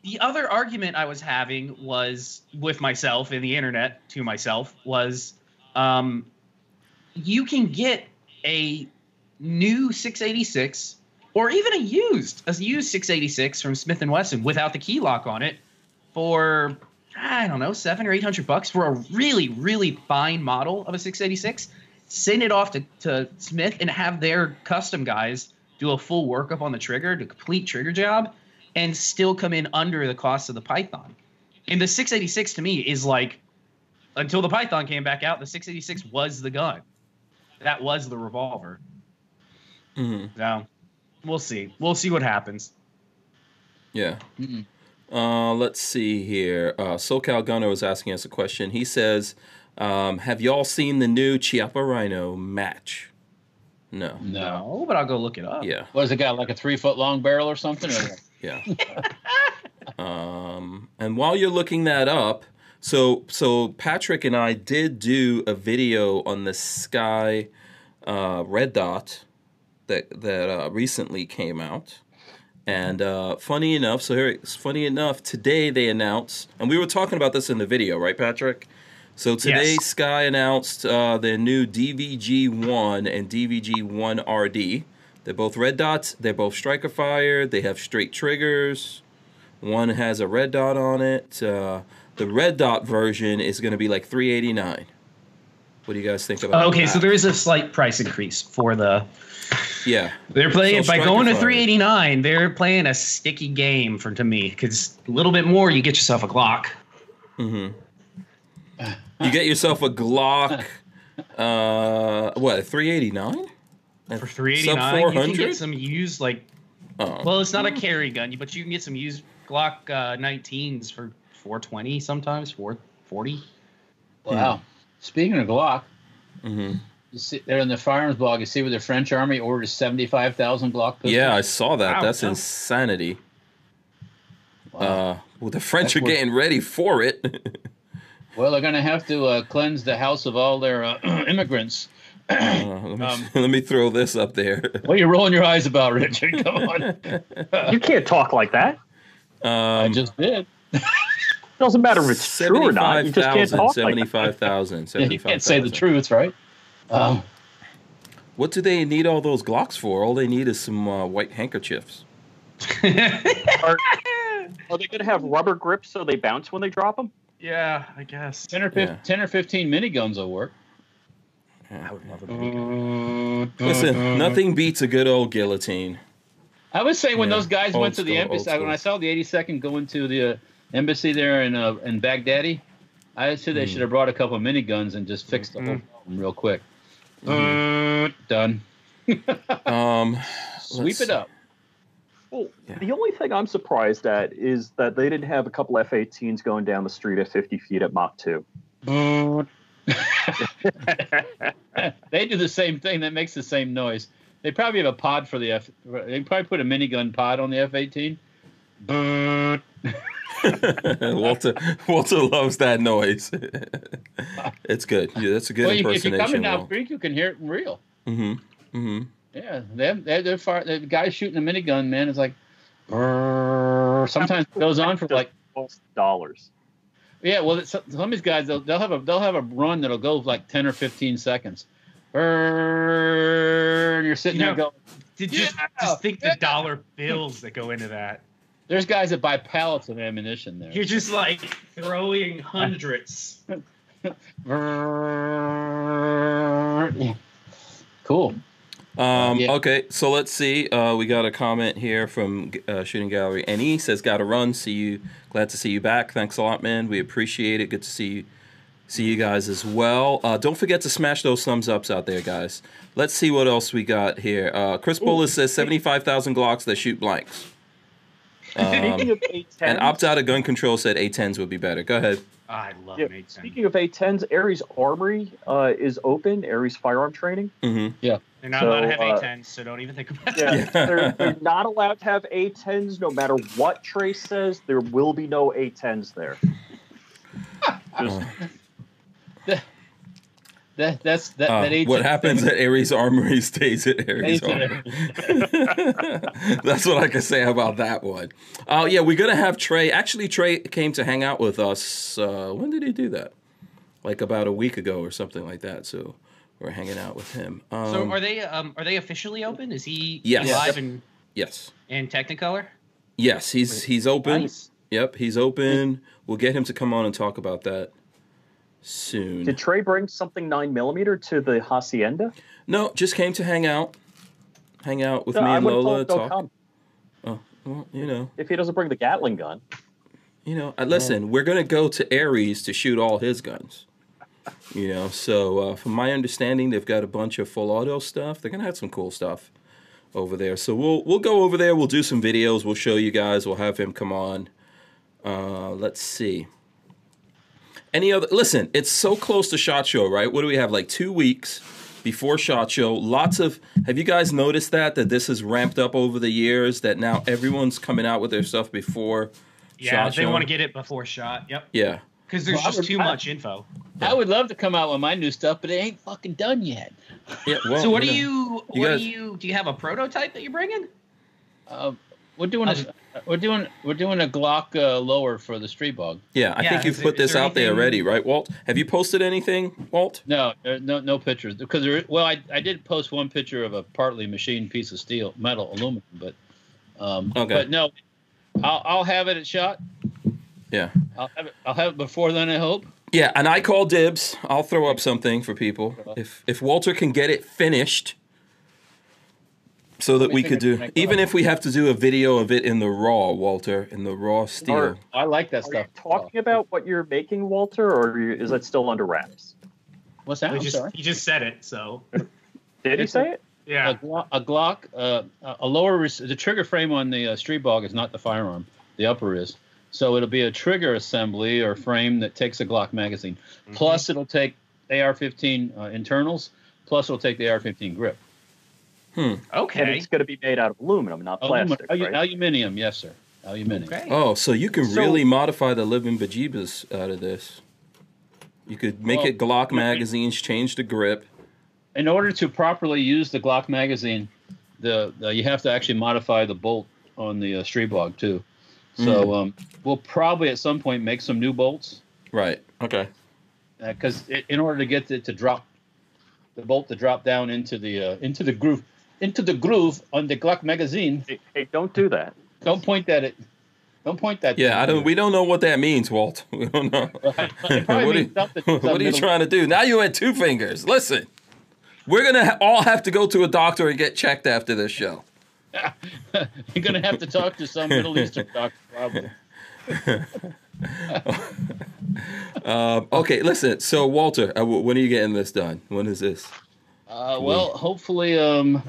[SPEAKER 5] the other argument I was having was with myself and the internet to myself was um, you can get a new 686 or even a used a used 686 from Smith and Wesson without the key lock on it for I don't know seven or eight hundred bucks for a really really fine model of a 686. Send it off to, to Smith and have their custom guys do a full workup on the trigger, the complete trigger job, and still come in under the cost of the Python. And the 686 to me is like, until the Python came back out, the 686 was the gun. That was the revolver.
[SPEAKER 1] mhm,
[SPEAKER 5] So we'll see. We'll see what happens.
[SPEAKER 1] yeah.
[SPEAKER 3] Mm-mm.
[SPEAKER 1] Uh, let's see here. Uh, SoCal Gunner was asking us a question. He says, um, "Have y'all seen the new Chiapa Rhino match?" No.
[SPEAKER 3] No.
[SPEAKER 5] Oh, but I'll go look it up.
[SPEAKER 1] Yeah.
[SPEAKER 3] What has it got? Like a three foot long barrel or something? Or what?
[SPEAKER 1] Yeah. um, and while you're looking that up, so so Patrick and I did do a video on the Sky uh, Red Dot that that uh, recently came out. And uh, funny enough, so here it's funny enough, today they announced, and we were talking about this in the video, right, Patrick? So today
[SPEAKER 5] Yes.
[SPEAKER 1] Sky announced uh, their new DVG1 and DVG1RD. They're both red dots. They're both striker fire. They have straight triggers. One has a red dot on it. Uh, the red dot version is going to be like 389. What do you guys think about?
[SPEAKER 5] Uh, Okay,
[SPEAKER 1] that?
[SPEAKER 5] so there is a slight price increase for the.
[SPEAKER 1] yeah,
[SPEAKER 5] They're playing
[SPEAKER 1] So
[SPEAKER 5] by
[SPEAKER 1] Striker
[SPEAKER 5] going to
[SPEAKER 1] Fire.
[SPEAKER 5] 389. They're playing a sticky game for to me because a little bit more, you get yourself a Glock.
[SPEAKER 1] Mm-hmm. you get yourself a Glock. Uh, what 389?
[SPEAKER 5] For 389, you can
[SPEAKER 1] 400?
[SPEAKER 5] get some used like.
[SPEAKER 1] Oh.
[SPEAKER 5] Well, it's not a carry gun, but you can get some used Glock uh, 19s for 420 sometimes, 440.
[SPEAKER 3] Wow. Speaking of Glock,
[SPEAKER 1] hmm
[SPEAKER 3] you see, they're in the firearms blog. You see where the French army ordered 75,000 Glock pistols?
[SPEAKER 1] Oh, Yeah, I saw that.
[SPEAKER 5] Wow,
[SPEAKER 1] That's
[SPEAKER 5] wow.
[SPEAKER 1] insanity.
[SPEAKER 3] Wow.
[SPEAKER 1] Uh, well, the French
[SPEAKER 3] That's
[SPEAKER 1] are
[SPEAKER 3] what-
[SPEAKER 1] getting ready for it.
[SPEAKER 3] Well, they're going to have to uh, cleanse the house of all their uh, immigrants.
[SPEAKER 1] Uh, let, me,
[SPEAKER 3] Um,
[SPEAKER 1] let me throw this up there.
[SPEAKER 3] What are you rolling your eyes about, Richard? Come on.
[SPEAKER 4] You can't talk like that.
[SPEAKER 3] I
[SPEAKER 1] Um,
[SPEAKER 3] just did.
[SPEAKER 4] Doesn't matter if it's true or not. You just can't
[SPEAKER 1] 75,000,
[SPEAKER 4] talk like that.
[SPEAKER 1] 75,000,
[SPEAKER 3] You
[SPEAKER 1] 75,000.
[SPEAKER 3] can't say the truth, right? Um,
[SPEAKER 1] What do they need all those Glocks for? All they need is some uh, white handkerchiefs.
[SPEAKER 4] Are Oh, they going to have rubber grips so they bounce when they drop them?
[SPEAKER 5] yeah, I guess.
[SPEAKER 3] 10, or 15,
[SPEAKER 1] Yeah.
[SPEAKER 3] 10 or 15 miniguns will work.
[SPEAKER 5] I would love a
[SPEAKER 1] Listen, nothing beats a good old guillotine.
[SPEAKER 3] I would say when
[SPEAKER 1] Yeah.
[SPEAKER 3] those guys
[SPEAKER 1] Old
[SPEAKER 3] went to the
[SPEAKER 1] school, old
[SPEAKER 3] embassy, I- when I saw the 82nd going to the uh, embassy there in uh, in Baghdadi, I said they
[SPEAKER 1] Mm.
[SPEAKER 3] should have brought a couple of miniguns and just fixed
[SPEAKER 1] Hmm.
[SPEAKER 3] the whole
[SPEAKER 5] Mhm.
[SPEAKER 3] problem real quick. Uh, done.
[SPEAKER 1] Um,
[SPEAKER 3] Sweep
[SPEAKER 1] see.
[SPEAKER 3] it up.
[SPEAKER 4] Well,
[SPEAKER 1] Yeah.
[SPEAKER 4] the only thing I'm surprised at is that they didn't have a couple F-18s going down the street at 50 feet at Mach 2.
[SPEAKER 3] they do the same thing. That makes the same noise. They probably have a pod for the F. They probably put a minigun pod on the F eighteen.
[SPEAKER 1] Walter Walter loves that noise. it's good. Yeah, that's a good
[SPEAKER 3] Well, you, if you come in
[SPEAKER 1] impersonation.
[SPEAKER 3] now, Greek, you can hear it in real.
[SPEAKER 1] mm-hmm. Mm-hmm.
[SPEAKER 3] Yeah, they they they're far. The guy shooting the minigun, man, is like. "Brrr." Sometimes it goes on for like
[SPEAKER 4] dollars.
[SPEAKER 3] yeah. Well, it's, some of these guys they'll, they'll have a they'll have a run that'll go like ten or fifteen seconds. Brrr, And you're sitting
[SPEAKER 5] You
[SPEAKER 3] there
[SPEAKER 5] know-
[SPEAKER 3] going.
[SPEAKER 5] Did just,
[SPEAKER 3] Yeah,
[SPEAKER 5] just think the
[SPEAKER 3] yeah.
[SPEAKER 5] dollar bills that go into that.
[SPEAKER 3] There's guys that buy pallets of ammunition there.
[SPEAKER 5] You're just like throwing hundreds.
[SPEAKER 3] Brrrr. Cool.
[SPEAKER 1] Um,
[SPEAKER 3] Yeah.
[SPEAKER 1] Okay, so let's see. Uh, we got a comment here from uh, Shooting Gallery. NE says, "Gotta run. See you. Glad to see you back. Thanks a lot, man. We appreciate it. Good to see you. See you guys as well. Uh, don't forget to smash those thumbs ups out there, guys. Let's see what else we got here. Uh, Chris Bullis says seventy five thousand Glocks that shoot blanks. Um,
[SPEAKER 4] Speaking of A-10s,
[SPEAKER 1] and opt out of gun control said A10s would be better. Go ahead.
[SPEAKER 5] I love
[SPEAKER 4] Yeah,
[SPEAKER 5] yeah, Nate.
[SPEAKER 4] speaking of A-10s, Aries Armory uh, is open. Aries Firearm Training.
[SPEAKER 1] hmm
[SPEAKER 5] They're not allowed to have
[SPEAKER 4] so, uh,
[SPEAKER 5] A10s, so don't even think about
[SPEAKER 4] Yeah,
[SPEAKER 5] it.
[SPEAKER 1] Yeah.
[SPEAKER 4] They're, they're not allowed to have A-10s, no matter what Trace says. There will be no A-10s there. Just-
[SPEAKER 3] That that's that.
[SPEAKER 1] Uh,
[SPEAKER 3] that
[SPEAKER 1] what
[SPEAKER 3] 18
[SPEAKER 1] happens
[SPEAKER 3] thing-
[SPEAKER 1] at Aries Armory stays at Aries
[SPEAKER 3] Stays at
[SPEAKER 1] Armory. That's what I can say about that one. Oh yeah, we're gonna have Trey. Actually, Trey came to hang out with us. Uh, when did he do that? Like about a week ago or something like that. So we're hanging out with him. Um,
[SPEAKER 5] So are they um are they officially open? Is he
[SPEAKER 1] Yes.
[SPEAKER 5] he live in,
[SPEAKER 1] yes,
[SPEAKER 5] in Technicolor?
[SPEAKER 1] yes, he's he's open.
[SPEAKER 5] Nice.
[SPEAKER 1] Yep, he's open. We'll get him to come on and talk about that soon.
[SPEAKER 4] Did Trey bring something nine millimeter to the hacienda?
[SPEAKER 1] no, just came to hang out, hang out with
[SPEAKER 4] No,
[SPEAKER 1] me
[SPEAKER 4] I
[SPEAKER 1] and
[SPEAKER 4] would've
[SPEAKER 1] Lola.
[SPEAKER 4] told him, "Don't
[SPEAKER 1] Talk.
[SPEAKER 4] come."
[SPEAKER 1] Well, you know.
[SPEAKER 4] if he doesn't bring the Gatling gun.
[SPEAKER 1] You know, uh, listen, we're going to go to Ares to shoot all his guns. You know, so uh, from my understanding, they've got a bunch of full auto stuff. They're going to have some cool stuff over there. So we'll we'll go over there. We'll do some videos. We'll show you guys. We'll have him come on. Uh, let's see. Any other? Listen, it's so close to Shot Show, right? What do we have? Like two weeks before Shot Show. Lots of. Have you guys noticed that that this has ramped up over the years? That now everyone's coming out with their stuff before.
[SPEAKER 5] Yeah,
[SPEAKER 1] Shot
[SPEAKER 5] they
[SPEAKER 1] Show?
[SPEAKER 5] want to get it before shot. Yep.
[SPEAKER 1] Yeah.
[SPEAKER 5] Because there's
[SPEAKER 3] Well, I
[SPEAKER 5] just
[SPEAKER 3] would-
[SPEAKER 5] too
[SPEAKER 3] I-
[SPEAKER 5] much info.
[SPEAKER 3] I would love to come out with my new stuff, but it ain't fucking done yet.
[SPEAKER 1] Yeah. Well,
[SPEAKER 5] so what do
[SPEAKER 1] know.
[SPEAKER 5] you
[SPEAKER 1] you
[SPEAKER 5] what
[SPEAKER 1] guys-
[SPEAKER 5] do you do you have a prototype that you're bringing?
[SPEAKER 3] Um, We're doing a,
[SPEAKER 5] I'll just-
[SPEAKER 3] we're doing we're doing a Glock uh, lower for the street bug.
[SPEAKER 1] Yeah, I
[SPEAKER 5] Yeah,
[SPEAKER 1] think
[SPEAKER 5] is
[SPEAKER 1] you've
[SPEAKER 5] it-
[SPEAKER 1] put
[SPEAKER 5] is
[SPEAKER 1] this
[SPEAKER 5] there
[SPEAKER 1] out there
[SPEAKER 5] anything-
[SPEAKER 1] already, right, Walt? Have you posted anything, Walt?
[SPEAKER 3] No, there- no, no pictures because there. Well, I, I did post one picture of a partly machined piece of steel, metal, aluminum, but um,
[SPEAKER 1] Okay.
[SPEAKER 3] but no, I'll, I'll have it at shot.
[SPEAKER 1] Yeah.
[SPEAKER 3] I'll have it. I'll have it before then. I hope.
[SPEAKER 1] Yeah, and I call dibs. I'll throw up something for people if if Walter can get it finished, so that
[SPEAKER 3] me
[SPEAKER 1] we
[SPEAKER 3] think
[SPEAKER 1] could
[SPEAKER 3] I can
[SPEAKER 1] do
[SPEAKER 3] make that
[SPEAKER 1] even
[SPEAKER 3] up.
[SPEAKER 1] if we have to do a video of it in the raw, Walter, in the raw steel.
[SPEAKER 4] Or-
[SPEAKER 3] I like that
[SPEAKER 4] Are you
[SPEAKER 3] stuff.
[SPEAKER 4] talking about what you're making, Walter, or are you, is that still under wraps?
[SPEAKER 3] What's that?
[SPEAKER 5] We
[SPEAKER 3] I'm
[SPEAKER 5] just,
[SPEAKER 3] sorry.
[SPEAKER 5] he just said it, so
[SPEAKER 4] Did he say it?
[SPEAKER 5] yeah.
[SPEAKER 3] A Glock, a, Glock uh, a lower res- the trigger frame on the uh, Street Bog is not the firearm, the upper is. So it'll be a trigger assembly or frame that takes a Glock magazine. Plus, it'll take AR-15 uh, internals. Plus, it'll take the AR-15 grip.
[SPEAKER 4] And
[SPEAKER 5] Okay.
[SPEAKER 4] it's going to be made out of aluminum, not
[SPEAKER 3] Alumin-
[SPEAKER 4] plastic,
[SPEAKER 3] alu-
[SPEAKER 4] right?
[SPEAKER 3] Aluminium, yes, sir. Aluminium.
[SPEAKER 5] Okay.
[SPEAKER 1] Oh, so you can
[SPEAKER 4] So-
[SPEAKER 1] really modify the living bejeebus out of this. You could make
[SPEAKER 3] Well,
[SPEAKER 1] it Glock magazines, change the grip.
[SPEAKER 3] In order to properly use the Glock magazine, the, the you have to actually modify the bolt on the uh, Street Bog too. So
[SPEAKER 4] Mm.
[SPEAKER 3] um, we'll probably at some point make some new bolts.
[SPEAKER 1] Right. Okay.
[SPEAKER 3] because in order to get it to drop the bolt to drop down into the uh, into the groove into the groove on the Glock magazine.
[SPEAKER 4] Hey, hey, don't do that.
[SPEAKER 3] Don't point that at Don't point that.
[SPEAKER 1] Yeah, I don't. We don't know what that means, Walt. We don't know.
[SPEAKER 3] It
[SPEAKER 1] what,
[SPEAKER 3] probably
[SPEAKER 1] are,
[SPEAKER 3] means something-
[SPEAKER 1] what are you
[SPEAKER 3] something-
[SPEAKER 1] trying to do? Now you had
[SPEAKER 3] Mm-hmm.
[SPEAKER 1] two fingers. Listen, we're gonna ha- all have to go to a doctor and get checked after this show.
[SPEAKER 3] You're gonna have to talk to some Middle Eastern doctor probably.
[SPEAKER 1] Um, okay, listen. So, Walter, uh, w- when are you getting this done? When is this?
[SPEAKER 3] Uh, well, hopefully, um,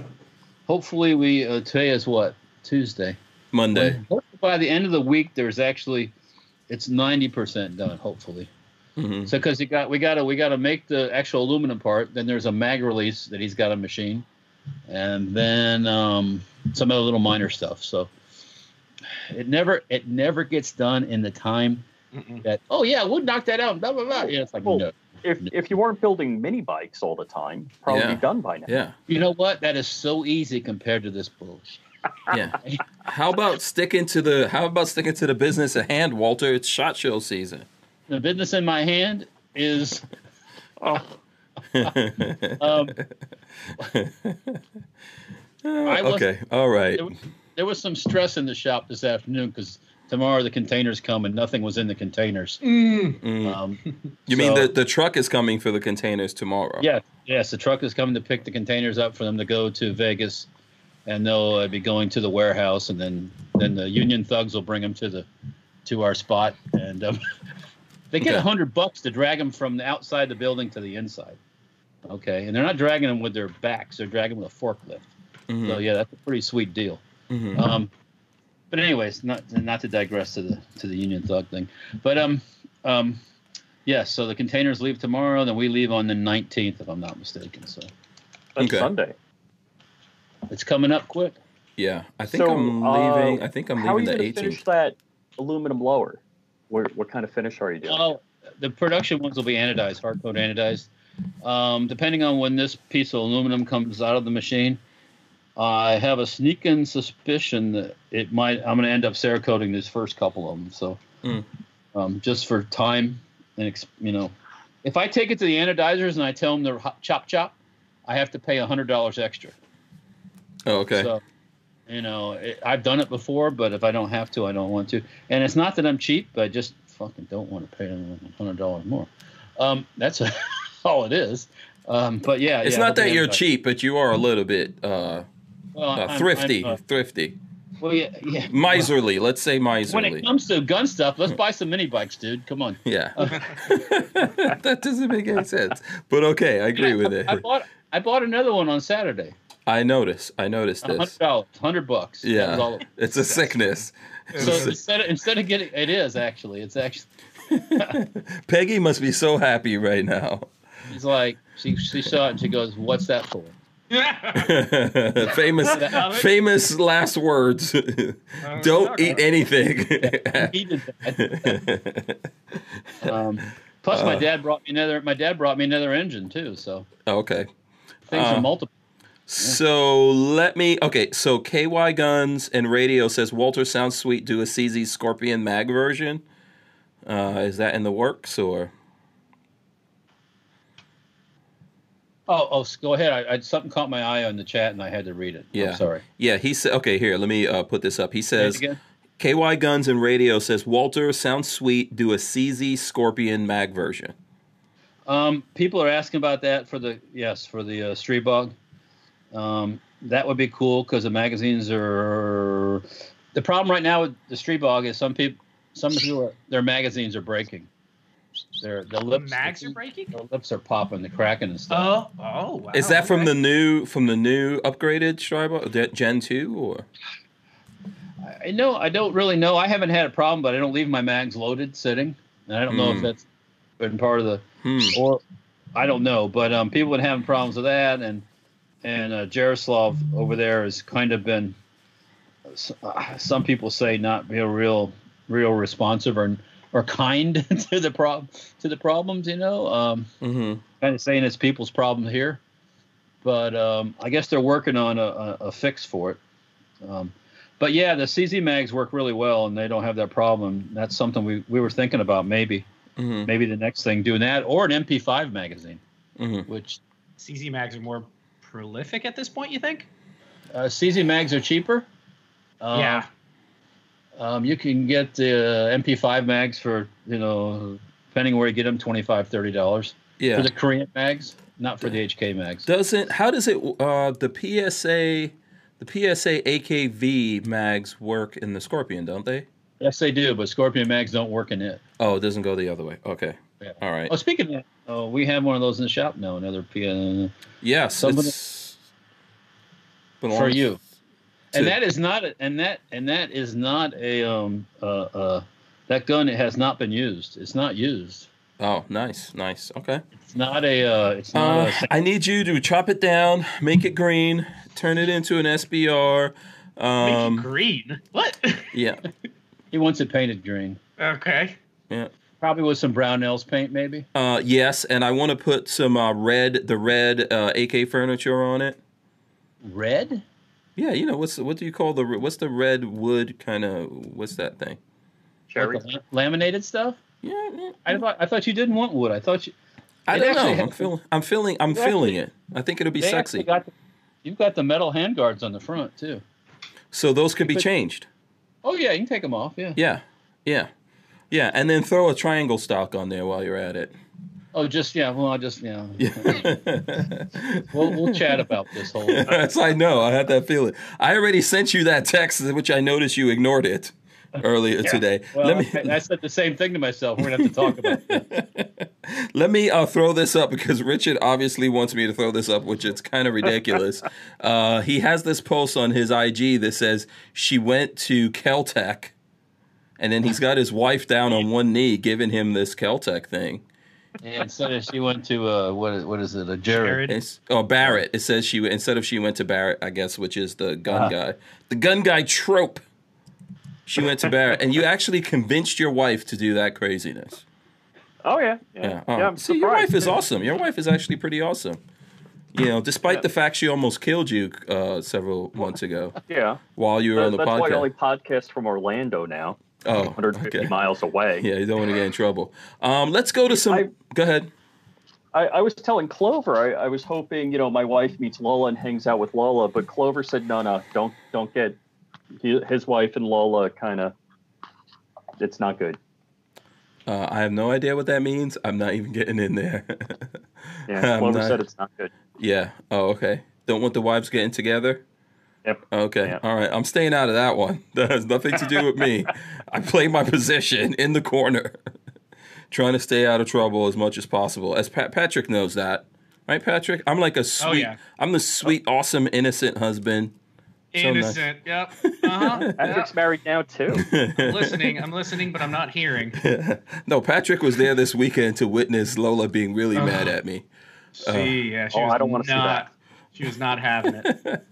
[SPEAKER 3] hopefully we uh, today is what Tuesday.
[SPEAKER 1] Monday.
[SPEAKER 3] Hopefully by the end of the week, there's actually it's ninety percent done. Hopefully.
[SPEAKER 4] Mm-hmm.
[SPEAKER 1] hmm
[SPEAKER 3] So because you got we gotta we gotta make the actual aluminum part. Then there's a mag release that he's got a machine, and then um, some other little minor stuff. So it never it never gets done in the time
[SPEAKER 5] Mm-mm.
[SPEAKER 3] that oh yeah we'll knock that out blah blah blah. Yeah, it's like
[SPEAKER 4] Well-
[SPEAKER 3] no.
[SPEAKER 4] If if you weren't building mini bikes all the time, probably
[SPEAKER 1] Yeah.
[SPEAKER 4] done by now.
[SPEAKER 1] Yeah,
[SPEAKER 3] You know what? That is so easy compared to this bullshit.
[SPEAKER 1] yeah. How about sticking to the? How about sticking to the business at hand, Walter? It's shot show season.
[SPEAKER 3] The business in my hand is um, I was-
[SPEAKER 1] Uh, okay. All right.
[SPEAKER 3] there, was- there was some stress in the shop this afternoon because tomorrow the containers come and nothing was in the containers.
[SPEAKER 5] Mm.
[SPEAKER 1] Mm.
[SPEAKER 4] Uh,
[SPEAKER 3] Um,
[SPEAKER 1] You mean
[SPEAKER 3] So-
[SPEAKER 1] the, the truck is coming for the containers tomorrow?
[SPEAKER 3] Yeah, yes. The truck is coming to pick the containers up for them to go to Vegas, and they'll uh, be going to the warehouse, and then then the union thugs will bring them to the to our spot, and um, they get a
[SPEAKER 1] Okay.
[SPEAKER 3] hundred bucks to drag them from the outside the building to the inside. Okay, and they're not dragging them with their backs; they're dragging with a forklift.
[SPEAKER 1] Mhm,
[SPEAKER 3] So yeah, that's a pretty sweet deal.
[SPEAKER 1] mhm.
[SPEAKER 4] uh,
[SPEAKER 3] Um, but anyways, not not to digress to the to the union thug thing, but um um, yeah. So the containers leave tomorrow, then we leave on the nineteenth, if I'm not mistaken. So
[SPEAKER 4] That's
[SPEAKER 1] Okay.
[SPEAKER 4] Sunday.
[SPEAKER 3] it's coming up quick.
[SPEAKER 1] Yeah, I think
[SPEAKER 4] So,
[SPEAKER 1] I'm
[SPEAKER 4] uh,
[SPEAKER 1] leaving. I think I'm
[SPEAKER 4] How are
[SPEAKER 1] leaving
[SPEAKER 4] you
[SPEAKER 1] the
[SPEAKER 4] going to
[SPEAKER 1] 18th.
[SPEAKER 4] finish that aluminum lower? What, what kind of finish are you doing?
[SPEAKER 3] Well, the production ones will be anodized, hard coat anodized. Um, depending on when this piece of aluminum comes out of the machine, I have a sneaking suspicion that it might. I'm going to end up cerakoting these first couple of them. So,
[SPEAKER 1] Mm.
[SPEAKER 3] um, just for time and ex- you know, if I take it to the anodizers and I tell them they're hot- chop chop, I have to pay a hundred dollars extra.
[SPEAKER 1] Oh, okay.
[SPEAKER 3] So, you know, it, I've done it before, but if I don't have to, I don't want to. And it's not that I'm cheap, but I just fucking don't want to pay hundred dollars more. Um, that's all it is. Um, but yeah,
[SPEAKER 1] it's
[SPEAKER 3] yeah,
[SPEAKER 1] not that
[SPEAKER 3] okay,
[SPEAKER 1] you're
[SPEAKER 3] I'm-
[SPEAKER 1] cheap, but you are a little bit uh,
[SPEAKER 3] Well, I'm-
[SPEAKER 1] uh,
[SPEAKER 3] I'm,
[SPEAKER 1] thrifty.
[SPEAKER 3] uh,
[SPEAKER 1] thrifty,
[SPEAKER 3] well, yeah, yeah.
[SPEAKER 1] miserly. Let's say
[SPEAKER 3] When
[SPEAKER 1] miserly.
[SPEAKER 3] it comes to gun stuff, let's buy some mini bikes, dude. Come on.
[SPEAKER 1] yeah, that doesn't make any sense. But okay, I agree with it.
[SPEAKER 3] I bought I bought another one on Saturday.
[SPEAKER 1] I notice. I noticed
[SPEAKER 3] Hundred
[SPEAKER 1] this.
[SPEAKER 3] dollars, hundred bucks. That
[SPEAKER 1] Yeah.
[SPEAKER 3] was all it-
[SPEAKER 1] It's a sickness.
[SPEAKER 3] So instead of, instead of getting, it is actually, it's actually,
[SPEAKER 1] Peggy must be so happy right now.
[SPEAKER 3] it's like she she saw it and she goes, "What's that for?"
[SPEAKER 1] famous,
[SPEAKER 5] Comic?
[SPEAKER 1] famous last words. Don't eat anything.
[SPEAKER 3] He did that. Um, plus, my
[SPEAKER 1] Uh.
[SPEAKER 3] dad brought me another. My dad brought me another engine too. So
[SPEAKER 1] okay.
[SPEAKER 3] things
[SPEAKER 1] Uh.
[SPEAKER 3] are multiple.
[SPEAKER 1] So let me. Okay, so KY Guns and Radio says Walter sounds sweet. Do a CZ Scorpion Mag version. Uh, is that in the works or?
[SPEAKER 3] Oh, oh, s- go ahead. I, I something caught my eye on the chat, and I had to read it.
[SPEAKER 1] Yeah.
[SPEAKER 3] I'm sorry.
[SPEAKER 1] Yeah, he said. Okay, here. Let me uh, put this up. He
[SPEAKER 3] Say it
[SPEAKER 1] says
[SPEAKER 3] again.
[SPEAKER 1] KY Guns and Radio says Walter sounds sweet. Do a CZ Scorpion Mag version.
[SPEAKER 3] Um, people are asking about that for the yes for the uh, street bug. Um, that would be cool because the magazines are. The problem right now with the street bug is some people, some people, are, their magazines are breaking. Their the
[SPEAKER 5] The
[SPEAKER 3] lips,
[SPEAKER 5] mags are breaking.
[SPEAKER 4] Oh,
[SPEAKER 3] their lips are popping, the cracking and stuff.
[SPEAKER 5] Oh, oh, wow.
[SPEAKER 1] is that from
[SPEAKER 5] okay.
[SPEAKER 1] the new from the new upgraded Stribo the Gen two or?
[SPEAKER 3] I know I don't really know. I haven't had a problem, but I don't leave my mags loaded sitting, and I don't know
[SPEAKER 1] Mm.
[SPEAKER 3] if that's been part of the
[SPEAKER 1] Hmm.
[SPEAKER 3] or I don't know, but um, people been having problems with that, and and uh, Jaroslav over there has kind of been. s- Uh, some people say not be a real, real responsive or or kind to the problem to the problems. You know, um,
[SPEAKER 1] Mm-hmm.
[SPEAKER 3] kind of saying it's people's problem here, but um, I guess they're working on a, a, a fix for it. Um, but yeah, the CZ mags work really well, and they don't have that problem. That's something we, we were thinking about maybe
[SPEAKER 1] Mm-hmm.
[SPEAKER 3] maybe the next thing doing that or an MP5 magazine,
[SPEAKER 1] Mm-hmm.
[SPEAKER 3] which
[SPEAKER 5] CZ mags are more prolific at this point? You think?
[SPEAKER 3] uh, CZ mags are cheaper. Um,
[SPEAKER 5] yeah.
[SPEAKER 3] Um, you can get the uh, MP5 mags for, you know, depending where you get them, $25, $30
[SPEAKER 1] Yeah.
[SPEAKER 3] for the Korean mags, not for the HK mags.
[SPEAKER 1] Doesn't how does it uh the PSA the PSA AKV mags work in the Scorpion, don't they?
[SPEAKER 3] Yes, they do, but Scorpion mags don't work in it.
[SPEAKER 1] Oh, it doesn't go the other way. Okay.
[SPEAKER 3] Yeah.
[SPEAKER 1] All right.
[SPEAKER 3] Oh, speaking of that, oh, we have one of those in the shop now, another uh, PN
[SPEAKER 1] Yes,
[SPEAKER 3] some of
[SPEAKER 1] it's been a
[SPEAKER 3] for
[SPEAKER 1] long-
[SPEAKER 3] you. And
[SPEAKER 1] to-
[SPEAKER 3] that is not a, and that and that is not a um uh uh that gun it has not been used. It's not used.
[SPEAKER 1] Oh, nice, nice. Okay.
[SPEAKER 3] It's not a. Uh, it's not
[SPEAKER 1] Uh,
[SPEAKER 3] a.
[SPEAKER 1] I need you to chop it down, make it green, turn it into an SBR.
[SPEAKER 5] Make
[SPEAKER 1] Um,
[SPEAKER 5] it green. What?
[SPEAKER 1] yeah,
[SPEAKER 3] He wants it painted green,
[SPEAKER 5] okay.
[SPEAKER 3] probably with some Brownells paint, maybe.
[SPEAKER 1] uh, yes, and I want to put some uh, red, the red uh, AK furniture on it.
[SPEAKER 3] Red.
[SPEAKER 1] Yeah, you know what's what do you call the what's the red wood kind of what's that thing?
[SPEAKER 4] Cherry.
[SPEAKER 3] Like the laminated stuff.
[SPEAKER 1] Yeah, yeah,
[SPEAKER 3] I thought. I thought you didn't want wood. I thought you.
[SPEAKER 1] I
[SPEAKER 3] It
[SPEAKER 1] don't
[SPEAKER 3] actually
[SPEAKER 1] know. I'm
[SPEAKER 3] has-
[SPEAKER 1] feeling. I'm feeling. I'm
[SPEAKER 3] It
[SPEAKER 1] feeling it. I think it'll be
[SPEAKER 3] they
[SPEAKER 1] sexy.
[SPEAKER 3] actually Got the, you've got the metal handguards on the front too.
[SPEAKER 1] so those can be
[SPEAKER 3] put-
[SPEAKER 1] changed.
[SPEAKER 3] Oh yeah, you can take them off. Yeah.
[SPEAKER 1] Yeah, yeah, yeah. And then throw a triangle stock on there while you're at it.
[SPEAKER 3] Oh, just yeah. Well, I just yeah.
[SPEAKER 1] Yeah.
[SPEAKER 3] we'll we'll chat about this whole.
[SPEAKER 1] Yes, I know. I had that feeling. I already sent you that text, which I noticed you ignored it earlier today.
[SPEAKER 3] Well,
[SPEAKER 1] let me
[SPEAKER 3] I, I said the same thing to myself. We're gonna have to talk about. It.
[SPEAKER 1] let me uh, throw this up because Richard obviously wants me to throw this up, which it's kind of ridiculous. uh, he has this post on his IG that says she went to Caltech, and then he's got his wife down on one knee giving him this Caltech thing.
[SPEAKER 3] And so she went to uh, what is what is it? A Jared.
[SPEAKER 5] Jared.
[SPEAKER 1] It's, oh, Barrett. It says she instead of she went to Barrett, I guess, which is the gun guy, the gun guy trope. She went to Barrett, and you actually convinced your wife to do that craziness.
[SPEAKER 4] Oh yeah, yeah.
[SPEAKER 1] Yeah. Oh.
[SPEAKER 4] Yeah, I'm
[SPEAKER 1] See, your
[SPEAKER 4] surprised.
[SPEAKER 1] wife is awesome. Your wife is actually pretty awesome. You know, despite the fact she almost killed you uh, several months ago
[SPEAKER 4] Yeah,
[SPEAKER 1] while you were
[SPEAKER 4] That-
[SPEAKER 1] on the
[SPEAKER 4] that's why I only
[SPEAKER 1] podcast.
[SPEAKER 4] podcast from Orlando now,
[SPEAKER 1] Oh,
[SPEAKER 4] 150
[SPEAKER 1] okay.
[SPEAKER 4] miles away.
[SPEAKER 1] Yeah, you don't want to get in trouble. Um, let's go to some.
[SPEAKER 4] I-
[SPEAKER 1] go ahead.
[SPEAKER 4] I, I was telling Clover I, I was hoping you know my wife meets Lola and hangs out with Lola, but Clover said no, no, don't don't get he, his wife and Lola kind of. It's not good.
[SPEAKER 1] Uh, I have no idea what that means. I'm not even getting in there.
[SPEAKER 4] Yeah,
[SPEAKER 1] I'm
[SPEAKER 4] Clover
[SPEAKER 1] not-
[SPEAKER 4] said it's not good.
[SPEAKER 1] Yeah. Oh, okay. Don't want the wives getting together?
[SPEAKER 4] Yep.
[SPEAKER 1] Okay.
[SPEAKER 4] Yeah.
[SPEAKER 1] All right. I'm staying out of that one. That has nothing to do with me. I play my position in the corner, trying to stay out of trouble as much as possible. As Pat- Patrick knows that, right? Patrick, I'm like a sweet.
[SPEAKER 5] yeah.
[SPEAKER 1] I'm the sweet, awesome, innocent husband. So nice.
[SPEAKER 5] Innocent. Yep. Uh huh.
[SPEAKER 4] Patrick's married now too.
[SPEAKER 5] listening. I'm listening, but I'm not hearing.
[SPEAKER 1] Uh, no, Patrick was there this weekend to witness Lola being really
[SPEAKER 5] Ugh.
[SPEAKER 1] mad at me.
[SPEAKER 5] She, yeah, she
[SPEAKER 4] Oh,
[SPEAKER 5] was
[SPEAKER 4] I don't wanna see
[SPEAKER 5] not- She was not having it.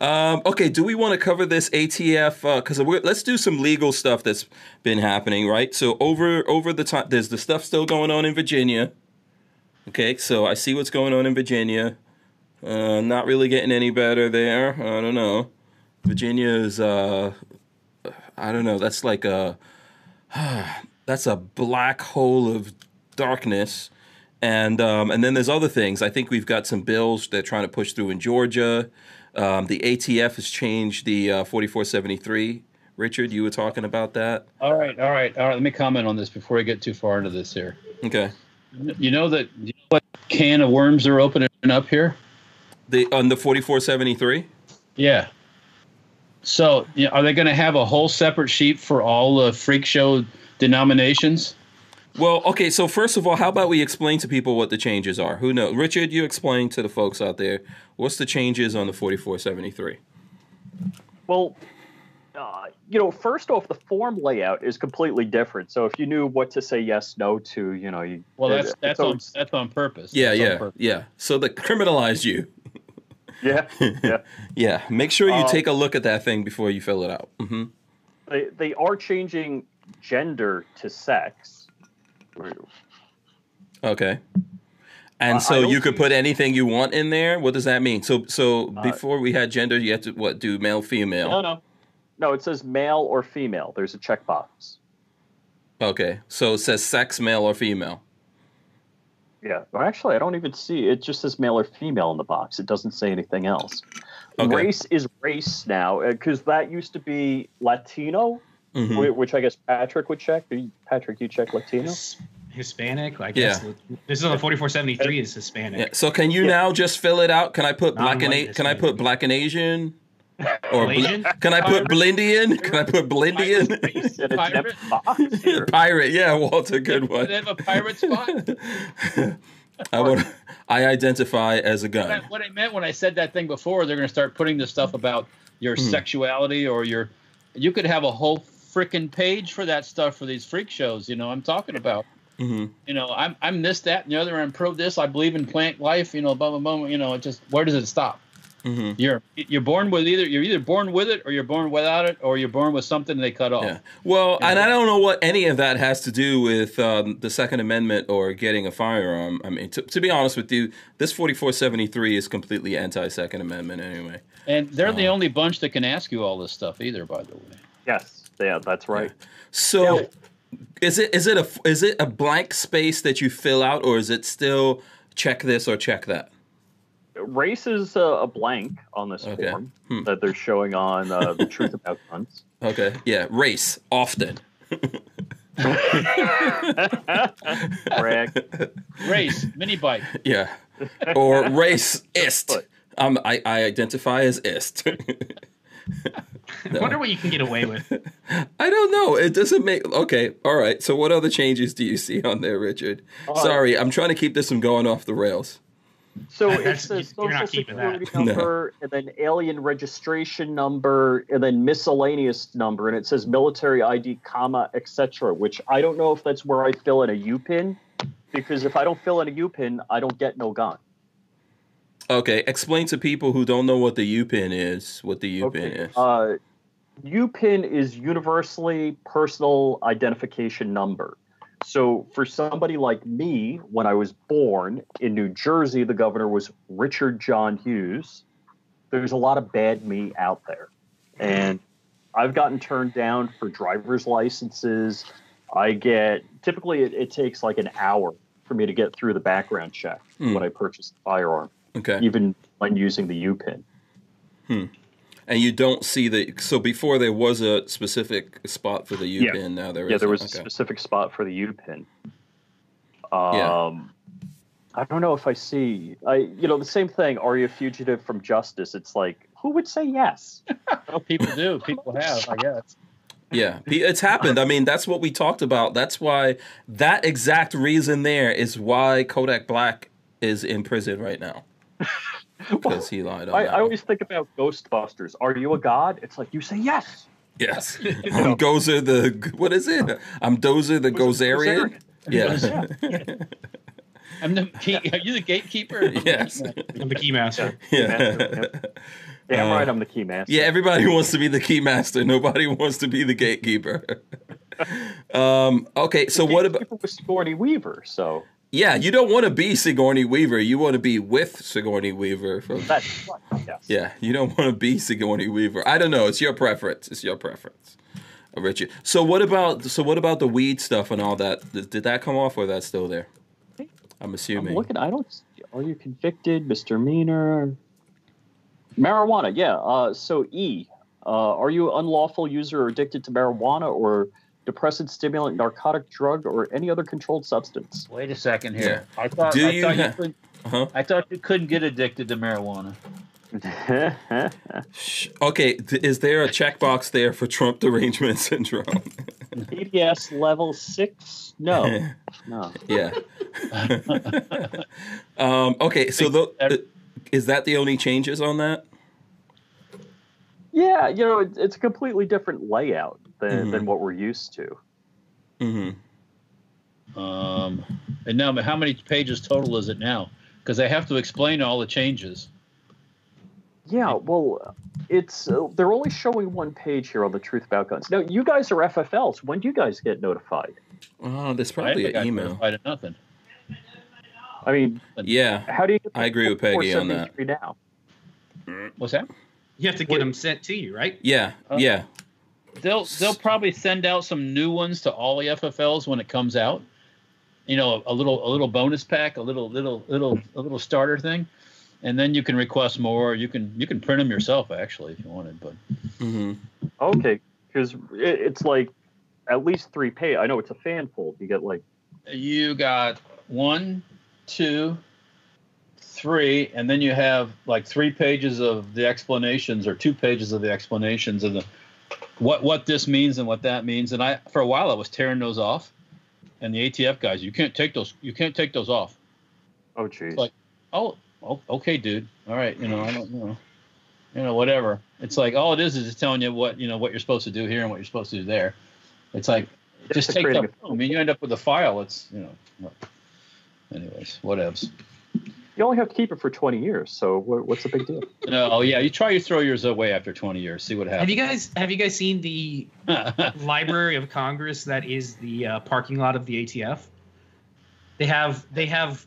[SPEAKER 1] Um, okay, do we want to cover this ATF? Because uh, we're let's do some legal stuff that's been happening, right? So over over the time, there's the stuff still going on in Virginia. Okay, so I see what's going on in Virginia. Uh, not really getting any better there. I don't know. Virginia is, uh, I don't know. That's like a, that's a black hole of darkness. And um, and then there's other things. I think we've got some bills they're trying to push through in Georgia. Um, the ATF has changed the uh, 4473. Richard, you were talking about that.
[SPEAKER 3] All right, all right, all right. Let me comment on this before I get too far into this here.
[SPEAKER 1] Okay.
[SPEAKER 3] You know that you know what can of worms are opening up here?
[SPEAKER 1] The on the 4473.
[SPEAKER 3] Yeah. So, you know, are they going to have a whole separate sheet for all the freak show denominations?
[SPEAKER 1] Well, okay. So first of all, how about we explain to people what the changes are? Who knows? Richard, you explain to the folks out there what's the changes on the 4473.
[SPEAKER 4] Well, uh, you know, first off, the form layout is completely different. So if you knew what to say yes, no to, you know, you
[SPEAKER 3] Well, that's
[SPEAKER 4] it's
[SPEAKER 3] that's on
[SPEAKER 4] always-
[SPEAKER 3] that's on purpose.
[SPEAKER 1] Yeah,
[SPEAKER 3] That's on
[SPEAKER 1] yeah,
[SPEAKER 3] purpose.
[SPEAKER 1] yeah. So they criminalize you.
[SPEAKER 4] yeah, yeah.
[SPEAKER 1] Yeah. Make sure you
[SPEAKER 4] Um,
[SPEAKER 1] take a look at that thing before you fill it out. hmm
[SPEAKER 4] They they are changing gender to sex.
[SPEAKER 1] Okay. And
[SPEAKER 4] I- I
[SPEAKER 1] so
[SPEAKER 4] don't
[SPEAKER 1] you could
[SPEAKER 4] see-
[SPEAKER 1] put anything you want in there. What does that mean? So so before we had gender, you had to what do male female?
[SPEAKER 5] No, no.
[SPEAKER 4] No, it says male or female. There's a checkbox.
[SPEAKER 1] Okay. So it says sex, male or female.
[SPEAKER 4] Yeah. Well, actually, I don't even see. It just says male or female in the box. It doesn't say anything else.
[SPEAKER 1] Okay.
[SPEAKER 4] Race is race now because that used to be Latino,
[SPEAKER 1] Mhm.
[SPEAKER 4] whi- which I guess Patrick would check. Do you- Patrick, you check Latino?
[SPEAKER 5] His- Hispanic, I guess. This is on the 4473 is Hispanic.
[SPEAKER 1] Yeah. So can you
[SPEAKER 4] Yeah.
[SPEAKER 1] now just fill it out? Can I put black and
[SPEAKER 5] Non-white
[SPEAKER 1] a- can I
[SPEAKER 5] Hispanic.
[SPEAKER 1] put black and Asian? Or bl-
[SPEAKER 5] Malaysian?
[SPEAKER 1] can I put Blindian? Can I put Blindian?
[SPEAKER 4] And it's
[SPEAKER 3] Pirate?
[SPEAKER 4] never box here.
[SPEAKER 1] Pirate, yeah, Walter, good
[SPEAKER 3] Do
[SPEAKER 1] one.
[SPEAKER 3] they have a pirate spot?
[SPEAKER 1] I would, I identify as a
[SPEAKER 3] what, I,
[SPEAKER 1] gun.
[SPEAKER 3] what I meant when I said that thing before, they're going to start putting this stuff about your sexuality or your. You could have a whole freaking page for that stuff for these freak shows. You know, I'm talking about.
[SPEAKER 1] hmm
[SPEAKER 3] You know, I'm I'm this, that, and the other. I'm pro this. I believe in plant life. You know, blah blah blah. You know, it just where does it stop?
[SPEAKER 1] hmm
[SPEAKER 3] You're you're born with either you're either born with it or you're born without it or you're born with something they cut off.
[SPEAKER 1] Yeah. Well, and I don't know what any of that has to do with um, the Second Amendment or getting a firearm. I mean, to, to be honest with you, this 4473 is completely anti Second Amendment anyway.
[SPEAKER 3] And they're the only bunch that can ask you all this stuff either. By the way,
[SPEAKER 4] Yes. Yeah, that's right.
[SPEAKER 1] So,
[SPEAKER 4] Yeah.
[SPEAKER 1] is it is it a is it a blank space that you fill out, or is it still check this or check that?
[SPEAKER 4] Race is uh, a, a blank on this
[SPEAKER 1] Okay.
[SPEAKER 4] form
[SPEAKER 1] Hmm.
[SPEAKER 4] that they're showing on uh, the truth about guns.
[SPEAKER 1] Okay. Yeah. Race often.
[SPEAKER 4] Rick,
[SPEAKER 3] race, mini bike.
[SPEAKER 1] Yeah. Or race ist.
[SPEAKER 4] Foot.
[SPEAKER 1] Um, I, I identify as ist.
[SPEAKER 5] I wonder what you can get away with.
[SPEAKER 1] I don't know. It doesn't make. Okay. All right. So, what other changes do you see on there, Richard?
[SPEAKER 4] Uh,
[SPEAKER 1] Sorry, I'm trying to keep this from going off the rails.
[SPEAKER 4] So
[SPEAKER 5] That-
[SPEAKER 4] it's
[SPEAKER 5] that's-
[SPEAKER 4] the
[SPEAKER 5] you're
[SPEAKER 4] social
[SPEAKER 5] not keeping that.
[SPEAKER 4] security
[SPEAKER 1] No.
[SPEAKER 4] number, and then alien registration number, and then miscellaneous number, and it says military ID, comma, etc. Which I don't know if that's where I fill in a U pin, because if I don't fill in a U pin, I don't get no gun.
[SPEAKER 1] Okay. Explain to people who don't know what the U pin is what the U pin
[SPEAKER 4] Okay.
[SPEAKER 1] is.
[SPEAKER 4] Uh, U pin is universally personal identification number. So for somebody like me, when I was born in New Jersey, the governor was Richard John Hughes. There's a lot of bad me out there. And I've gotten turned down for driver's licenses. I get typically it, it takes like an hour for me to get through the background check
[SPEAKER 1] Hmm.
[SPEAKER 4] when I purchase a firearm,
[SPEAKER 1] okay.
[SPEAKER 4] even when using the U pin.
[SPEAKER 1] and you don't see the. So before there was a specific spot for the U
[SPEAKER 4] Yeah.
[SPEAKER 1] pin. Now there is.
[SPEAKER 4] yeah, there was a
[SPEAKER 1] Okay.
[SPEAKER 4] specific spot for the U pin. Um,
[SPEAKER 1] Yeah.
[SPEAKER 4] I don't know if I see. I you know the same thing. Are you a fugitive from justice? It's like who would say yes?
[SPEAKER 3] Well, people do. People have, I guess.
[SPEAKER 1] Yeah, be- it's happened. I mean, that's what we talked about. That's why that exact reason there is why Kodak Black is in prison right now because he lied on
[SPEAKER 4] I,
[SPEAKER 1] that.
[SPEAKER 4] I always think about Ghostbusters. Are you a god? It's like you say yes.
[SPEAKER 1] yes, I'm Gozer the what is it? I'm Dozer the Gozerian. Yeah,
[SPEAKER 3] I'm the key, are you the gatekeeper?
[SPEAKER 1] yes,
[SPEAKER 5] I'm the keymaster.
[SPEAKER 1] yeah,
[SPEAKER 4] Damn
[SPEAKER 1] Uh,
[SPEAKER 4] right, I'm the key master.
[SPEAKER 1] yeah. Everybody wants to be the keymaster. Nobody wants to be the gatekeeper. Um, okay, so what about
[SPEAKER 4] Gatekeeper was Sigourney Weaver? So
[SPEAKER 1] yeah, you don't want to be Sigourney Weaver. You want to be with Sigourney Weaver. From,
[SPEAKER 4] That's right. Yes.
[SPEAKER 1] yeah, you don't want to be Sigourney Weaver. I don't know. It's your preference. It's your preference, uh, Richard. So what about so what about the weed stuff and all that? Th- Did that come off, or that's still there? I'm
[SPEAKER 4] I'm
[SPEAKER 1] assuming.
[SPEAKER 4] looking. I don't. Are you convicted? Misdemeanor. Marijuana. Yeah. Uh, so E. Uh, are you unlawful user or addicted to marijuana or depressant, stimulant, narcotic drug, or any other controlled substance?
[SPEAKER 3] Wait a second here. I thought,
[SPEAKER 1] Do
[SPEAKER 3] I,
[SPEAKER 1] you
[SPEAKER 3] thought you
[SPEAKER 1] ha-
[SPEAKER 3] could,
[SPEAKER 1] Uh-huh.
[SPEAKER 3] I thought you couldn't get addicted to marijuana.
[SPEAKER 1] Sh- Okay, th- is there a checkbox there for Trump derangement syndrome?
[SPEAKER 4] PBS level six? No. No.
[SPEAKER 1] yeah. um, okay, so the, is that the only changes on that?
[SPEAKER 4] Yeah. You know, it, it's a completely different layout than,
[SPEAKER 1] Mhm.
[SPEAKER 4] than what we're used to.
[SPEAKER 1] hmm
[SPEAKER 3] Um, and now, how many pages total is it now? Because I have to explain all the changes.
[SPEAKER 4] Yeah, well, it's uh, they're only showing one page here on the truth about guns. Now, you guys are FFLs. When do you guys get notified?
[SPEAKER 1] Oh, there's
[SPEAKER 3] I
[SPEAKER 1] probably
[SPEAKER 3] haven't
[SPEAKER 1] an
[SPEAKER 3] got
[SPEAKER 1] email.
[SPEAKER 3] notified of nothing.
[SPEAKER 4] I mean,
[SPEAKER 1] Yeah,
[SPEAKER 4] how do you? Get
[SPEAKER 1] I agree with Peggy on that.
[SPEAKER 4] 473 Now,
[SPEAKER 3] What's that?
[SPEAKER 5] You have to get them sent to you, right?
[SPEAKER 1] yeah,
[SPEAKER 3] Uh,
[SPEAKER 1] yeah.
[SPEAKER 3] They'll they'll probably send out some new ones to all the FFLs when it comes out. You know, a, little a little bonus pack, a little little little a little starter thing, and then you can request more. You can you can print them yourself actually if you wanted. But
[SPEAKER 1] hmm
[SPEAKER 4] okay, because it, it's like at least three page. I know it's a fan fold. You get like
[SPEAKER 3] you got one, two, three, and then you have like three pages of the explanations or two pages of the explanations of the what what this means and what that means. And I for a while I was tearing those off, and the ATF guys, you can't take those you can't take those off.
[SPEAKER 4] oh geez,
[SPEAKER 3] Like- Oh, oh okay, dude. All right, you know I don't you know. You know, whatever. It's like all it is is it's telling you what you know what you're supposed to do here and what you're supposed to do there. It's like just
[SPEAKER 4] That's
[SPEAKER 3] take
[SPEAKER 4] creating
[SPEAKER 3] the I mean, you end up with a file. It's you know. what- Anyways, whatevs.
[SPEAKER 4] you only have to keep it for twenty years. So what, what's the big deal?
[SPEAKER 3] No, oh yeah, you try to throw yours away after 20 years. See what
[SPEAKER 5] Have you
[SPEAKER 3] happens.
[SPEAKER 5] guys have you guys seen the Library of Congress that is the uh, parking lot of the ATF? They have they have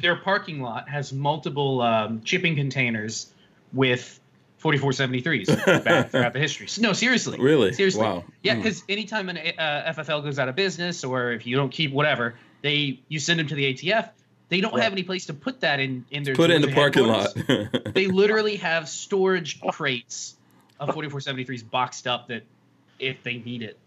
[SPEAKER 5] their parking lot has multiple um, shipping containers with 4473s back throughout the history. No, seriously.
[SPEAKER 1] Really?
[SPEAKER 5] Seriously.
[SPEAKER 1] Wow.
[SPEAKER 5] Yeah,
[SPEAKER 1] Mm.
[SPEAKER 5] because anytime an uh, FFL goes out of business, or if you don't keep whatever, they you send them to the ATF. They don't
[SPEAKER 4] Right.
[SPEAKER 5] have any place to put that in in their
[SPEAKER 1] Put it in the
[SPEAKER 5] Georgia
[SPEAKER 1] parking
[SPEAKER 5] headquarters.
[SPEAKER 1] lot.
[SPEAKER 5] They literally have storage crates of 4473s boxed up that if they need it,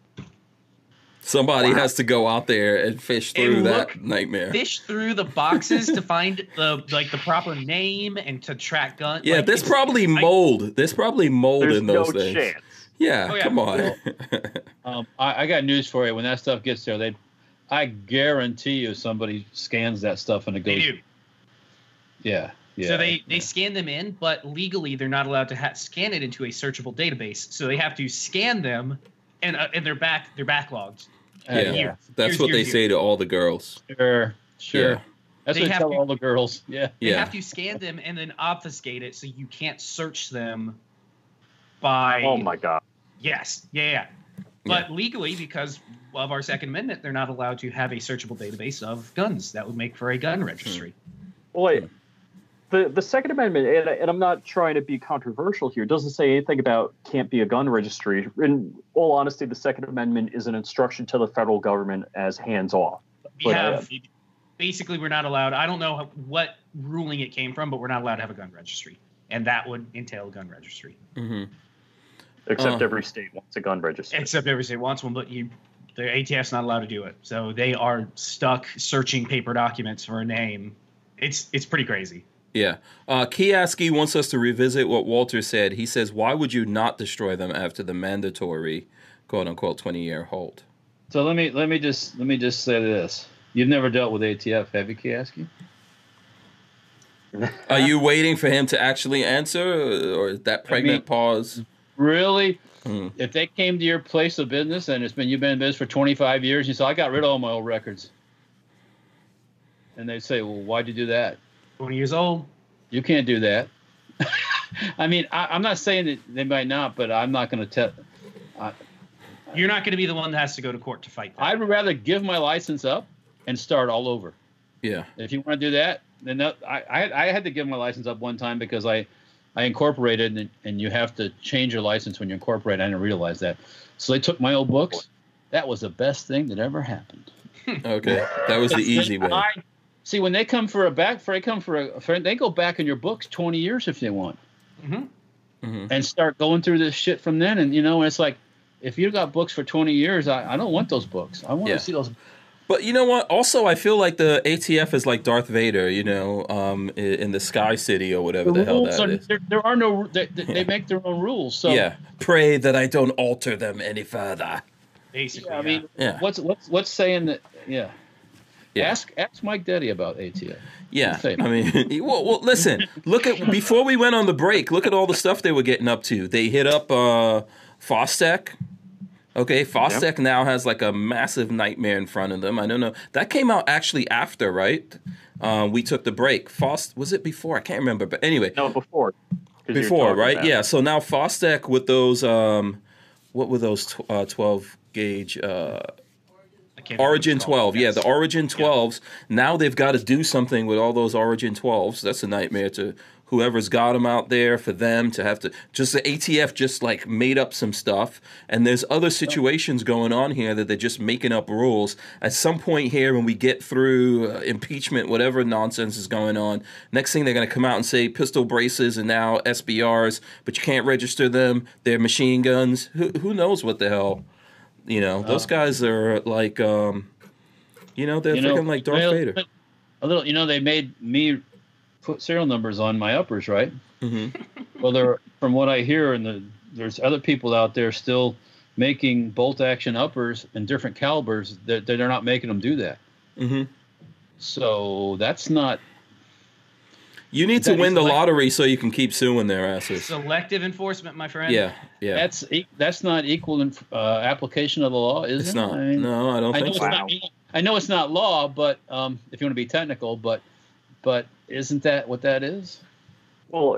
[SPEAKER 1] Somebody has to go out there and fish
[SPEAKER 5] And
[SPEAKER 1] through
[SPEAKER 5] look,
[SPEAKER 1] that nightmare.
[SPEAKER 5] fish through the boxes to find the like the proper name and to track gun.
[SPEAKER 1] yeah,
[SPEAKER 5] like,
[SPEAKER 1] there's
[SPEAKER 5] it's-
[SPEAKER 1] probably mold. there's probably mold
[SPEAKER 4] There's
[SPEAKER 1] in
[SPEAKER 4] no
[SPEAKER 1] those things.
[SPEAKER 4] chance.
[SPEAKER 1] Yeah,
[SPEAKER 5] Oh, yeah.
[SPEAKER 1] come on.
[SPEAKER 3] um, I, I got news for you. When that stuff gets there, they, I guarantee you, somebody scans that stuff and it
[SPEAKER 5] They
[SPEAKER 3] goes.
[SPEAKER 5] do.
[SPEAKER 3] Yeah. Yeah.
[SPEAKER 5] so they they scan them in, but legally they're not allowed to ha- scan it into a searchable database. So they have to scan them, and uh, and they're back they're backlogged.
[SPEAKER 3] Yeah.
[SPEAKER 1] Yeah.
[SPEAKER 5] Years,
[SPEAKER 1] That's
[SPEAKER 5] years,
[SPEAKER 1] what they
[SPEAKER 5] years,
[SPEAKER 1] say
[SPEAKER 5] years.
[SPEAKER 1] to all the girls.
[SPEAKER 3] Sure. Sure.
[SPEAKER 1] Yeah.
[SPEAKER 3] That's
[SPEAKER 5] They
[SPEAKER 3] what they
[SPEAKER 5] have
[SPEAKER 3] tell
[SPEAKER 5] to-
[SPEAKER 3] all the girls. Yeah.
[SPEAKER 5] They
[SPEAKER 1] Yeah.
[SPEAKER 5] have to scan them and then obfuscate it, so you can't search them. By
[SPEAKER 4] Oh my god.
[SPEAKER 5] Yes. Yeah. yeah. But legally, because of our Second Amendment, they're not allowed to have a searchable database of guns. That would make for a gun registry.
[SPEAKER 4] Well, it- the the Second Amendment, and, I- and I'm not trying to be controversial here, doesn't say anything about can't be a gun registry. In all honesty, the Second Amendment is an instruction to the federal government as hands off.
[SPEAKER 5] We
[SPEAKER 4] But, uh,
[SPEAKER 5] have basically we're not allowed. I don't know how- what ruling it came from, but we're not allowed to have a gun registry, and that would entail a gun registry.
[SPEAKER 1] hmm
[SPEAKER 4] Except
[SPEAKER 1] Uh.
[SPEAKER 4] every state wants a gun registry.
[SPEAKER 5] Except every state wants one, but you, the ATF's not allowed to do it, so they are stuck searching paper documents for a name. It's it's pretty crazy.
[SPEAKER 1] Yeah. Uh, Kiaski wants us to revisit what Walter said. He says, Why would you not destroy them after the mandatory, quote unquote, 20 year hold?
[SPEAKER 3] So let me let me just let me just say this. You've never dealt with ATF, have you, Kieski?
[SPEAKER 1] Are you waiting for him to actually answer, or is that pregnant
[SPEAKER 3] mean-
[SPEAKER 1] pause?
[SPEAKER 3] Really?
[SPEAKER 1] Mm.
[SPEAKER 3] If they came to your place of business and it's been you've been in business for 25 years, you say, "I got rid of all my old records," and they say, "Well, why'd you do that?"
[SPEAKER 5] Twenty years old.
[SPEAKER 3] You can't do that. I mean, I, I'm not saying that they might not, but I'm not going to tell.
[SPEAKER 5] You're not going to be the one that has to go to court to fight. That.
[SPEAKER 3] I would rather give my license up and start all over.
[SPEAKER 1] Yeah.
[SPEAKER 3] If you want to do that, then that, I, I I had to give my license up one time because I I incorporated and, and you have to change your license when you incorporate. I didn't realize that, so they took my old books. That was the best thing that ever happened.
[SPEAKER 1] Okay. That was the easy way.
[SPEAKER 3] I- see when they come for a back, for they come for a, for, they go back in your books twenty years if they want.
[SPEAKER 5] hmm
[SPEAKER 1] hmm
[SPEAKER 3] and start going through this shit from then. And you know, it's like, if you got books for twenty years, I, I don't want those books. I want
[SPEAKER 1] Yeah.
[SPEAKER 3] to see those.
[SPEAKER 1] But you know what? Also, I feel like the ATF is like Darth Vader, you know, um, i- in the Sky City or whatever the, hell that is.
[SPEAKER 3] are, there, there are no. They, they they make their own rules. So
[SPEAKER 1] yeah. Pray that I don't alter them any further.
[SPEAKER 5] Basically,
[SPEAKER 3] Yeah, I mean,
[SPEAKER 1] Yeah.
[SPEAKER 3] what's what's what's saying that? Yeah.
[SPEAKER 1] Yeah.
[SPEAKER 3] Ask ask Mike Deddy about ATF.
[SPEAKER 1] Yeah,
[SPEAKER 3] Same.
[SPEAKER 1] I mean, well, well, listen. Look at before we went on the break. Look at all the stuff they were getting up to. They hit up uh, Fostec. Okay, Fostec now has like a massive nightmare in front of them. I don't know. That came out actually after, right? Um, we took the break. Fost was it before? I can't remember. But anyway,
[SPEAKER 4] No, before. 'Cause you were
[SPEAKER 1] before,
[SPEAKER 4] talking
[SPEAKER 1] right?
[SPEAKER 4] about it.
[SPEAKER 1] Yeah. So now Fostec with those, um, what were those tw- uh, twelve gauge? Uh,
[SPEAKER 5] I can't
[SPEAKER 1] Origin
[SPEAKER 5] remember what
[SPEAKER 1] 12, yeah,
[SPEAKER 5] it's
[SPEAKER 1] the
[SPEAKER 5] called.
[SPEAKER 1] Origin 12s. Now they've got to do something with all those Origin 12s. That's a nightmare to whoever's got them out there for them to have to just the ATF just like made up some stuff and there's other situations going on here that they're just making up rules. At some point here when we get through uh, impeachment whatever nonsense is going on, next thing they're going to come out and say pistol braces and now SBRs, but you can't register them. They're machine guns. Who who knows what the hell you know, those guys are like, um, you know, they're
[SPEAKER 3] Oh. You know,
[SPEAKER 1] freaking like Darth
[SPEAKER 3] well,
[SPEAKER 1] Vader.
[SPEAKER 3] A little, you know, they made me put serial numbers on my uppers, right?
[SPEAKER 1] hmm
[SPEAKER 3] Well, there, from what I hear, and the, there's other people out there still making bolt action uppers in different calibers that that they're not making them do that.
[SPEAKER 1] hmm
[SPEAKER 3] So that's not.
[SPEAKER 1] You need to
[SPEAKER 3] That is
[SPEAKER 1] win the
[SPEAKER 5] like-
[SPEAKER 1] lottery so you can keep suing their asses.
[SPEAKER 5] selective enforcement, my friend.
[SPEAKER 1] Yeah, yeah.
[SPEAKER 3] That's e- that's not equal in, uh, application of the law, is
[SPEAKER 1] It's
[SPEAKER 3] it?
[SPEAKER 1] not.
[SPEAKER 3] I, mean,
[SPEAKER 1] No, I don't
[SPEAKER 3] I know
[SPEAKER 1] think
[SPEAKER 3] it's
[SPEAKER 1] so.
[SPEAKER 3] not. I know it's not law, but um, if you want to be technical, but but isn't that what that is?
[SPEAKER 4] Well,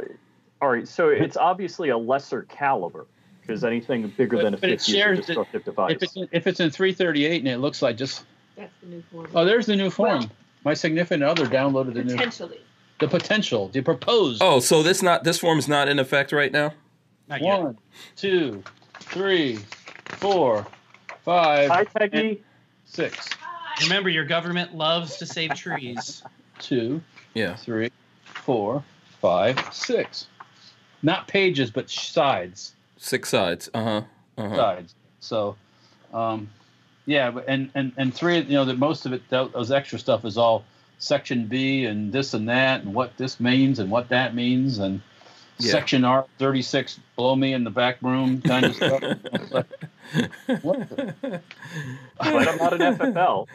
[SPEAKER 4] all right. So it's obviously a lesser caliber because anything bigger
[SPEAKER 3] But-
[SPEAKER 4] than a
[SPEAKER 3] but it
[SPEAKER 4] 50 is a
[SPEAKER 3] shares it-
[SPEAKER 4] destructive device.
[SPEAKER 3] If it's if it's in 338 and it looks like just
[SPEAKER 2] That's the new form.
[SPEAKER 3] oh, there's the new form.
[SPEAKER 2] Well-
[SPEAKER 3] my significant other downloaded the new
[SPEAKER 2] Potentially.
[SPEAKER 3] the potential, the proposed.
[SPEAKER 1] Oh, so this not this form is not in effect right now.
[SPEAKER 5] Not yet.
[SPEAKER 3] One, two, three, four, five,
[SPEAKER 4] Hi, Peggy.
[SPEAKER 3] six,
[SPEAKER 5] Remember, your government loves to save trees.
[SPEAKER 3] two,
[SPEAKER 1] Yeah.
[SPEAKER 3] three, four, five, six. Not pages, but sides.
[SPEAKER 1] Six sides. Uh huh. Uh huh.
[SPEAKER 3] Sides. So, um, yeah, but- and and and three. You know that most of it, tho- those extra stuff, is all section B and this and that and what this means and what that means and
[SPEAKER 1] Yeah.
[SPEAKER 3] section R thirty six. Blow me in the back room kind of stuff. It's like, what the-
[SPEAKER 4] But I'm not an FFL.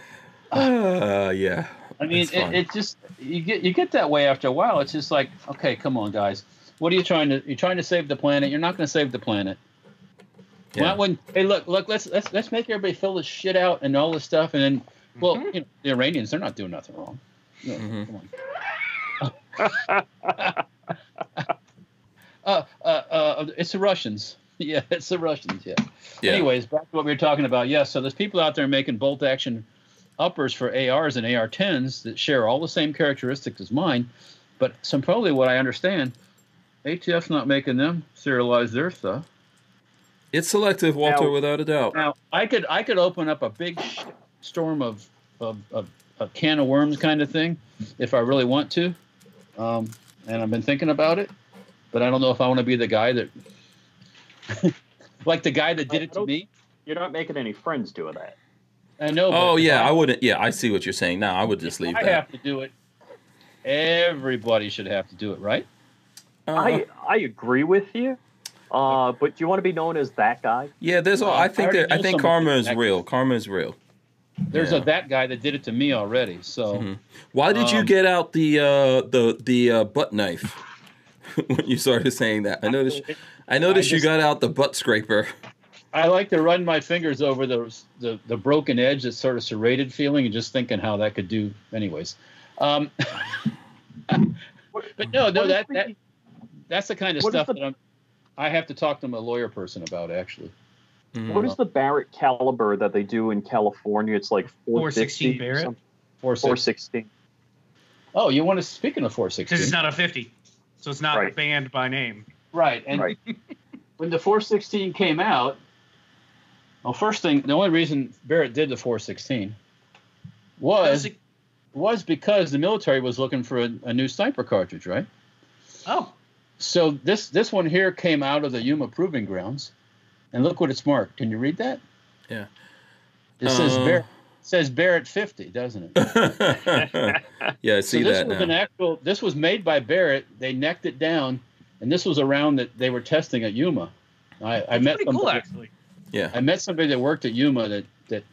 [SPEAKER 1] Uh, yeah.
[SPEAKER 3] I mean,
[SPEAKER 1] That's
[SPEAKER 3] it,
[SPEAKER 1] fine.
[SPEAKER 3] it just you get you get that way after a while. It's just like, okay, come on, guys, what are you trying to? You're trying to save the planet. You're not going to save the planet.
[SPEAKER 1] Yeah.
[SPEAKER 3] Not when. Hey, look, look. Let's let's let's make everybody fill this shit out and all this stuff, and then, well, you know, the Iranians, they're not doing nothing wrong. No,
[SPEAKER 1] Mhm.
[SPEAKER 3] come on. uh, uh, uh, it's the Russians. Yeah, it's the Russians. Yeah.
[SPEAKER 1] Yeah.
[SPEAKER 3] Anyways, back to what we were talking about. Yes, so there's people out there making bolt action uppers for ARs and AR10s that share all the same characteristics as mine, but some probably what I understand, ATF's not making them serialize their stuff.
[SPEAKER 1] It's selective, Walter,
[SPEAKER 4] Now-
[SPEAKER 1] without a doubt.
[SPEAKER 3] Now I could I could open up a big sh- storm of of, of a can of worms kind of thing if I really want to, um, and I've been thinking about it, but I don't know if I want to be the guy that. like the guy that did
[SPEAKER 4] I- I
[SPEAKER 3] it to
[SPEAKER 4] don't-
[SPEAKER 3] me.
[SPEAKER 4] You're not making any friends doing that.
[SPEAKER 3] I know. but
[SPEAKER 1] Oh
[SPEAKER 3] if
[SPEAKER 1] yeah,
[SPEAKER 3] I-
[SPEAKER 1] I wouldn't. Yeah, I see what you're saying. Now I would just leave
[SPEAKER 3] I
[SPEAKER 1] that.
[SPEAKER 3] have to do it. Everybody should have to do it, right?
[SPEAKER 1] Uh,
[SPEAKER 3] Uh-huh.
[SPEAKER 4] I, I agree with you. Uh, but do you want to be known as that guy?
[SPEAKER 1] yeah, there's. All,
[SPEAKER 3] I
[SPEAKER 1] I think.
[SPEAKER 3] already
[SPEAKER 1] There, I
[SPEAKER 3] know
[SPEAKER 1] think
[SPEAKER 3] someone
[SPEAKER 1] karma is
[SPEAKER 3] that-
[SPEAKER 1] real. Karma is real.
[SPEAKER 3] There's
[SPEAKER 1] Yeah.
[SPEAKER 3] a that guy that did it to me already. So
[SPEAKER 1] Mhm. Why did you
[SPEAKER 3] Um,
[SPEAKER 1] get out the uh, the the uh, butt knife when you started saying that? I noticed. I noticed
[SPEAKER 3] I
[SPEAKER 1] you
[SPEAKER 3] just-
[SPEAKER 1] got out the butt scraper.
[SPEAKER 3] I like to run my fingers over the, the the broken edge that's sort of serrated feeling, and just thinking how that could do. Anyways, um, but no, no,
[SPEAKER 4] What is
[SPEAKER 3] that,
[SPEAKER 4] the-
[SPEAKER 3] that that's the kind of
[SPEAKER 4] What is
[SPEAKER 3] stuff
[SPEAKER 4] the-
[SPEAKER 3] that I'm. I have to talk to a lawyer person about actually.
[SPEAKER 1] Mhm.
[SPEAKER 4] What is the Barrett caliber that they do in California? It's like 450
[SPEAKER 5] 416
[SPEAKER 4] or
[SPEAKER 5] Barrett?
[SPEAKER 4] something.
[SPEAKER 3] Four six.
[SPEAKER 4] 416.
[SPEAKER 3] Oh, you want to speak in the
[SPEAKER 5] because
[SPEAKER 3] 416?
[SPEAKER 5] it's not a 50, so it's not
[SPEAKER 4] Right.
[SPEAKER 5] banned by name.
[SPEAKER 3] right. And
[SPEAKER 4] Right.
[SPEAKER 3] when the 416 came out, well, first thing, the only reason Barrett did the 416 was was because the military was looking for a, a new sniper cartridge, right?
[SPEAKER 5] oh,
[SPEAKER 3] So this this one here came out of the Yuma Proving Grounds, and look what it's marked. Can you read that?
[SPEAKER 1] Yeah.
[SPEAKER 3] It says
[SPEAKER 1] Uh.
[SPEAKER 3] Barrett says Barrett 50, doesn't it?
[SPEAKER 1] yeah, I see
[SPEAKER 3] so this
[SPEAKER 1] that
[SPEAKER 3] was
[SPEAKER 1] now.
[SPEAKER 3] an actual. This was made by Barrett. They necked it down, and this was a round that they were testing at Yuma. I, I
[SPEAKER 5] that's
[SPEAKER 3] met
[SPEAKER 5] pretty
[SPEAKER 3] somebody,
[SPEAKER 5] cool actually.
[SPEAKER 1] yeah.
[SPEAKER 3] I met somebody that worked at Yuma that that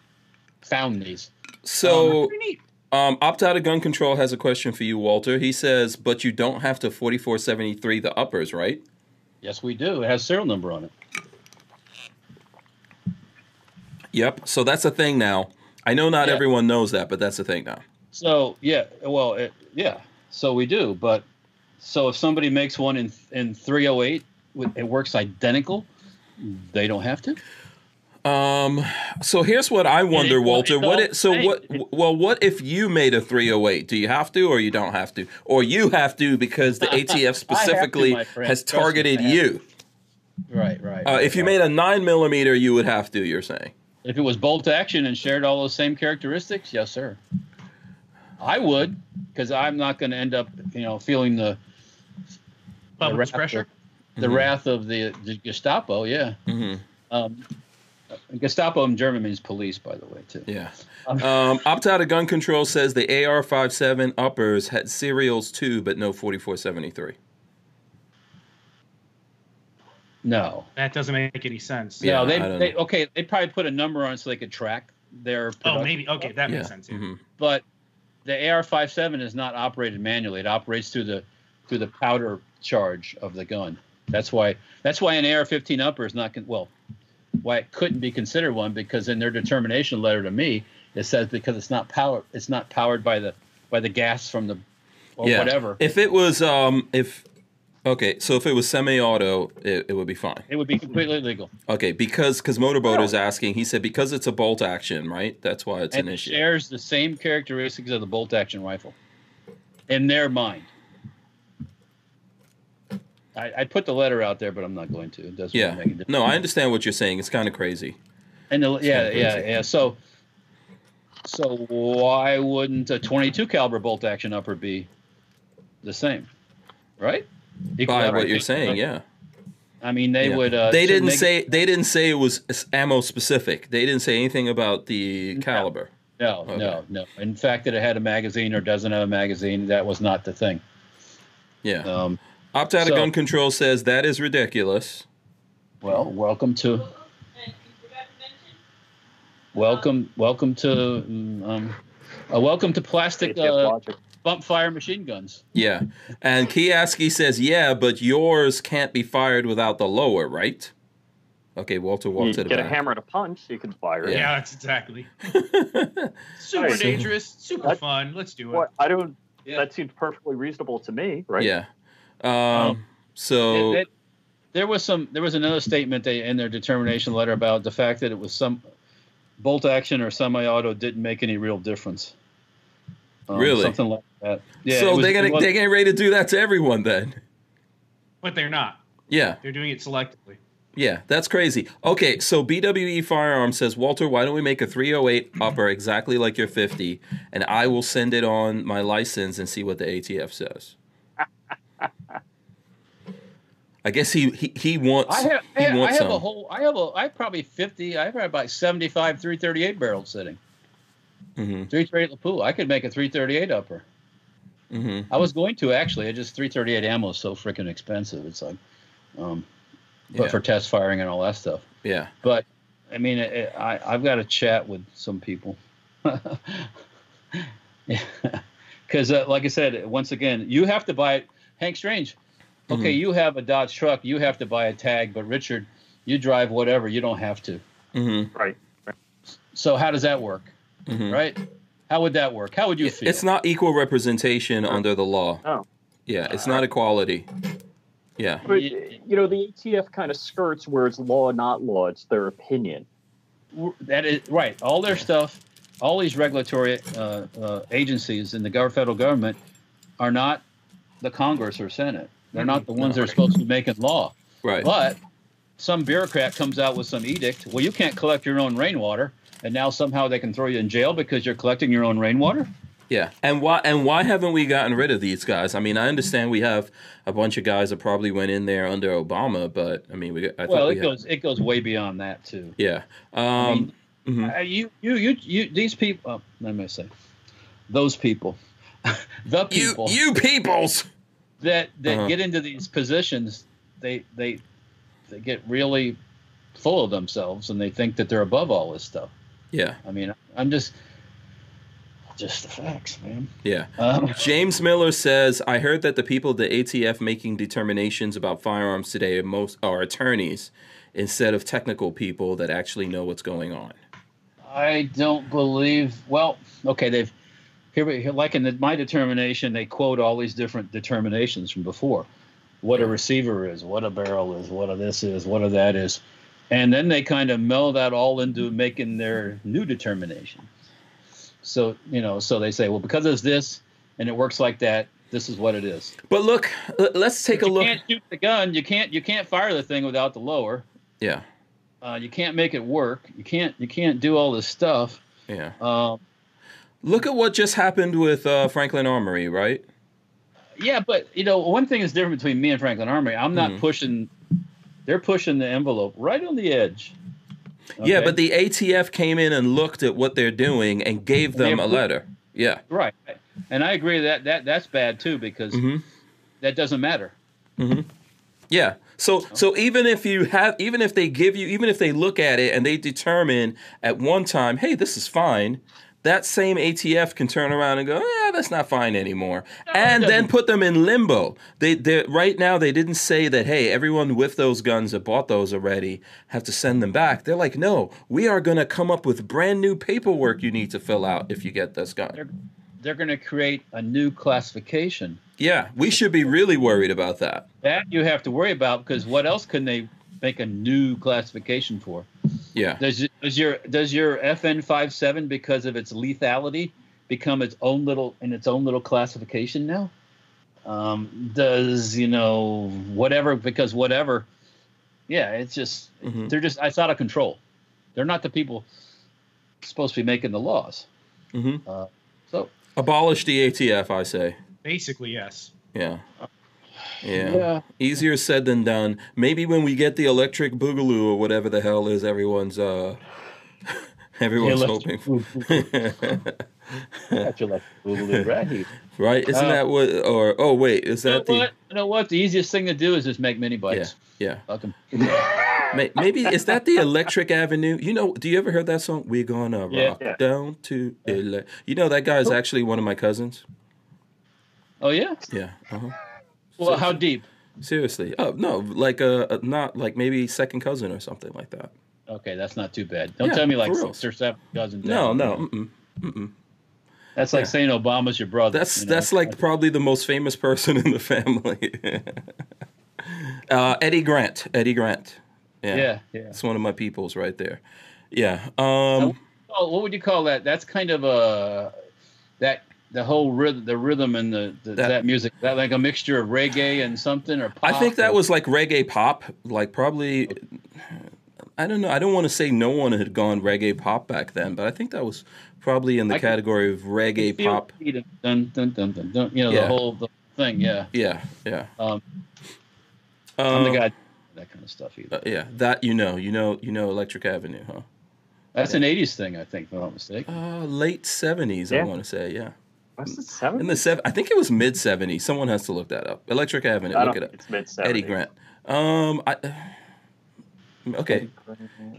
[SPEAKER 3] found these.
[SPEAKER 1] So
[SPEAKER 5] Oh, Pretty neat.
[SPEAKER 1] um, opt out of gun control has a question for you, Walter. He says, but you don't have to 4473 the uppers, right?
[SPEAKER 3] Yes, we do. It has serial number on it.
[SPEAKER 1] Yep. So that's a thing now. I know not
[SPEAKER 3] Yeah.
[SPEAKER 1] everyone knows that, but that's a thing now.
[SPEAKER 3] So yeah, well, it, yeah. So we do, but so if somebody makes one in in 308, with- it works identical. They don't have to.
[SPEAKER 1] Um, so here's what I wonder,
[SPEAKER 3] well,
[SPEAKER 1] Walter.
[SPEAKER 3] it's
[SPEAKER 1] What?
[SPEAKER 3] all
[SPEAKER 1] It, so
[SPEAKER 3] the
[SPEAKER 1] what?
[SPEAKER 3] same.
[SPEAKER 1] Well, what if you made a 308? Do you have to, or you don't have to, or you have to because the ATF specifically
[SPEAKER 3] my friend.
[SPEAKER 1] has
[SPEAKER 3] Trust me,
[SPEAKER 1] targeted
[SPEAKER 3] I have
[SPEAKER 1] you?
[SPEAKER 3] Right, right.
[SPEAKER 1] Uh, if you made a nine millimeter, you would have to. You're saying.
[SPEAKER 3] If it was bolt action and shared all those same characteristics, yes, sir. I would, because I'm not going to end up, you know, feeling the
[SPEAKER 5] Bubble
[SPEAKER 3] wrath
[SPEAKER 5] pressure.
[SPEAKER 3] the
[SPEAKER 1] Mhm.
[SPEAKER 3] wrath of the, the Gestapo. Yeah,
[SPEAKER 1] hmm
[SPEAKER 3] um, Gestapo in German means police, by the way, too.
[SPEAKER 1] Yeah.
[SPEAKER 3] Um,
[SPEAKER 1] Um, opt out of gun control says the AR-57 uppers had serials too, but no 4473.
[SPEAKER 3] No,
[SPEAKER 5] That doesn't make any sense.
[SPEAKER 1] Yeah,
[SPEAKER 3] no, they,
[SPEAKER 1] I don't
[SPEAKER 3] they
[SPEAKER 1] know.
[SPEAKER 3] okay, they probably put a number on it so they could track their.
[SPEAKER 5] Oh,
[SPEAKER 3] production.
[SPEAKER 5] maybe okay, that
[SPEAKER 1] yeah.
[SPEAKER 5] makes sense. yeah.
[SPEAKER 1] Mhm.
[SPEAKER 3] but the AR-57 is not operated manually. It operates through the through the powder charge of the gun. That's why that's why an AR-15 upper is not con- well, why it couldn't be considered one because in their determination letter to me it says because it's not power it's not powered by the by the gas from the or
[SPEAKER 1] Yeah.
[SPEAKER 3] whatever.
[SPEAKER 1] If it was, um, if okay, so if it was semi-auto, it, it would be fine.
[SPEAKER 3] It would be completely legal.
[SPEAKER 1] Okay, because because motorboat is asking, he said because it's a bolt action, right? That's why it's
[SPEAKER 3] and
[SPEAKER 1] an
[SPEAKER 3] it
[SPEAKER 1] issue.
[SPEAKER 3] shares the same characteristics of the bolt action rifle in their mind. I, I put the letter out there, but I'm not going to. It doesn't
[SPEAKER 1] yeah.
[SPEAKER 3] make a difference.
[SPEAKER 1] No, I understand what you're saying. It's kind of crazy.
[SPEAKER 3] And the, yeah,
[SPEAKER 1] kinda
[SPEAKER 3] yeah,
[SPEAKER 1] crazy.
[SPEAKER 3] yeah. So, so why wouldn't a 22 caliber bolt action upper be the same, right? Equal
[SPEAKER 1] By
[SPEAKER 3] upper.
[SPEAKER 1] what you're saying, yeah.
[SPEAKER 3] I mean, uh, they
[SPEAKER 1] Yeah.
[SPEAKER 3] would. Uh,
[SPEAKER 1] they
[SPEAKER 3] so
[SPEAKER 1] didn't
[SPEAKER 3] neg-
[SPEAKER 1] say they didn't say it was s- ammo specific. They didn't say anything about the
[SPEAKER 3] No.
[SPEAKER 1] caliber.
[SPEAKER 3] no, no,
[SPEAKER 1] Okay.
[SPEAKER 3] no. In fact, that it had a magazine or doesn't have a magazine, that was not the thing.
[SPEAKER 1] Yeah.
[SPEAKER 3] Um,
[SPEAKER 1] Opt out
[SPEAKER 3] so-
[SPEAKER 1] of gun control says that is ridiculous.
[SPEAKER 3] well, welcome to
[SPEAKER 2] Well, and you forgot to mention,
[SPEAKER 3] welcome welcome to mm, um, uh, welcome to plastic
[SPEAKER 4] ATF
[SPEAKER 3] uh,
[SPEAKER 4] logic.
[SPEAKER 3] bump fire machine guns.
[SPEAKER 1] Yeah. And Kiaski says, yeah, but yours can't be fired without the lower, right? Okay, Walter
[SPEAKER 4] You
[SPEAKER 3] Hmm,
[SPEAKER 1] walked to the
[SPEAKER 4] get a
[SPEAKER 1] back.
[SPEAKER 4] hammer and a punch, you can fire it.
[SPEAKER 5] Yeah,
[SPEAKER 1] Yeah.
[SPEAKER 5] that's exactly. Super
[SPEAKER 4] Alright.
[SPEAKER 5] dangerous, super
[SPEAKER 4] What?
[SPEAKER 5] fun. Let's do it.
[SPEAKER 4] What, I don't.
[SPEAKER 3] Yeah.
[SPEAKER 4] That seems perfectly reasonable to me, right?
[SPEAKER 1] Yeah. Um,
[SPEAKER 3] Um,
[SPEAKER 1] so
[SPEAKER 3] It- it- there was some. There was another statement they in their determination letter about the fact that it was some bolt action or semi-auto didn't make any real difference. Um,
[SPEAKER 1] Really?
[SPEAKER 3] Something like that. Yeah.
[SPEAKER 1] so
[SPEAKER 3] it was-
[SPEAKER 1] they're
[SPEAKER 3] it
[SPEAKER 1] gonna
[SPEAKER 3] was-
[SPEAKER 1] they're getting ready to do that to everyone then.
[SPEAKER 5] But they're not.
[SPEAKER 1] Yeah,
[SPEAKER 5] They're doing it selectively.
[SPEAKER 1] yeah, that's crazy. Okay, so BWE Firearm says, Walter, why don't we make a 308 upper exactly like your 50, and I will send it on my license and see what the ATF says. I guess he he, he wants
[SPEAKER 3] I have. I
[SPEAKER 1] he
[SPEAKER 3] have, I
[SPEAKER 1] wants
[SPEAKER 3] have a
[SPEAKER 1] some.
[SPEAKER 3] whole. I have a. I have probably fifty. I have about seventy-five 338 barrels sitting.
[SPEAKER 1] Mhm,
[SPEAKER 3] 338 Lapua. I could make a 338 upper.
[SPEAKER 1] mhm.
[SPEAKER 3] I was going to actually. I just 338 ammo is so freaking expensive. It's like, um, but
[SPEAKER 1] Yeah.
[SPEAKER 3] for test firing and all that stuff.
[SPEAKER 1] Yeah,
[SPEAKER 3] But I mean, it, it- I I've got to chat with some people. Because, uh, like I said, once again, you have to buy it. Hank Strange, okay,
[SPEAKER 1] Mm-hmm.
[SPEAKER 3] you have a Dodge truck, you have to buy a tag, but Richard, you drive whatever, you don't have to.
[SPEAKER 1] mhm,
[SPEAKER 4] Right.
[SPEAKER 3] So how does that work,
[SPEAKER 1] mhm.
[SPEAKER 3] right? How would that work? How would you feel?
[SPEAKER 1] It's not equal representation under the law.
[SPEAKER 3] Oh.
[SPEAKER 4] No.
[SPEAKER 1] Yeah, it's not equality. Yeah.
[SPEAKER 4] But
[SPEAKER 3] Yeah.
[SPEAKER 4] you know, the ATF kind of skirts where it's law, not law. It's their opinion.
[SPEAKER 3] that is right. All their stuff, all these regulatory uh, uh, agencies in the gov- federal government are not the Congress or Senate. They're not the ones that are supposed to be making law.
[SPEAKER 1] Mm-hmm. Right.
[SPEAKER 3] But some bureaucrat comes out with some edict. Well, you can't collect your own rainwater, and now somehow they can throw you in jail because you're collecting your own rainwater.
[SPEAKER 1] Yeah, and why and why haven't we gotten rid of these guys? I mean, I understand we have a bunch of guys that probably went in there under Obama, but I mean, we I
[SPEAKER 3] Well,
[SPEAKER 1] thought
[SPEAKER 3] it
[SPEAKER 1] we had-
[SPEAKER 3] goes it goes way beyond that too.
[SPEAKER 1] yeah. Um,
[SPEAKER 3] mean-
[SPEAKER 1] mhm.
[SPEAKER 3] Uh, you, you, you, you, these people. Oh, let me say, those people, the
[SPEAKER 1] you
[SPEAKER 3] people
[SPEAKER 1] you peoples.
[SPEAKER 3] that that
[SPEAKER 1] Uh-huh.
[SPEAKER 3] get into these positions, they they they get really full of themselves and they think that they're above all this stuff.
[SPEAKER 1] Yeah,
[SPEAKER 3] I mean, I'm just just the facts, man.
[SPEAKER 1] yeah.
[SPEAKER 3] Um,
[SPEAKER 1] James Miller says, "I heard that the people at the ATF making determinations about firearms today are most are attorneys instead of technical people that actually know what's going on."
[SPEAKER 3] I don't believe. Well, okay, they've here, we- here like in the, my determination, they quote all these different determinations from before. What a receiver is, what a barrel is, what a this is, what a that is, and then they kind of meld that all into making their new determination. So you know, so they say, well, because it's this and it works like that, this is what it is.
[SPEAKER 1] But look, l- let's take a
[SPEAKER 3] you
[SPEAKER 1] look.
[SPEAKER 3] can't shoot the gun. You can't. You can't fire the thing without the lower.
[SPEAKER 1] Yeah,
[SPEAKER 3] Uh, you can't make it work. You can't. You can't do all this stuff.
[SPEAKER 1] yeah.
[SPEAKER 3] Um,
[SPEAKER 1] Look at what just happened with uh, Franklin Armory, right?
[SPEAKER 3] Yeah, but you know, one thing is different between me and Franklin Armory. I'm not
[SPEAKER 1] Mhm.
[SPEAKER 3] pushing; they're pushing the envelope right on the edge.
[SPEAKER 1] Yeah,
[SPEAKER 3] Okay?
[SPEAKER 1] but the ATF came in and looked at what they're doing and gave them a
[SPEAKER 3] approved-
[SPEAKER 1] letter. Yeah.
[SPEAKER 3] right, and I agree that that that's bad too because
[SPEAKER 1] Mhm.
[SPEAKER 3] that doesn't matter.
[SPEAKER 1] Yeah. So so even if you have even if they give you even if they look at it and they determine at one time, hey, this is fine, that same ATF can turn around and go, yeah, that's not fine anymore, and then put them in limbo. They they right now they didn't say that hey, everyone with those guns that bought those already have to send them back. They're like, no, we are going to come up with brand new paperwork you need to fill out if you get this gun.
[SPEAKER 3] They're they're going to create a new classification
[SPEAKER 1] Yeah, we should be really worried about that.
[SPEAKER 3] that you have to worry about because what else can they make a new classification for?
[SPEAKER 1] Yeah.
[SPEAKER 3] Does does your does your FN57 because of its lethality become its own little in its own little classification now? Um, does you know whatever because whatever? Yeah, it's just
[SPEAKER 1] Mhm.
[SPEAKER 3] they're just it's out of control. They're not the people supposed to be making the laws.
[SPEAKER 1] Mhm.
[SPEAKER 3] Uh, so
[SPEAKER 1] Abolish the ATF, I say.
[SPEAKER 5] Basically, yes.
[SPEAKER 1] Yeah. Yeah. Easier said than done. Maybe when we get the electric boogaloo or whatever the hell is everyone's uh everyone's hoping for.
[SPEAKER 3] That's your left boogaloo right here.
[SPEAKER 1] right? Isn't
[SPEAKER 3] Uh,
[SPEAKER 1] that what or oh wait, is
[SPEAKER 3] You know
[SPEAKER 1] that the
[SPEAKER 3] what? You know what? The easiest thing to do is just make mini bikes.
[SPEAKER 1] yeah.
[SPEAKER 3] Fuck 'em.
[SPEAKER 1] May- Maybe is that the Electric Avenue? You know, do you ever hear that song? We're gonna
[SPEAKER 3] Yeah.
[SPEAKER 1] rock down to ele-. You know, that guy is actually one of my cousins.
[SPEAKER 3] Oh yeah.
[SPEAKER 1] Yeah. Uh-huh.
[SPEAKER 3] Well, how deep?
[SPEAKER 1] Seriously. Oh no, like uh, uh, not like maybe second cousin or something like that.
[SPEAKER 3] Okay, that's not too bad. Don't
[SPEAKER 1] Yeah,
[SPEAKER 3] tell me like
[SPEAKER 1] for real.
[SPEAKER 3] six or seven dozen.
[SPEAKER 1] No,
[SPEAKER 3] down.
[SPEAKER 1] no. Mm-mm.
[SPEAKER 3] That's like
[SPEAKER 1] Yeah.
[SPEAKER 3] saying Obama's your brother.
[SPEAKER 1] That's
[SPEAKER 3] you know?
[SPEAKER 1] that's like probably the most famous person in the family. uh, Eddie Grant. Eddie Grant. Yeah.
[SPEAKER 3] yeah, yeah.
[SPEAKER 1] It's one of my peoples right there. Yeah. Um,
[SPEAKER 3] Oh, what would you call that? That's kind of a that the whole rhythm, the rhythm and the, the
[SPEAKER 1] That-
[SPEAKER 3] that, music, that like a mixture of reggae and something or.
[SPEAKER 1] I
[SPEAKER 3] pop
[SPEAKER 1] think that
[SPEAKER 3] or-
[SPEAKER 1] was like reggae pop, like probably I don't know. I don't want to say no one had gone reggae pop back then, but I think that was probably in the
[SPEAKER 3] I can-
[SPEAKER 1] category of reggae
[SPEAKER 3] Feel
[SPEAKER 1] pop.
[SPEAKER 3] freedom, Dun, dun, dun, dun, dun, you know
[SPEAKER 1] Yeah.
[SPEAKER 3] the whole the thing. Yeah,
[SPEAKER 1] Yeah, yeah.
[SPEAKER 3] um,
[SPEAKER 1] Um,
[SPEAKER 3] I'm the guy that kind of stuff. Either
[SPEAKER 1] uh, yeah, that you know, you know, you know, Electric Avenue, huh?
[SPEAKER 3] that's an '80s thing, I think, if I'm not mistaken.
[SPEAKER 1] Uh, late seventies, I
[SPEAKER 4] Yeah.
[SPEAKER 1] want to say, yeah.
[SPEAKER 4] Was it
[SPEAKER 1] In
[SPEAKER 4] seven?
[SPEAKER 1] the seven, I think it was mid '70s. Someone has to look that up. Electric Avenue.
[SPEAKER 4] I
[SPEAKER 1] Look
[SPEAKER 4] don't
[SPEAKER 1] it up.
[SPEAKER 4] think it's mid seventies.
[SPEAKER 1] Eddie Grant. Um, I, okay.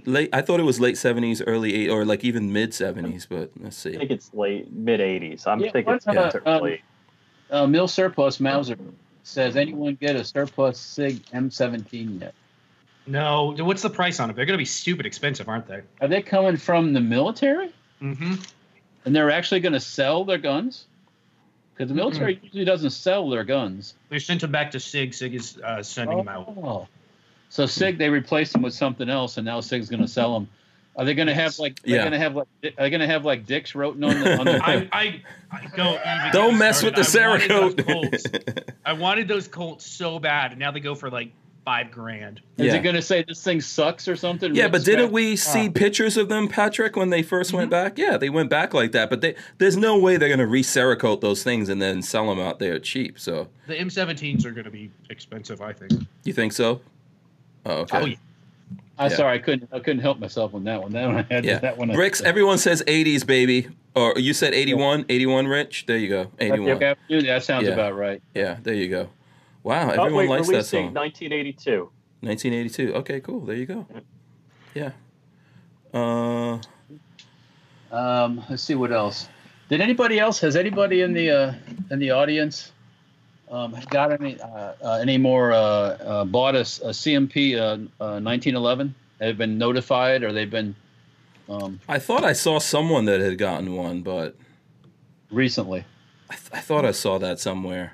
[SPEAKER 1] Late. I thought it was late '70s, early eight, or like even mid '70s. But let's
[SPEAKER 4] I
[SPEAKER 1] see.
[SPEAKER 4] think it's late mid eighties. I'm
[SPEAKER 3] Yeah,
[SPEAKER 4] thinking
[SPEAKER 3] what
[SPEAKER 4] it's
[SPEAKER 3] about, um,
[SPEAKER 4] late.
[SPEAKER 3] Uh, Mill Surplus Mauser says, "Anyone get a surplus Sig M17 yet?
[SPEAKER 5] No. What's the price on it? They're gonna be stupid expensive, aren't they?
[SPEAKER 3] Are they coming from the military?"
[SPEAKER 5] Mm-hmm.
[SPEAKER 3] and they're actually going to sell their guns because the military
[SPEAKER 5] Mm-hmm.
[SPEAKER 3] usually doesn't sell their guns.
[SPEAKER 5] They sent them back to Sig. Sig is uh, sending them out.
[SPEAKER 3] Oh. So Sig, they replaced them with something else, and now Sig's going to sell them. Are they going to have like? They're
[SPEAKER 1] Yeah.
[SPEAKER 3] going to have like? Are they going to have like dicks wrote on the? On the
[SPEAKER 5] I, I, I don't even.
[SPEAKER 1] Don't
[SPEAKER 5] get
[SPEAKER 1] mess with the
[SPEAKER 5] started. I wanted those Colts.
[SPEAKER 1] Cerakote.
[SPEAKER 5] I wanted those Colts so bad, and now they go for like five grand.
[SPEAKER 3] Is
[SPEAKER 1] Yeah.
[SPEAKER 3] it going to say this thing sucks or something?
[SPEAKER 1] Yeah,
[SPEAKER 3] Rip
[SPEAKER 1] but didn't
[SPEAKER 3] Scott-
[SPEAKER 1] we see pictures of them, Patrick, when they 1st
[SPEAKER 4] Mm-hmm.
[SPEAKER 1] went back? Yeah, they went back like that. But they, there's no way they're going to re-Cerakote those things and then sell them out there cheap. So
[SPEAKER 5] The M17s are going to be expensive, I think.
[SPEAKER 1] you think so? Oh, okay.
[SPEAKER 5] Oh yeah,
[SPEAKER 3] I'm
[SPEAKER 1] yeah.
[SPEAKER 3] sorry, I couldn't. I couldn't help myself on that one. That one I had.
[SPEAKER 1] yeah.
[SPEAKER 3] That one. I-
[SPEAKER 1] Bricks. Everyone says 80s, baby. Or you said 81, 81, Rich. There you go, 81.
[SPEAKER 3] Okay, I knew that sounds
[SPEAKER 1] Yeah.
[SPEAKER 3] about right.
[SPEAKER 1] Yeah, there you go. Wow,
[SPEAKER 4] Oh,
[SPEAKER 1] everyone
[SPEAKER 4] wait,
[SPEAKER 1] likes that
[SPEAKER 4] release date
[SPEAKER 1] song.
[SPEAKER 4] 1982.
[SPEAKER 1] 1982. Okay, cool. There you go. Yeah. Uh,
[SPEAKER 3] Um, let's see what else. Did anybody else? Has anybody in the uh, in the audience um, got any uh, uh, any more uh, uh, bought a, s- a CMP uh, uh, 1911? They've been notified, or they've been um,
[SPEAKER 1] I thought I saw someone that had gotten one, but
[SPEAKER 3] recently.
[SPEAKER 1] I, th- I thought I saw that somewhere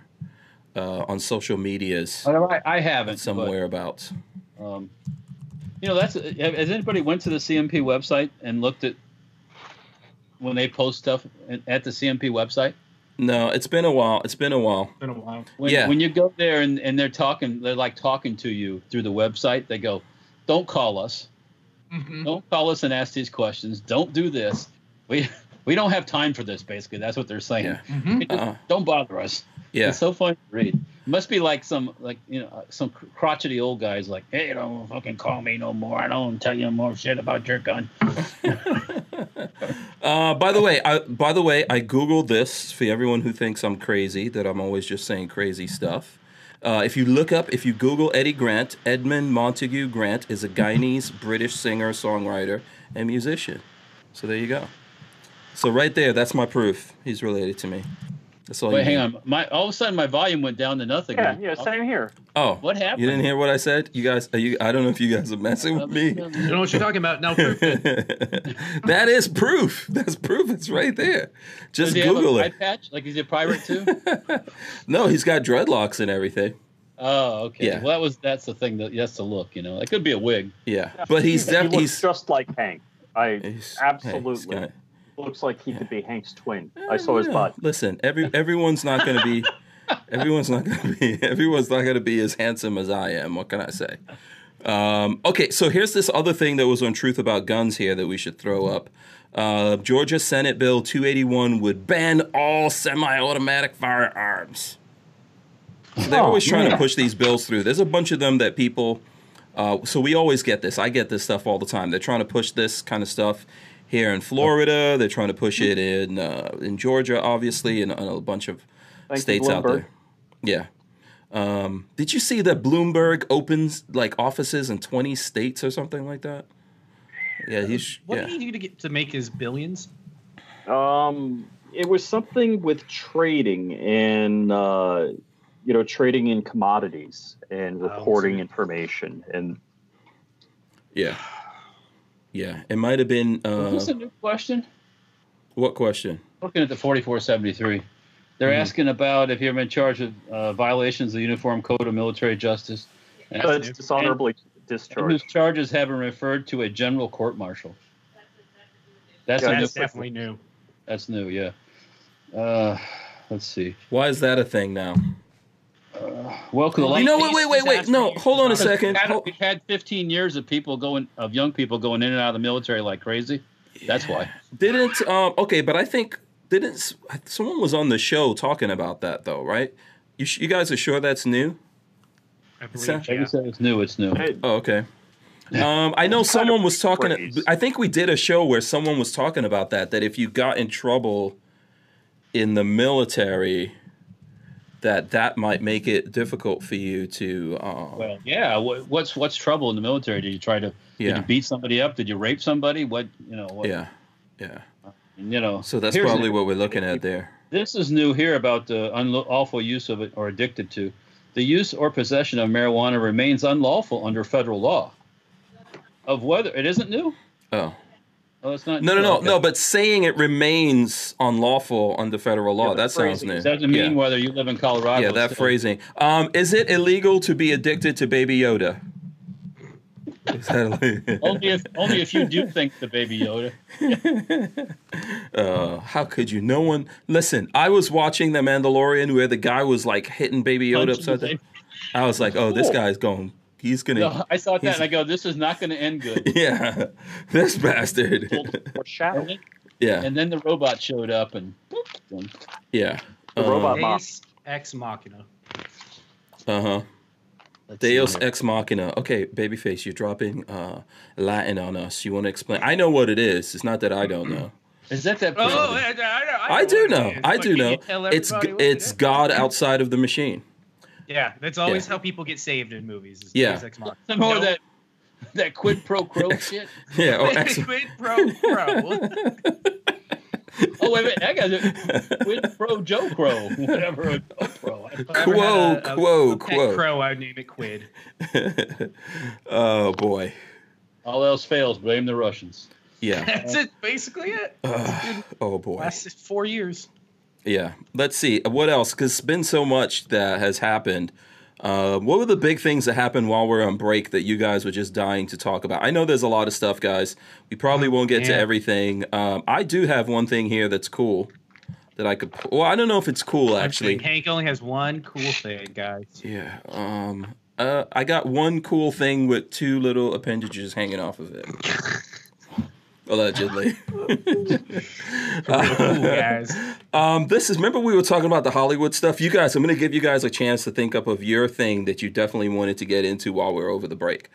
[SPEAKER 1] uh, on social medias
[SPEAKER 3] I, don't- I- I haven't. Oh, but,
[SPEAKER 1] somewhere about.
[SPEAKER 3] um, you know, that's has anybody went to the CMP website and looked at when they post stuff at- at the CMP website?
[SPEAKER 1] No, it's been a while. It's been a while.
[SPEAKER 5] it's been a while.
[SPEAKER 3] When,
[SPEAKER 1] Yeah.
[SPEAKER 3] when you go there and, and they're talking, they're like talking to you through the website. They go, "Don't call us.
[SPEAKER 1] Mm-hmm.
[SPEAKER 5] Mhm.
[SPEAKER 3] Don't call us and ask these questions. Don't do this. We we don't have time for this." Basically, that's what they're saying.
[SPEAKER 1] Yeah.
[SPEAKER 5] Mhm.
[SPEAKER 1] Uh,
[SPEAKER 3] Don't bother us.
[SPEAKER 1] yeah.
[SPEAKER 3] It's so fun to read. must be like some like you know uh, some crotchety old guys like, "Hey, don't fucking call me no more. I don't tell you more shit about your gun."
[SPEAKER 1] Uh, by the way, I, by the way, I googled this for everyone who thinks I'm crazy that I'm always just saying crazy
[SPEAKER 3] Mm-hmm.
[SPEAKER 1] stuff. Uh, if you look up, if you Google Eddie Grant, Edmund Montague Grant is a Guyanese British singer, songwriter, and musician. So there you go. So right there, that's my proof. He's related to me. That's all.
[SPEAKER 3] Wait,
[SPEAKER 1] you
[SPEAKER 3] hang
[SPEAKER 1] need.
[SPEAKER 3] on. My all of a sudden my volume went down to nothing.
[SPEAKER 4] Yeah, yeah, same here.
[SPEAKER 1] Oh,
[SPEAKER 3] What happened?
[SPEAKER 1] You didn't hear what I said? You guys, are you? I don't know if you guys are messing with me.
[SPEAKER 5] You know what you're talking about now? proof it.
[SPEAKER 1] that is proof. That's proof. It's right there.
[SPEAKER 3] Does
[SPEAKER 1] Just
[SPEAKER 3] he have
[SPEAKER 1] Google
[SPEAKER 3] a
[SPEAKER 1] it.
[SPEAKER 3] eye patch? Like he's a pirate too?
[SPEAKER 1] No, he's got dreadlocks and everything.
[SPEAKER 3] Oh, okay.
[SPEAKER 1] Yeah.
[SPEAKER 3] Well, that was that's the thing that that's the look. You know, it could be a wig.
[SPEAKER 1] Yeah, but he's
[SPEAKER 4] he looks
[SPEAKER 1] definitely he's,
[SPEAKER 4] just like Hank. I
[SPEAKER 1] he's- hey, he's
[SPEAKER 4] absolutely
[SPEAKER 1] got-
[SPEAKER 4] looks like he
[SPEAKER 1] yeah.
[SPEAKER 4] could be Hank's twin. I saw his
[SPEAKER 1] Yeah.
[SPEAKER 4] butt.
[SPEAKER 1] Listen, every everyone's not going to be. Everyone's not going to be. Everyone's not going to be as handsome as I am. What can I say? Um, okay, so here's this other thing that was on Truth About Guns here that we should throw up. Uh, Georgia Senate Bill 281 would ban all semi-automatic firearms. They're always trying to push these bills through. There's a bunch of them that people. Uh, so we always get this. I get this stuff all the time. They're trying to push this kind of stuff here in Florida. They're trying to push it in uh, in Georgia, obviously, and, and a bunch of
[SPEAKER 4] Thank you,
[SPEAKER 1] states out
[SPEAKER 4] Bloomberg.
[SPEAKER 1] there. Yeah. Um, did you see that Bloomberg opens like offices in 20 states or something like that? Yeah, he's
[SPEAKER 5] Uh, What
[SPEAKER 1] yeah.
[SPEAKER 5] did he do to get to make his billions?
[SPEAKER 4] Um, it was something with trading and uh, you know trading in commodities and
[SPEAKER 5] Oh, I see.
[SPEAKER 4] reporting information and
[SPEAKER 1] Yeah. Yeah. It might have been
[SPEAKER 3] Is
[SPEAKER 1] uh,
[SPEAKER 3] this a new question?
[SPEAKER 1] what question?
[SPEAKER 3] Looking at the forty-four seventy-three, they're
[SPEAKER 1] Mhm.
[SPEAKER 3] asking about if you've been charged with uh, violations of the Uniform Code of Military Justice. And
[SPEAKER 4] but it's dishonorably
[SPEAKER 3] and whose
[SPEAKER 4] discharged.
[SPEAKER 3] charges have been referred to a general court martial. That's,
[SPEAKER 4] Yeah,
[SPEAKER 3] a new,
[SPEAKER 5] That's definitely new.
[SPEAKER 3] that's new, yeah. Uh, let's see.
[SPEAKER 1] Why is that a thing now?
[SPEAKER 3] Well, 'cause a lot
[SPEAKER 1] You
[SPEAKER 3] of-
[SPEAKER 1] know what? Wait, wait, wait. No, hold on a second.
[SPEAKER 3] We've had,
[SPEAKER 1] Hold-
[SPEAKER 3] we've had 15 years of people going, of young people going in and out of the military like crazy. That's why.
[SPEAKER 1] Didn't um okay, but I think didn't s- someone was on the show talking about that though, right? You sh- you guys are sure that's new?
[SPEAKER 5] I
[SPEAKER 1] So-
[SPEAKER 3] Like
[SPEAKER 5] believe.
[SPEAKER 3] you
[SPEAKER 5] Yeah.
[SPEAKER 3] said, it's new. It's new.
[SPEAKER 4] Hey,
[SPEAKER 1] Oh, okay. Um, I know someone was talking.
[SPEAKER 4] phrase.
[SPEAKER 1] I think we did a show where someone was talking about that. That if you got in trouble in the military, that that might make it difficult for you to. Um,
[SPEAKER 3] Well, yeah. wha- What's what's trouble in the military? Did you try to did
[SPEAKER 1] yeah,
[SPEAKER 3] you beat somebody up? Did you rape somebody? What you know? What,
[SPEAKER 1] yeah, yeah.
[SPEAKER 3] You know.
[SPEAKER 1] So that's
[SPEAKER 3] here's
[SPEAKER 1] probably
[SPEAKER 3] an-
[SPEAKER 1] what we're looking at there.
[SPEAKER 3] This is new here about the unlawful use of it or addicted to. The use or possession of marijuana remains unlawful under federal law. Of whether it isn't new.
[SPEAKER 1] Oh
[SPEAKER 3] Oh, it's not.
[SPEAKER 1] no, no,
[SPEAKER 3] new,
[SPEAKER 1] no,
[SPEAKER 3] okay.
[SPEAKER 1] no! But saying it remains unlawful under federal law.
[SPEAKER 4] Yeah, the
[SPEAKER 1] that sounds
[SPEAKER 4] phrasing.
[SPEAKER 1] new.
[SPEAKER 3] It doesn't
[SPEAKER 1] yeah.
[SPEAKER 3] mean whether you live in Colorado.
[SPEAKER 1] yeah,
[SPEAKER 3] it's
[SPEAKER 1] that
[SPEAKER 3] still-
[SPEAKER 1] phrasing. Um, is it illegal to be addicted to Baby Yoda? Exactly.
[SPEAKER 3] only if only if you do think the baby Yoda.
[SPEAKER 1] uh, how could you? No one. Listen, I was watching The Mandalorian where the guy was like hitting Baby Yoda
[SPEAKER 3] Punching
[SPEAKER 1] upside
[SPEAKER 3] the
[SPEAKER 1] down. I was like, oh, this
[SPEAKER 4] Cool.
[SPEAKER 1] guy's going. He's gonna.
[SPEAKER 3] No, I thought that
[SPEAKER 1] He's-
[SPEAKER 3] and I go, this is not going to end good.
[SPEAKER 1] Yeah, this bastard.
[SPEAKER 4] Or shadow.
[SPEAKER 3] And then,
[SPEAKER 1] yeah,
[SPEAKER 3] and then the robot showed up and.
[SPEAKER 1] yeah. Um,
[SPEAKER 4] The robot Mach-
[SPEAKER 5] Deus ex machina.
[SPEAKER 1] Uh huh.
[SPEAKER 3] Let's see
[SPEAKER 1] Deus
[SPEAKER 3] here.
[SPEAKER 1] ex machina. Okay, babyface, you're dropping uh, Latin on us. You want to explain? I know what it is. It's not that I don't know.
[SPEAKER 3] Is that that?
[SPEAKER 5] Oh,
[SPEAKER 3] person?
[SPEAKER 5] I, I,
[SPEAKER 1] I do know. I do know. It's
[SPEAKER 5] It's
[SPEAKER 1] g- it's God outside of the machine.
[SPEAKER 5] yeah. That's always how people get saved in movies. Is
[SPEAKER 1] Yeah.
[SPEAKER 5] Deus ex machina.
[SPEAKER 3] Some more
[SPEAKER 5] Nope.
[SPEAKER 3] that that quid pro quo shit.
[SPEAKER 1] Yeah. oh, Or ex-
[SPEAKER 5] Quid pro quo.
[SPEAKER 3] Oh wait, wait, I got it. Quid pro Joe Crow, whatever. a Joe Crow. I thought-
[SPEAKER 5] If I ever had
[SPEAKER 1] Quo,
[SPEAKER 5] a pet
[SPEAKER 1] quo.
[SPEAKER 5] Crow, I'd name it Quid.
[SPEAKER 1] oh boy.
[SPEAKER 3] All else fails, blame the Russians.
[SPEAKER 1] Yeah.
[SPEAKER 5] That's it. Basically, it
[SPEAKER 1] Ugh. oh boy.
[SPEAKER 5] lasted four years.
[SPEAKER 1] Yeah. Let's see. Uh, What else? Because it's been so much that has happened. Uh, what were the big things that happened while we're on break that you guys were just dying to talk about? I know there's a lot of stuff, guys. We probably won't get to
[SPEAKER 5] Yeah.
[SPEAKER 1] everything. Um, I do have one thing here that's cool that I could. Well, I don't know if it's cool actually.
[SPEAKER 5] Hank only has one cool thing, guys.
[SPEAKER 1] Yeah. Um. Uh. I got one cool thing with two little appendages hanging off of it. Allegedly.
[SPEAKER 5] Cool guys.
[SPEAKER 1] Um, this is remember we were talking about the Hollywood stuff. You guys, I'm going to give you guys a chance to think up of your thing that you definitely wanted to get into while we are over the break.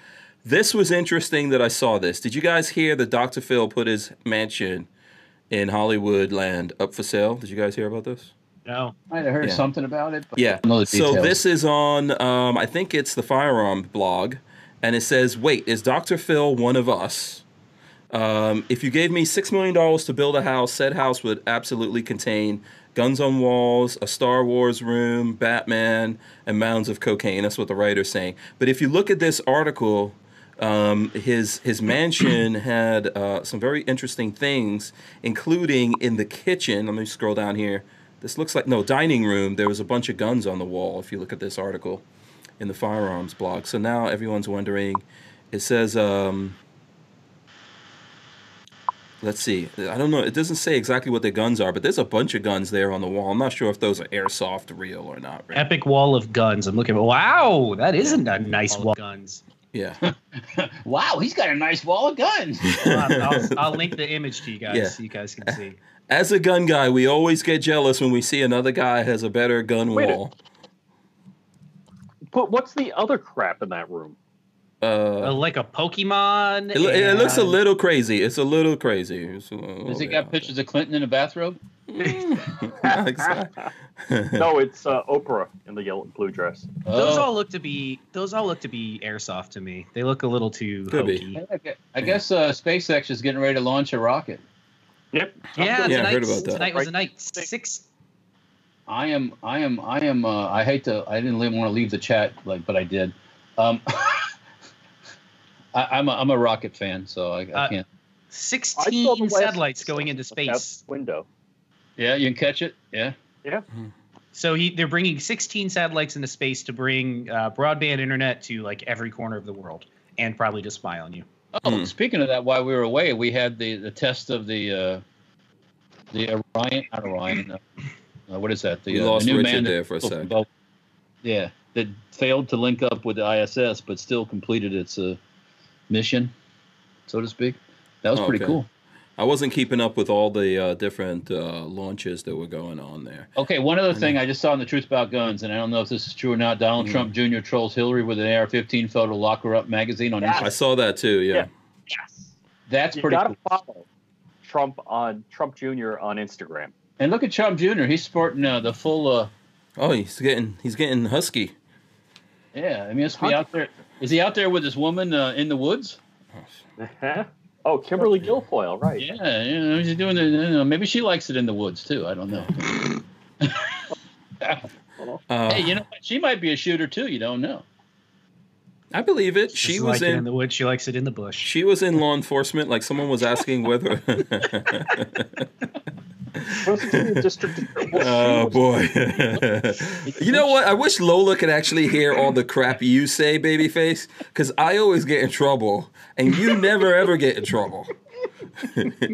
[SPEAKER 1] This was interesting that I saw this. Did you guys hear that Dr. Phil put his mansion in Hollywood land up for sale? Did you guys hear about this?
[SPEAKER 5] No.
[SPEAKER 3] I heard
[SPEAKER 1] Yeah.
[SPEAKER 3] something about it. But
[SPEAKER 1] Yeah.
[SPEAKER 3] I don't know the
[SPEAKER 1] So
[SPEAKER 3] details.
[SPEAKER 1] this is on, um, I think it's the firearm blog, and it says, "Wait, is Dr. Phil one of us? Um, if you gave me six million dollars to build a house, said house would absolutely contain guns on walls, a Star Wars room, Batman, and mounds of cocaine." That's what the writer's saying. But if you look at this article. Um, his his mansion had uh, some very interesting things, including in the kitchen. Let me scroll down here. This looks like no dining room. There was a bunch of guns on the wall. If you look at this article in the firearms blog, so now everyone's wondering. It says, um, let's see. I don't know. It doesn't say exactly what the guns are, but there's a bunch of guns there on the wall. I'm not sure if those are airsoft real or not. Real.
[SPEAKER 5] Epic wall of guns. I'm looking. Wow, that isn't a nice wall of guns.
[SPEAKER 1] Yeah.
[SPEAKER 3] wow, he's got a nice wall of guns.
[SPEAKER 5] I'll, I'll, I'll link the image to you guys
[SPEAKER 1] Yeah.
[SPEAKER 5] so you guys can see.
[SPEAKER 1] As a gun guy, we always get jealous when we see another guy has a better gun
[SPEAKER 4] Wait a-
[SPEAKER 1] wall.
[SPEAKER 4] But what's the other crap in that room?
[SPEAKER 5] Uh,
[SPEAKER 1] Uh,
[SPEAKER 5] like a Pokemon.
[SPEAKER 1] it, lo- it looks a
[SPEAKER 5] and- uh,
[SPEAKER 1] little crazy. It's a little crazy. It's a little
[SPEAKER 3] Has he
[SPEAKER 1] bit out
[SPEAKER 3] got
[SPEAKER 1] there.
[SPEAKER 3] pictures of Clinton in a bathrobe?
[SPEAKER 1] Not exact-
[SPEAKER 4] no, it's uh, Oprah in the yellow and blue dress.
[SPEAKER 5] Those
[SPEAKER 3] Oh.
[SPEAKER 5] all look to be those all look to be airsoft to me. They look a little too
[SPEAKER 1] Could be.
[SPEAKER 5] hokey.
[SPEAKER 3] I gu- I guess uh, SpaceX is getting ready to launch a rocket.
[SPEAKER 4] Yep.
[SPEAKER 5] Yeah,
[SPEAKER 1] Yeah, I
[SPEAKER 5] tonight,
[SPEAKER 1] heard about that.
[SPEAKER 5] tonight was a night six.
[SPEAKER 3] I am, I am, I am. Uh, I hate to. I didn't want to leave the chat, like, but I did. Um, I, I'm a, I'm a rocket fan, so I, I
[SPEAKER 5] Uh,
[SPEAKER 3] can't.
[SPEAKER 4] I saw the
[SPEAKER 5] 16
[SPEAKER 4] last-
[SPEAKER 5] satellites going into space.
[SPEAKER 4] Out window.
[SPEAKER 3] Yeah, you can catch it. Yeah.
[SPEAKER 5] So he, they're bringing 16 satellites into space to bring uh, broadband internet to like every corner of the world and probably just spy on you.
[SPEAKER 3] Oh,
[SPEAKER 1] Hmm.
[SPEAKER 3] speaking of that, while we were away, we had the, the test of the uh, the Orion, not Orion. Uh, uh, what is that? The,
[SPEAKER 1] We
[SPEAKER 3] uh,
[SPEAKER 1] lost
[SPEAKER 3] the new
[SPEAKER 1] Richard
[SPEAKER 3] man that-
[SPEAKER 1] there for a sec.
[SPEAKER 3] Yeah, that failed to link up with the ISS, but still completed its uh, mission, so to speak. That was
[SPEAKER 1] Oh,
[SPEAKER 3] pretty
[SPEAKER 1] okay.
[SPEAKER 3] cool.
[SPEAKER 1] I wasn't keeping up with all the uh, different uh, launches that were going on there.
[SPEAKER 3] Okay, one other
[SPEAKER 1] know.
[SPEAKER 3] thing I just saw in the Truth About Guns, and I don't know if this is true or not. Donald
[SPEAKER 1] Mhm.
[SPEAKER 3] Trump Jr. trolls Hillary with an AR-15 photo. Lock her up magazine on
[SPEAKER 4] Yeah.
[SPEAKER 3] Instagram.
[SPEAKER 1] I saw that too. Yeah.
[SPEAKER 4] Yes.
[SPEAKER 3] That's
[SPEAKER 4] you
[SPEAKER 3] pretty
[SPEAKER 4] gotta
[SPEAKER 3] cool.
[SPEAKER 4] follow Trump on Trump Jr. on Instagram.
[SPEAKER 3] And look at Trump Jr. He's sporting uh, the full. Uh,
[SPEAKER 1] Oh, he's getting he's getting husky.
[SPEAKER 3] yeah, I mean, it's be out there. Is he out there with his woman uh, in the woods?
[SPEAKER 4] oh, Kimberly Guilfoyle, right?
[SPEAKER 3] Yeah, you know, he's doing. The, you know, maybe she likes it in the woods too. I don't know.
[SPEAKER 1] Uh,
[SPEAKER 3] hey, you know, what? she might be a shooter too. You don't know.
[SPEAKER 1] I believe it. She
[SPEAKER 5] Doesn't
[SPEAKER 1] was
[SPEAKER 5] like it
[SPEAKER 1] in,
[SPEAKER 5] in the woods. She likes it in the bush.
[SPEAKER 1] she was in law enforcement. Like someone was asking whether
[SPEAKER 4] Wasn't he a district attorney?
[SPEAKER 1] Oh
[SPEAKER 4] Well, she was-
[SPEAKER 1] boy! you know what? I wish Lola could actually hear all the crap you say, babyface, because I always get in trouble, and you never ever get in trouble. you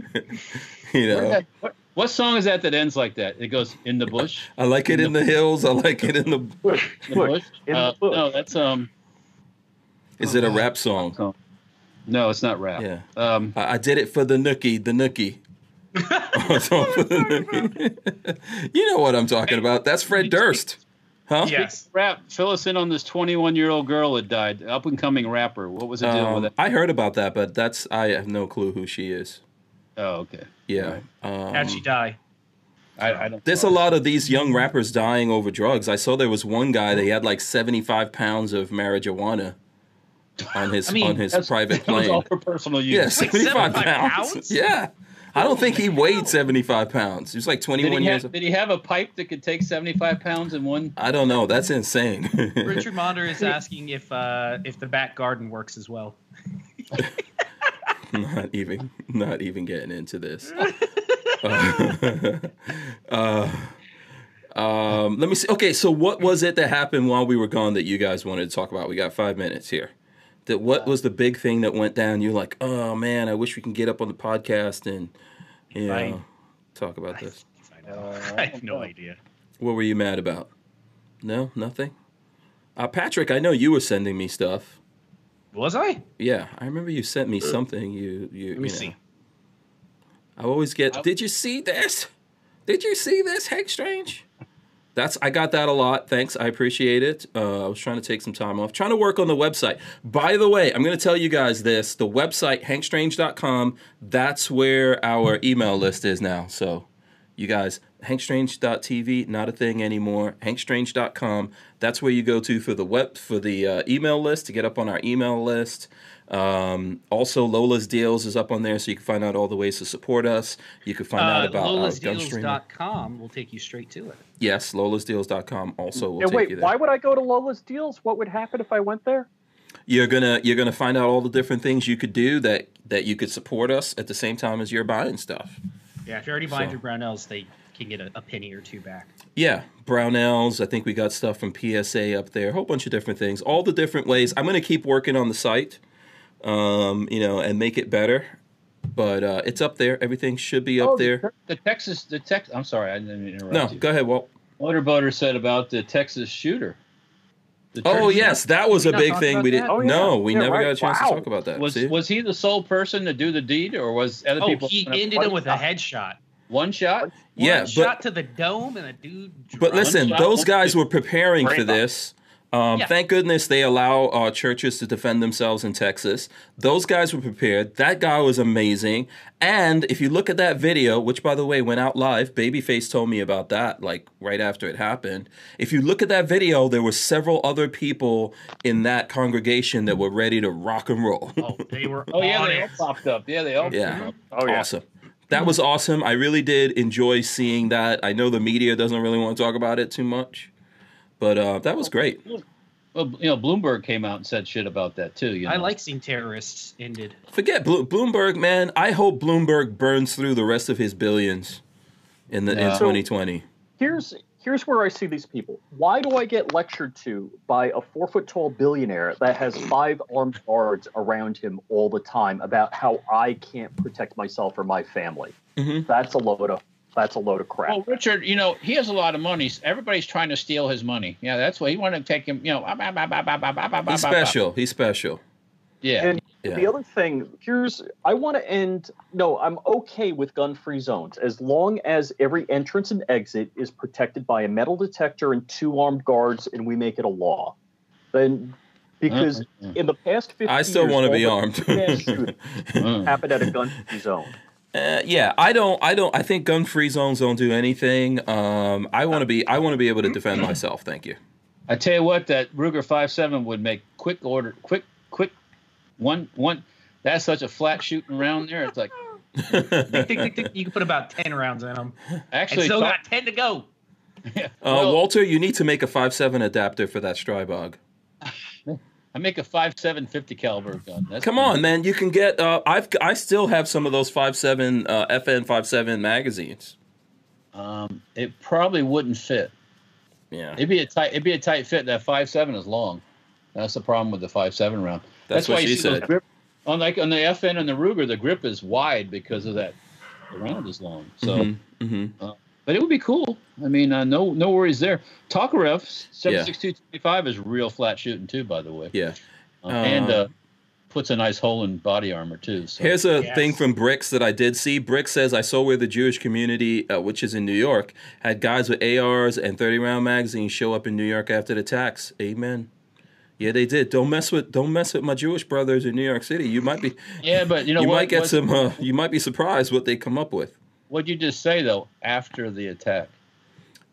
[SPEAKER 1] know,
[SPEAKER 3] What, what song is that that ends like that? It goes in the bush.
[SPEAKER 1] I like it in the hills. I like it in the.
[SPEAKER 4] Look,
[SPEAKER 3] In the
[SPEAKER 4] look,
[SPEAKER 3] bush.
[SPEAKER 4] in the
[SPEAKER 3] Uh,
[SPEAKER 4] bush.
[SPEAKER 3] No, that's um.
[SPEAKER 1] Is it a rap song?
[SPEAKER 3] No, it's not rap.
[SPEAKER 1] Yeah.
[SPEAKER 3] Um,
[SPEAKER 1] I, I did it for the nookie, the nookie. Oh, it's all for the nookie. you know what I'm talking about? That's Fred Durst, huh?
[SPEAKER 5] yes.
[SPEAKER 3] rap. Fill us in on this 21 year old girl that died. Up and coming rapper. What was the deal
[SPEAKER 1] Um,
[SPEAKER 3] with
[SPEAKER 1] I heard about that, but that's I have no clue who she is.
[SPEAKER 3] that? Oh, okay.
[SPEAKER 1] Yeah. Um,
[SPEAKER 5] How'd she die?
[SPEAKER 3] I, I don't.
[SPEAKER 1] There's a lot of these young rappers dying over drugs. I saw there was one guy that he had like 75 pounds of marijuana on his
[SPEAKER 5] I mean,
[SPEAKER 1] on his
[SPEAKER 3] that's-
[SPEAKER 1] private
[SPEAKER 3] That was all
[SPEAKER 1] plane.
[SPEAKER 3] for personal use.
[SPEAKER 1] Yeah, 75
[SPEAKER 5] 75
[SPEAKER 1] pounds.
[SPEAKER 5] pounds?
[SPEAKER 1] Yeah. I don't think he weiged 75 pounds. He was like
[SPEAKER 3] Did
[SPEAKER 1] 21
[SPEAKER 3] he,
[SPEAKER 1] years
[SPEAKER 3] have,
[SPEAKER 1] old.
[SPEAKER 3] did he have a pipe that could take 75 pounds in one?
[SPEAKER 1] I don't know. That's insane.
[SPEAKER 5] Mm. Richard Monder is asking if uh, if the back garden works as well.
[SPEAKER 1] not even not even getting into this. Uh, uh, um, let me see. Okay, so what was it that happened while we were gone that you guys wanted to talk about? We got five minutes here. That what was the big thing that went down? You're like, oh man, I wish we can get up on the podcast and you know,
[SPEAKER 5] Right.
[SPEAKER 1] talk about
[SPEAKER 5] I,
[SPEAKER 1] this.
[SPEAKER 5] I have no idea.
[SPEAKER 1] What were you mad about? No, nothing. Uh, Patrick, I know you were sending me stuff.
[SPEAKER 5] Was I?
[SPEAKER 1] Yeah, I remember you sent me something. You you
[SPEAKER 5] Uh, Let
[SPEAKER 1] you know.
[SPEAKER 5] me see.
[SPEAKER 1] I always get.
[SPEAKER 3] I-
[SPEAKER 1] Did you see this? Did you see this? Heck, strange. That's I got that a lot. Thanks, I appreciate it. Uh, I was trying to take some time off, trying to work on the website. By the way, I'm going to tell you guys this: the website hankstrange.com. That's where our email list is now. So, you guys, hankstrange.tv, not a thing anymore. Hankstrange.com. That's where you go to for the web for the uh, email list to get up on our email list. Um, also, Lola's Deals is up on there, so you can find out all the ways to support us. You can find out
[SPEAKER 5] Uh,
[SPEAKER 1] about our gun streamer.
[SPEAKER 5] LolasDeals.com will take you straight to it.
[SPEAKER 1] Yes, lola'sdeals.com also will
[SPEAKER 4] Yeah,
[SPEAKER 1] take you
[SPEAKER 4] wait,
[SPEAKER 1] there.
[SPEAKER 4] why would I go to Lola's Deals? What would happen if I went there?
[SPEAKER 1] You're gonna you're gonna find out all the different things you could do that that you could support us at the same time as you're buying stuff.
[SPEAKER 5] Yeah, if you're already buying
[SPEAKER 1] So-
[SPEAKER 5] your Brownells, they can get a, a penny or two back.
[SPEAKER 1] Yeah, Brownells. I think we got stuff from PSA up there. A whole bunch of different things. All the different ways. I'm gonna keep working on the site, um, you know, and make it better. But uh, it's up there. Everything should be up
[SPEAKER 3] Oh,
[SPEAKER 1] there.
[SPEAKER 3] The Texas, the Tex. I'm sorry, I didn't mean to
[SPEAKER 1] No,
[SPEAKER 3] interrupt you.
[SPEAKER 1] go ahead, Walt.
[SPEAKER 3] Motorboater said about the Texas shooter. The
[SPEAKER 1] Oh
[SPEAKER 3] church-
[SPEAKER 1] yes, that was a
[SPEAKER 5] not
[SPEAKER 1] big
[SPEAKER 5] talk
[SPEAKER 1] thing
[SPEAKER 5] about
[SPEAKER 1] we
[SPEAKER 5] that?
[SPEAKER 1] didn't.
[SPEAKER 4] Oh, yeah.
[SPEAKER 1] No, we
[SPEAKER 4] Yeah,
[SPEAKER 1] never
[SPEAKER 4] right.
[SPEAKER 1] got a chance
[SPEAKER 4] Wow.
[SPEAKER 1] to talk about that.
[SPEAKER 3] Was
[SPEAKER 1] see?
[SPEAKER 3] was he the sole person to do the deed, or was other
[SPEAKER 5] Oh,
[SPEAKER 3] people?
[SPEAKER 5] he
[SPEAKER 3] on a-
[SPEAKER 5] ended it with a headshot.
[SPEAKER 3] one shot.
[SPEAKER 1] yeah,
[SPEAKER 5] One
[SPEAKER 1] but
[SPEAKER 5] shot to the dome and a dude.
[SPEAKER 1] But
[SPEAKER 5] dropped.
[SPEAKER 1] listen,
[SPEAKER 3] shot,
[SPEAKER 1] those
[SPEAKER 3] one
[SPEAKER 1] guys
[SPEAKER 3] kick.
[SPEAKER 1] were preparing for
[SPEAKER 4] Great.
[SPEAKER 1] this. Um,
[SPEAKER 5] Yeah.
[SPEAKER 1] Thank goodness they allow uh, churches to defend themselves in Texas. Those guys were prepared. That guy was amazing. And if you look at that video, which by the way went out live, Babyface told me about that like right after it happened. If you look at that video, there were several other people in that congregation that were ready to rock and roll.
[SPEAKER 5] Oh, they were
[SPEAKER 3] Oh yeah,
[SPEAKER 5] on
[SPEAKER 3] they all
[SPEAKER 5] it.
[SPEAKER 3] popped up. Yeah, they all.
[SPEAKER 1] yeah.
[SPEAKER 4] Oh
[SPEAKER 1] Awesome. That was awesome. I really did enjoy seeing that. I know the media doesn't really want to talk about it too much, but uh, that was great.
[SPEAKER 3] Well, you know, Bloomberg came out and said shit about that too. You know?
[SPEAKER 5] I like seeing terrorists ended.
[SPEAKER 1] Forget Blo- Bloomberg, man. I hope Bloomberg burns through the rest of his billions in the
[SPEAKER 3] Yeah.
[SPEAKER 1] in 2020.
[SPEAKER 4] Here's here's where I see these people. Why do I get lectured to by a four foot tall billionaire that has five armed guards around him all the time about how I can't protect myself or my family?
[SPEAKER 1] Mhm.
[SPEAKER 4] That's a load of that's a load of crap.
[SPEAKER 3] Well, Richard, you know, he has a lot of money. Everybody's trying to steal his money. Yeah, that's why he wanted to take him. You know, ah, bah, bah, bah, bah, bah, bah, bah, bah, bah.
[SPEAKER 1] He's special. He's special.
[SPEAKER 3] Yeah. Uh-huh.
[SPEAKER 1] Yeah.
[SPEAKER 4] The other thing, here's I want to end. No, I'm okay with gun free zones as long as every entrance and exit is protected by a metal detector and two armed guards, and we make it a law. Then, because
[SPEAKER 3] Mm,
[SPEAKER 4] in the past 50
[SPEAKER 1] I still want to be
[SPEAKER 4] all
[SPEAKER 1] armed.
[SPEAKER 4] the mass shootings
[SPEAKER 3] mm, mm.
[SPEAKER 4] Happened at a gun free zone.
[SPEAKER 1] Uh, yeah, I don't. I don't. I think gun free zones don't do anything. Um, I want to be. I want to be able to defend myself. Thank you.
[SPEAKER 3] I tell you what, that Ruger 57 would make quick order, quick, quick, one, one. That's such a flat shooting round there. It's like
[SPEAKER 1] Uh,
[SPEAKER 5] Tick, tick, tick, tick. You can put about ten rounds in them. And
[SPEAKER 3] actually.
[SPEAKER 5] still
[SPEAKER 3] talk-
[SPEAKER 5] got ten to go.
[SPEAKER 1] Uh,
[SPEAKER 3] Well-
[SPEAKER 1] Walter, you need to make a five seven adapter for that Strybog.
[SPEAKER 3] I make a 5.7 50 caliber gun. That's
[SPEAKER 1] Come on, man! You can get. Uh, I've I still have some of those five seven uh, FN five seven magazines.
[SPEAKER 3] Um, it probably wouldn't fit.
[SPEAKER 1] Yeah,
[SPEAKER 3] It'd be a tight. It'd be a tight fit. That five seven is long. That's the problem with the five seven round.
[SPEAKER 1] that's, what she
[SPEAKER 3] see those
[SPEAKER 1] said.
[SPEAKER 3] grip- on like on the FN and the Ruger, the grip is wide because of that. The round is long. So,
[SPEAKER 1] hmm
[SPEAKER 3] but it would be cool. I mean, uh, no no worries there. Tokarev seven six two twenty five is real flat shooting too. By the way,
[SPEAKER 1] yeah.
[SPEAKER 3] uh, and
[SPEAKER 1] Uh,
[SPEAKER 3] uh, puts a nice hole in body armor too. So.
[SPEAKER 1] Here's a
[SPEAKER 5] Yes.
[SPEAKER 1] thing from Bricks that I did see. Bricks says I saw where the Jewish community, uh, which is in New York, had guys with ARs and 30 round magazines show up in New York after the tax. Amen. Yeah, they did. Don't mess with don't mess with my Jewish brothers in New York City. You might be
[SPEAKER 3] yeah, but you
[SPEAKER 1] you,
[SPEAKER 3] know what,
[SPEAKER 1] might get
[SPEAKER 3] what,
[SPEAKER 1] some uh, you might be surprised what they come up with.
[SPEAKER 3] What'd you just say though? After the attack,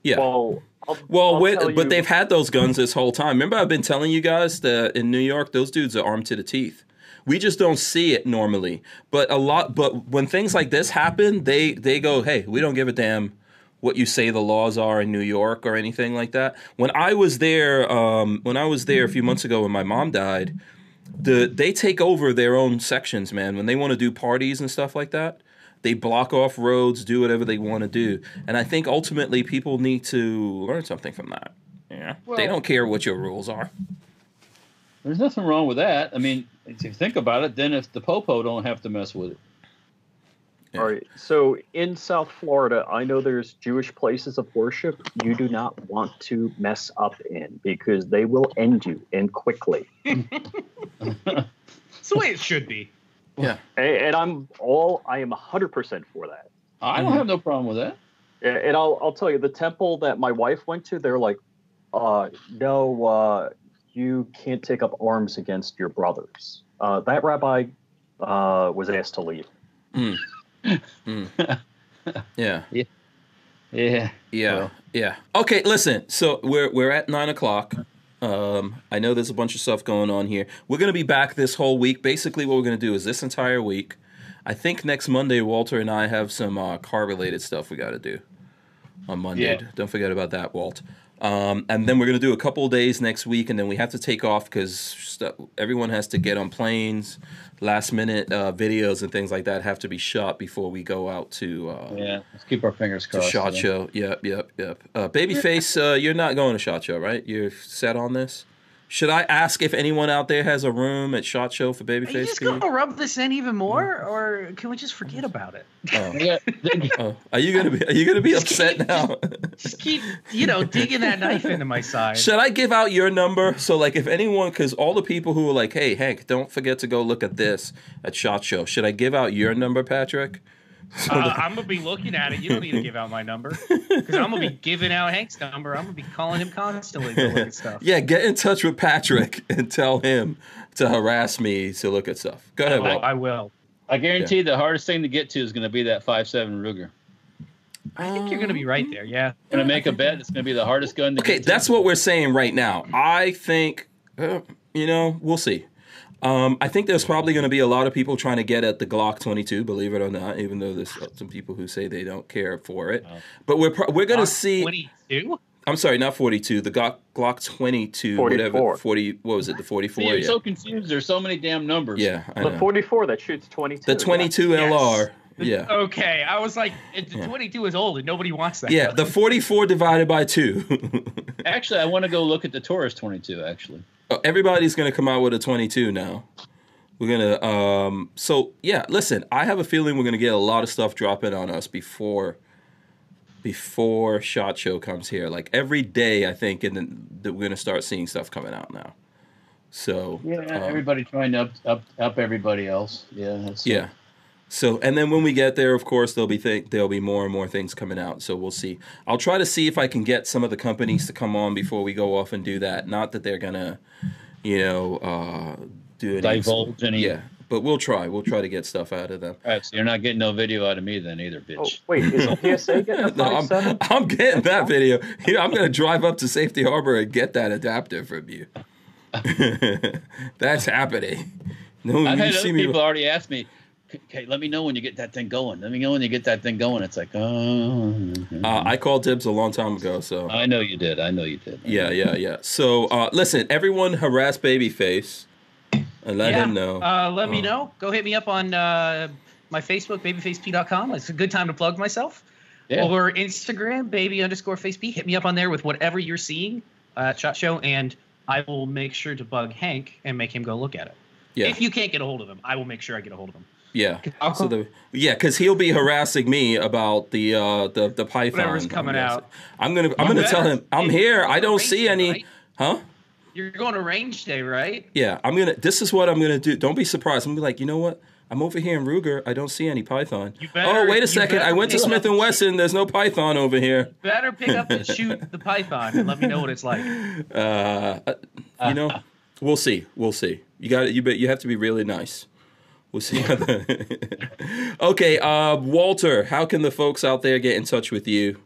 [SPEAKER 1] Yeah. Well,
[SPEAKER 4] Well, I'll, I'll
[SPEAKER 1] wait,
[SPEAKER 4] tell
[SPEAKER 1] but
[SPEAKER 4] you-
[SPEAKER 1] they've had those guns this whole time. Remember I've been telling you guys that in New York those dudes are armed to the teeth. We just don't see it normally. But a lot but when things like this happen, they they go, "Hey, we don't give a damn what you say the laws are in New York or anything like that." When I was there um, when I was there a few months ago when my mom died, the they take over their own sections, man. When they want to do parties and stuff like that, they block off roads, do whatever they want to do. And I think ultimately people need to learn something from that. Yeah. they
[SPEAKER 3] Well-
[SPEAKER 1] don't care what your rules are.
[SPEAKER 3] there's nothing wrong with that. I mean, if you think about it, then if the popo don't have to mess with it.
[SPEAKER 1] Yeah.
[SPEAKER 4] All right. So in South Florida, I know there's Jewish places of worship you do not want to mess up in because they will end you and quickly.
[SPEAKER 5] It's the way it should be.
[SPEAKER 4] A- And I'm all I am 100% for that.
[SPEAKER 3] I
[SPEAKER 1] Mm-hmm.
[SPEAKER 3] don't have no problem with that.
[SPEAKER 4] A- And I'll I'll tell you the temple that my wife went to, they're like, uh, no, uh, you can't take up arms against your brothers. Uh, that rabbi uh, was asked to leave.
[SPEAKER 1] Yeah.
[SPEAKER 3] Yeah.
[SPEAKER 1] Yeah,
[SPEAKER 3] Well.
[SPEAKER 1] yeah. Okay, listen. So we're we're at nine o'clock. Um, I know there's a bunch of stuff going on here. We're gonna be back this whole week. Basically, what we're gonna do is this entire week. I think next Monday, Walter and I have some uh, car related stuff we got to do on Monday.
[SPEAKER 3] Yeah.
[SPEAKER 1] Don't forget about that, Walt. Um, and then we're gonna do a couple of days next week, and then we have to take off because everyone has to get on planes. Last minute uh, videos and things like that have to be shot before we go out to uh,
[SPEAKER 3] Yeah. Let's keep our fingers
[SPEAKER 1] to
[SPEAKER 3] crossed.
[SPEAKER 1] shot
[SPEAKER 3] yeah.
[SPEAKER 1] show. Yep, yep, yep. Uh, Babyface, uh, you're not going to shot show, right? You're set on this. Should I ask if anyone out there has a room at shot show for
[SPEAKER 5] Are you
[SPEAKER 1] Babyface?
[SPEAKER 5] just
[SPEAKER 1] Fury?
[SPEAKER 5] gonna rub this in even more, or can we just forget about it?
[SPEAKER 1] Oh,
[SPEAKER 3] Yeah,
[SPEAKER 1] oh. Are you gonna be? Are you gonna be
[SPEAKER 5] Just
[SPEAKER 1] upset
[SPEAKER 5] keep-
[SPEAKER 1] now?
[SPEAKER 5] Just keep, you know, digging that knife into my side.
[SPEAKER 1] Should I give out your number so like if anyone, because all the people who are like, hey Hank, don't forget to go look at this at shot show. Should I give out your number, Patrick? So
[SPEAKER 5] Uh,
[SPEAKER 1] that-
[SPEAKER 5] I'm gonna be looking at it. You don't need to give out my number because I'm gonna be giving out Hank's number. I'm gonna be calling him constantly to look at stuff.
[SPEAKER 1] yeah, get in touch with Patrick and tell him to harass me to look at stuff. Go ahead.
[SPEAKER 5] Oh,
[SPEAKER 1] Walt.
[SPEAKER 5] I will.
[SPEAKER 3] I guarantee the hardest thing to get to is going to be that five seven Ruger.
[SPEAKER 5] I think you're gonna be
[SPEAKER 1] Mm-hmm.
[SPEAKER 5] right there. Yeah.
[SPEAKER 3] Going to make a bet. It's going to be the hardest gun. To
[SPEAKER 1] Okay,
[SPEAKER 3] get to.
[SPEAKER 1] that's what we're saying right now. I think, uh, you know, we'll see. Um, I think there's probably going to be a lot of people trying to get at the Glock 22, believe it or not, even though there's uh, some people who say they don't care for it.
[SPEAKER 3] Oh.
[SPEAKER 1] But we're pro- we're going to see.
[SPEAKER 5] 22.
[SPEAKER 1] I'm sorry, not 42. The Glock, Glock 22,
[SPEAKER 4] 44.
[SPEAKER 1] whatever 40. What was it? The
[SPEAKER 3] See,
[SPEAKER 1] 44.
[SPEAKER 3] you're
[SPEAKER 1] Yeah,
[SPEAKER 3] so confused. There's so many damn numbers.
[SPEAKER 1] yeah I
[SPEAKER 4] The
[SPEAKER 1] know.
[SPEAKER 4] 44 that shoots 22.
[SPEAKER 1] The
[SPEAKER 4] yeah.
[SPEAKER 1] 22
[SPEAKER 5] Yes.
[SPEAKER 1] LR. Yeah.
[SPEAKER 5] Okay, I was like, it,
[SPEAKER 1] Yeah.
[SPEAKER 5] 22 is old and nobody wants that.
[SPEAKER 1] Yeah, the 44 divided by 2.
[SPEAKER 3] Actually, I want to go look at the Taurus 22. Actually,
[SPEAKER 1] Oh, everybody's gonna come out with a 22 now. We're gonna. Um, so yeah, listen. I have a feeling we're gonna get a lot of stuff dropping on us before before Shot Show comes here. Like every day, I think, and then that we're gonna start seeing stuff coming out now. So
[SPEAKER 3] yeah,
[SPEAKER 1] um,
[SPEAKER 3] everybody trying to up up up everybody else. Yeah, that's
[SPEAKER 1] yeah. So and then when we get there, of course, there'll be th- there'll be more and more things coming out. So we'll see. I'll try to see if I can get some of the companies to come on before we go off and do that. Not that they're gonna, you know, uh, do any
[SPEAKER 3] divulge any.
[SPEAKER 1] Yeah, but we'll try. We'll try to get stuff out of them.
[SPEAKER 3] All right, so you're not getting no video out of me then either, bitch.
[SPEAKER 4] Oh, wait, is PSA getting a
[SPEAKER 1] No,
[SPEAKER 4] 5.7?
[SPEAKER 1] I'm, I'm getting that video. You know, I'm going to drive up to Safety Harbor and get that adapter from you. That's happening. No,
[SPEAKER 3] I've
[SPEAKER 1] you
[SPEAKER 3] had
[SPEAKER 1] see
[SPEAKER 3] other
[SPEAKER 1] me.
[SPEAKER 3] people already ask me, okay, let me know when you get that thing going. Let me know when you get that thing going. It's like, oh,
[SPEAKER 1] Uh, I called dibs a long time ago, so
[SPEAKER 3] I know you did. I know you did.
[SPEAKER 1] yeah, yeah, yeah. So uh, listen, everyone, harass Babyface and let
[SPEAKER 5] Yeah,
[SPEAKER 1] him know.
[SPEAKER 5] Uh, let me
[SPEAKER 1] Oh.
[SPEAKER 5] know. Go hit me up on uh, my Facebook, babyfaceP.com. It's a good time to plug myself.
[SPEAKER 3] Yeah.
[SPEAKER 5] or Instagram, baby underscore face P. Hit me up on there with whatever you're seeing uh, at Shot Show, and I will make sure to bug Hank and make him go look at it.
[SPEAKER 1] Yeah.
[SPEAKER 5] If you can't get a hold of him, I will make sure I get a hold of him.
[SPEAKER 1] Yeah. So the yeah, because he'll be harassing me about the uh the the python.
[SPEAKER 5] Whatever's coming
[SPEAKER 1] I'm guessing.
[SPEAKER 5] out.
[SPEAKER 1] I'm gonna I'm gonna tell him I'm here. I don't see any.
[SPEAKER 5] Right?
[SPEAKER 1] Huh?
[SPEAKER 5] You're going to range day, right?
[SPEAKER 1] Yeah. I'm gonna. This is what I'm gonna do. Don't be surprised. I'm gonna be like, you know what? I'm over here in Ruger. I don't see any python.
[SPEAKER 5] You better-
[SPEAKER 1] Oh, wait a
[SPEAKER 5] you
[SPEAKER 1] second. I
[SPEAKER 5] better
[SPEAKER 1] went to
[SPEAKER 5] pick
[SPEAKER 1] Smith
[SPEAKER 5] up-
[SPEAKER 1] and Wesson. There's no python over here.
[SPEAKER 5] Better pick up and shoot the python and let me know what it's like.
[SPEAKER 1] Uh, you know, we'll see. We'll see. You got You bet. You have to be really nice. We'll see. How the okay, uh, Walter. How can the folks out there get in touch with you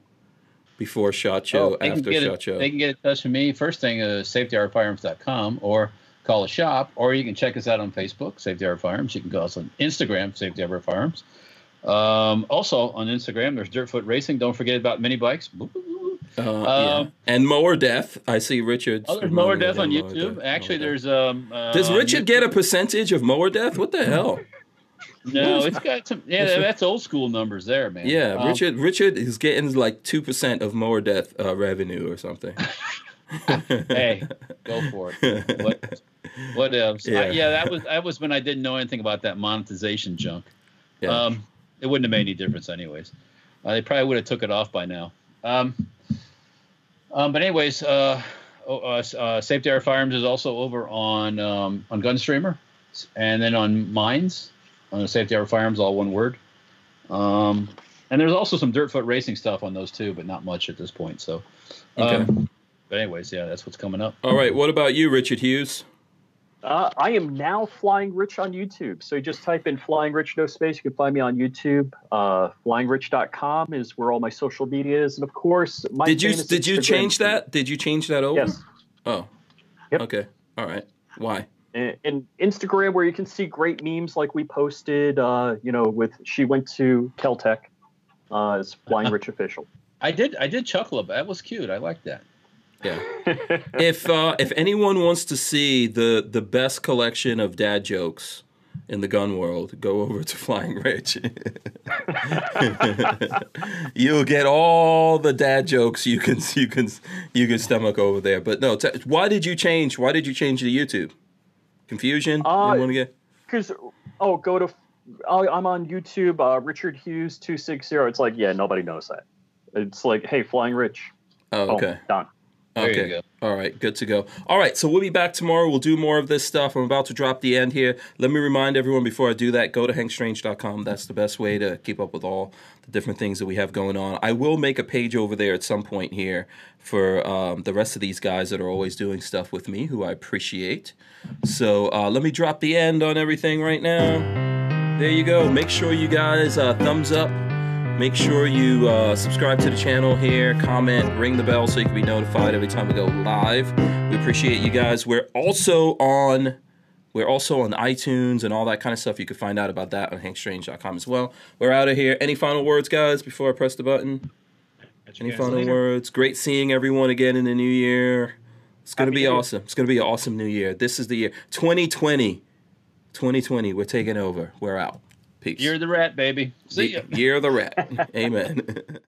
[SPEAKER 1] before Shot Show?
[SPEAKER 3] Oh, they can
[SPEAKER 1] after
[SPEAKER 3] get
[SPEAKER 1] Shot
[SPEAKER 3] it-
[SPEAKER 1] Show?
[SPEAKER 3] They can get in touch with me. First thing is safetyhourfirearms.com or call a shop, or you can check us out on Facebook, Safety Hour Firearms. You can go us on Instagram, Safety Hour Firearms. Um, also on Instagram, there's Dirtfoot Racing. Don't forget about mini bikes. Boop, boop, boop.
[SPEAKER 1] Uh, yeah.
[SPEAKER 3] Um,
[SPEAKER 1] And Mower Death. I see Richard.
[SPEAKER 3] Oh, there's Mower Death on YouTube. Actually, there's um. Uh,
[SPEAKER 1] Does
[SPEAKER 3] on
[SPEAKER 1] Richard get a percentage of Mower Death? What the hell?
[SPEAKER 3] YouTube- No, it's got some. Yeah, that's old school numbers there, man.
[SPEAKER 1] Yeah,
[SPEAKER 3] Um,
[SPEAKER 1] Richard. Richard is getting like two percent of Mower Death uh, revenue or something.
[SPEAKER 3] Hey, go for it. What, what else? Yeah.
[SPEAKER 1] Yeah.
[SPEAKER 3] yeah, that was that was when I didn't know anything about that monetization junk.
[SPEAKER 1] Yeah.
[SPEAKER 3] Um, it wouldn't have made any difference anyways. Uh, they probably would have took it off by now. Um, um, but anyways, uh, oh, uh, s- uh, Safety Air Firearms is also over on um, on Gunstreamer, s- and then on Mines on Safety Air Firearms, all one word. Um, and there's also some Dirtfoot Racing stuff on those too, but not much at this point. So, um, but anyways, yeah, that's what's coming up.
[SPEAKER 1] All right. What about you, Richard Hughes?
[SPEAKER 4] Uh, I am now Flying Rich on YouTube. So you just type in Flying Rich, no space. You can find me on YouTube. Uh, flyingrich.com is where all my social media is. And of course, my
[SPEAKER 1] did you
[SPEAKER 4] famous
[SPEAKER 1] did you
[SPEAKER 4] Instagram
[SPEAKER 1] change
[SPEAKER 4] feed.
[SPEAKER 1] that? Did you change that over?
[SPEAKER 4] Yes.
[SPEAKER 1] Oh.
[SPEAKER 4] Yep.
[SPEAKER 1] Okay. All right. Why?
[SPEAKER 4] and, and Instagram where you can see great memes like we posted, uh, you know, with she went to Caltech uh, as Flying Rich official.
[SPEAKER 3] I did I did chuckle about that was cute. I like that.
[SPEAKER 1] Yeah. if uh, if anyone wants to see the the best collection of dad jokes in the gun world, go over to Flying Rich. You'll get all the dad jokes you can you can you can stomach over there. But no, t- why did you change? Why did you change the YouTube? Confusion?
[SPEAKER 4] Uh,
[SPEAKER 1] you want to get?
[SPEAKER 4] Because, oh, go to, I I'm on YouTube, uh, Richard Hughes 260. It's like, yeah, nobody knows that. It's like, hey, Flying Rich.
[SPEAKER 1] Oh,
[SPEAKER 4] Oh,
[SPEAKER 1] okay.
[SPEAKER 4] done.
[SPEAKER 3] There you
[SPEAKER 1] okay.
[SPEAKER 3] go.
[SPEAKER 1] All right, good to go. All right, so we'll be back tomorrow. We'll do more of this stuff. I'm about to drop the end here. Let me remind everyone before I do that go to hankstrange.com. That's the best way to keep up with all the different things that we have going on. I will make a page over there at some point here for um, the rest of these guys that are always doing stuff with me, who I appreciate. So uh, let me drop the end on everything right now. There you go. Make sure you guys uh, thumbs up. Make sure you uh, subscribe to the channel here, comment, ring the bell so you can be notified every time we go live. We appreciate you guys. We're also on we're also on iTunes and all that kind of stuff. You can find out about that on hankstrange.com as well. We're out of here. Any final words, guys, before I press the button?
[SPEAKER 5] Catch you
[SPEAKER 1] Any
[SPEAKER 5] guys
[SPEAKER 1] final
[SPEAKER 5] later.
[SPEAKER 1] words? Great seeing everyone again in the new year. It's going to
[SPEAKER 5] Happy
[SPEAKER 1] be
[SPEAKER 5] New Year.
[SPEAKER 1] awesome. It's going to be an awesome new year. This is the year 2020. 2020, we're taking over. We're out. Peace.
[SPEAKER 3] You're the rat, baby. See ya.
[SPEAKER 1] Year of the rat. Amen.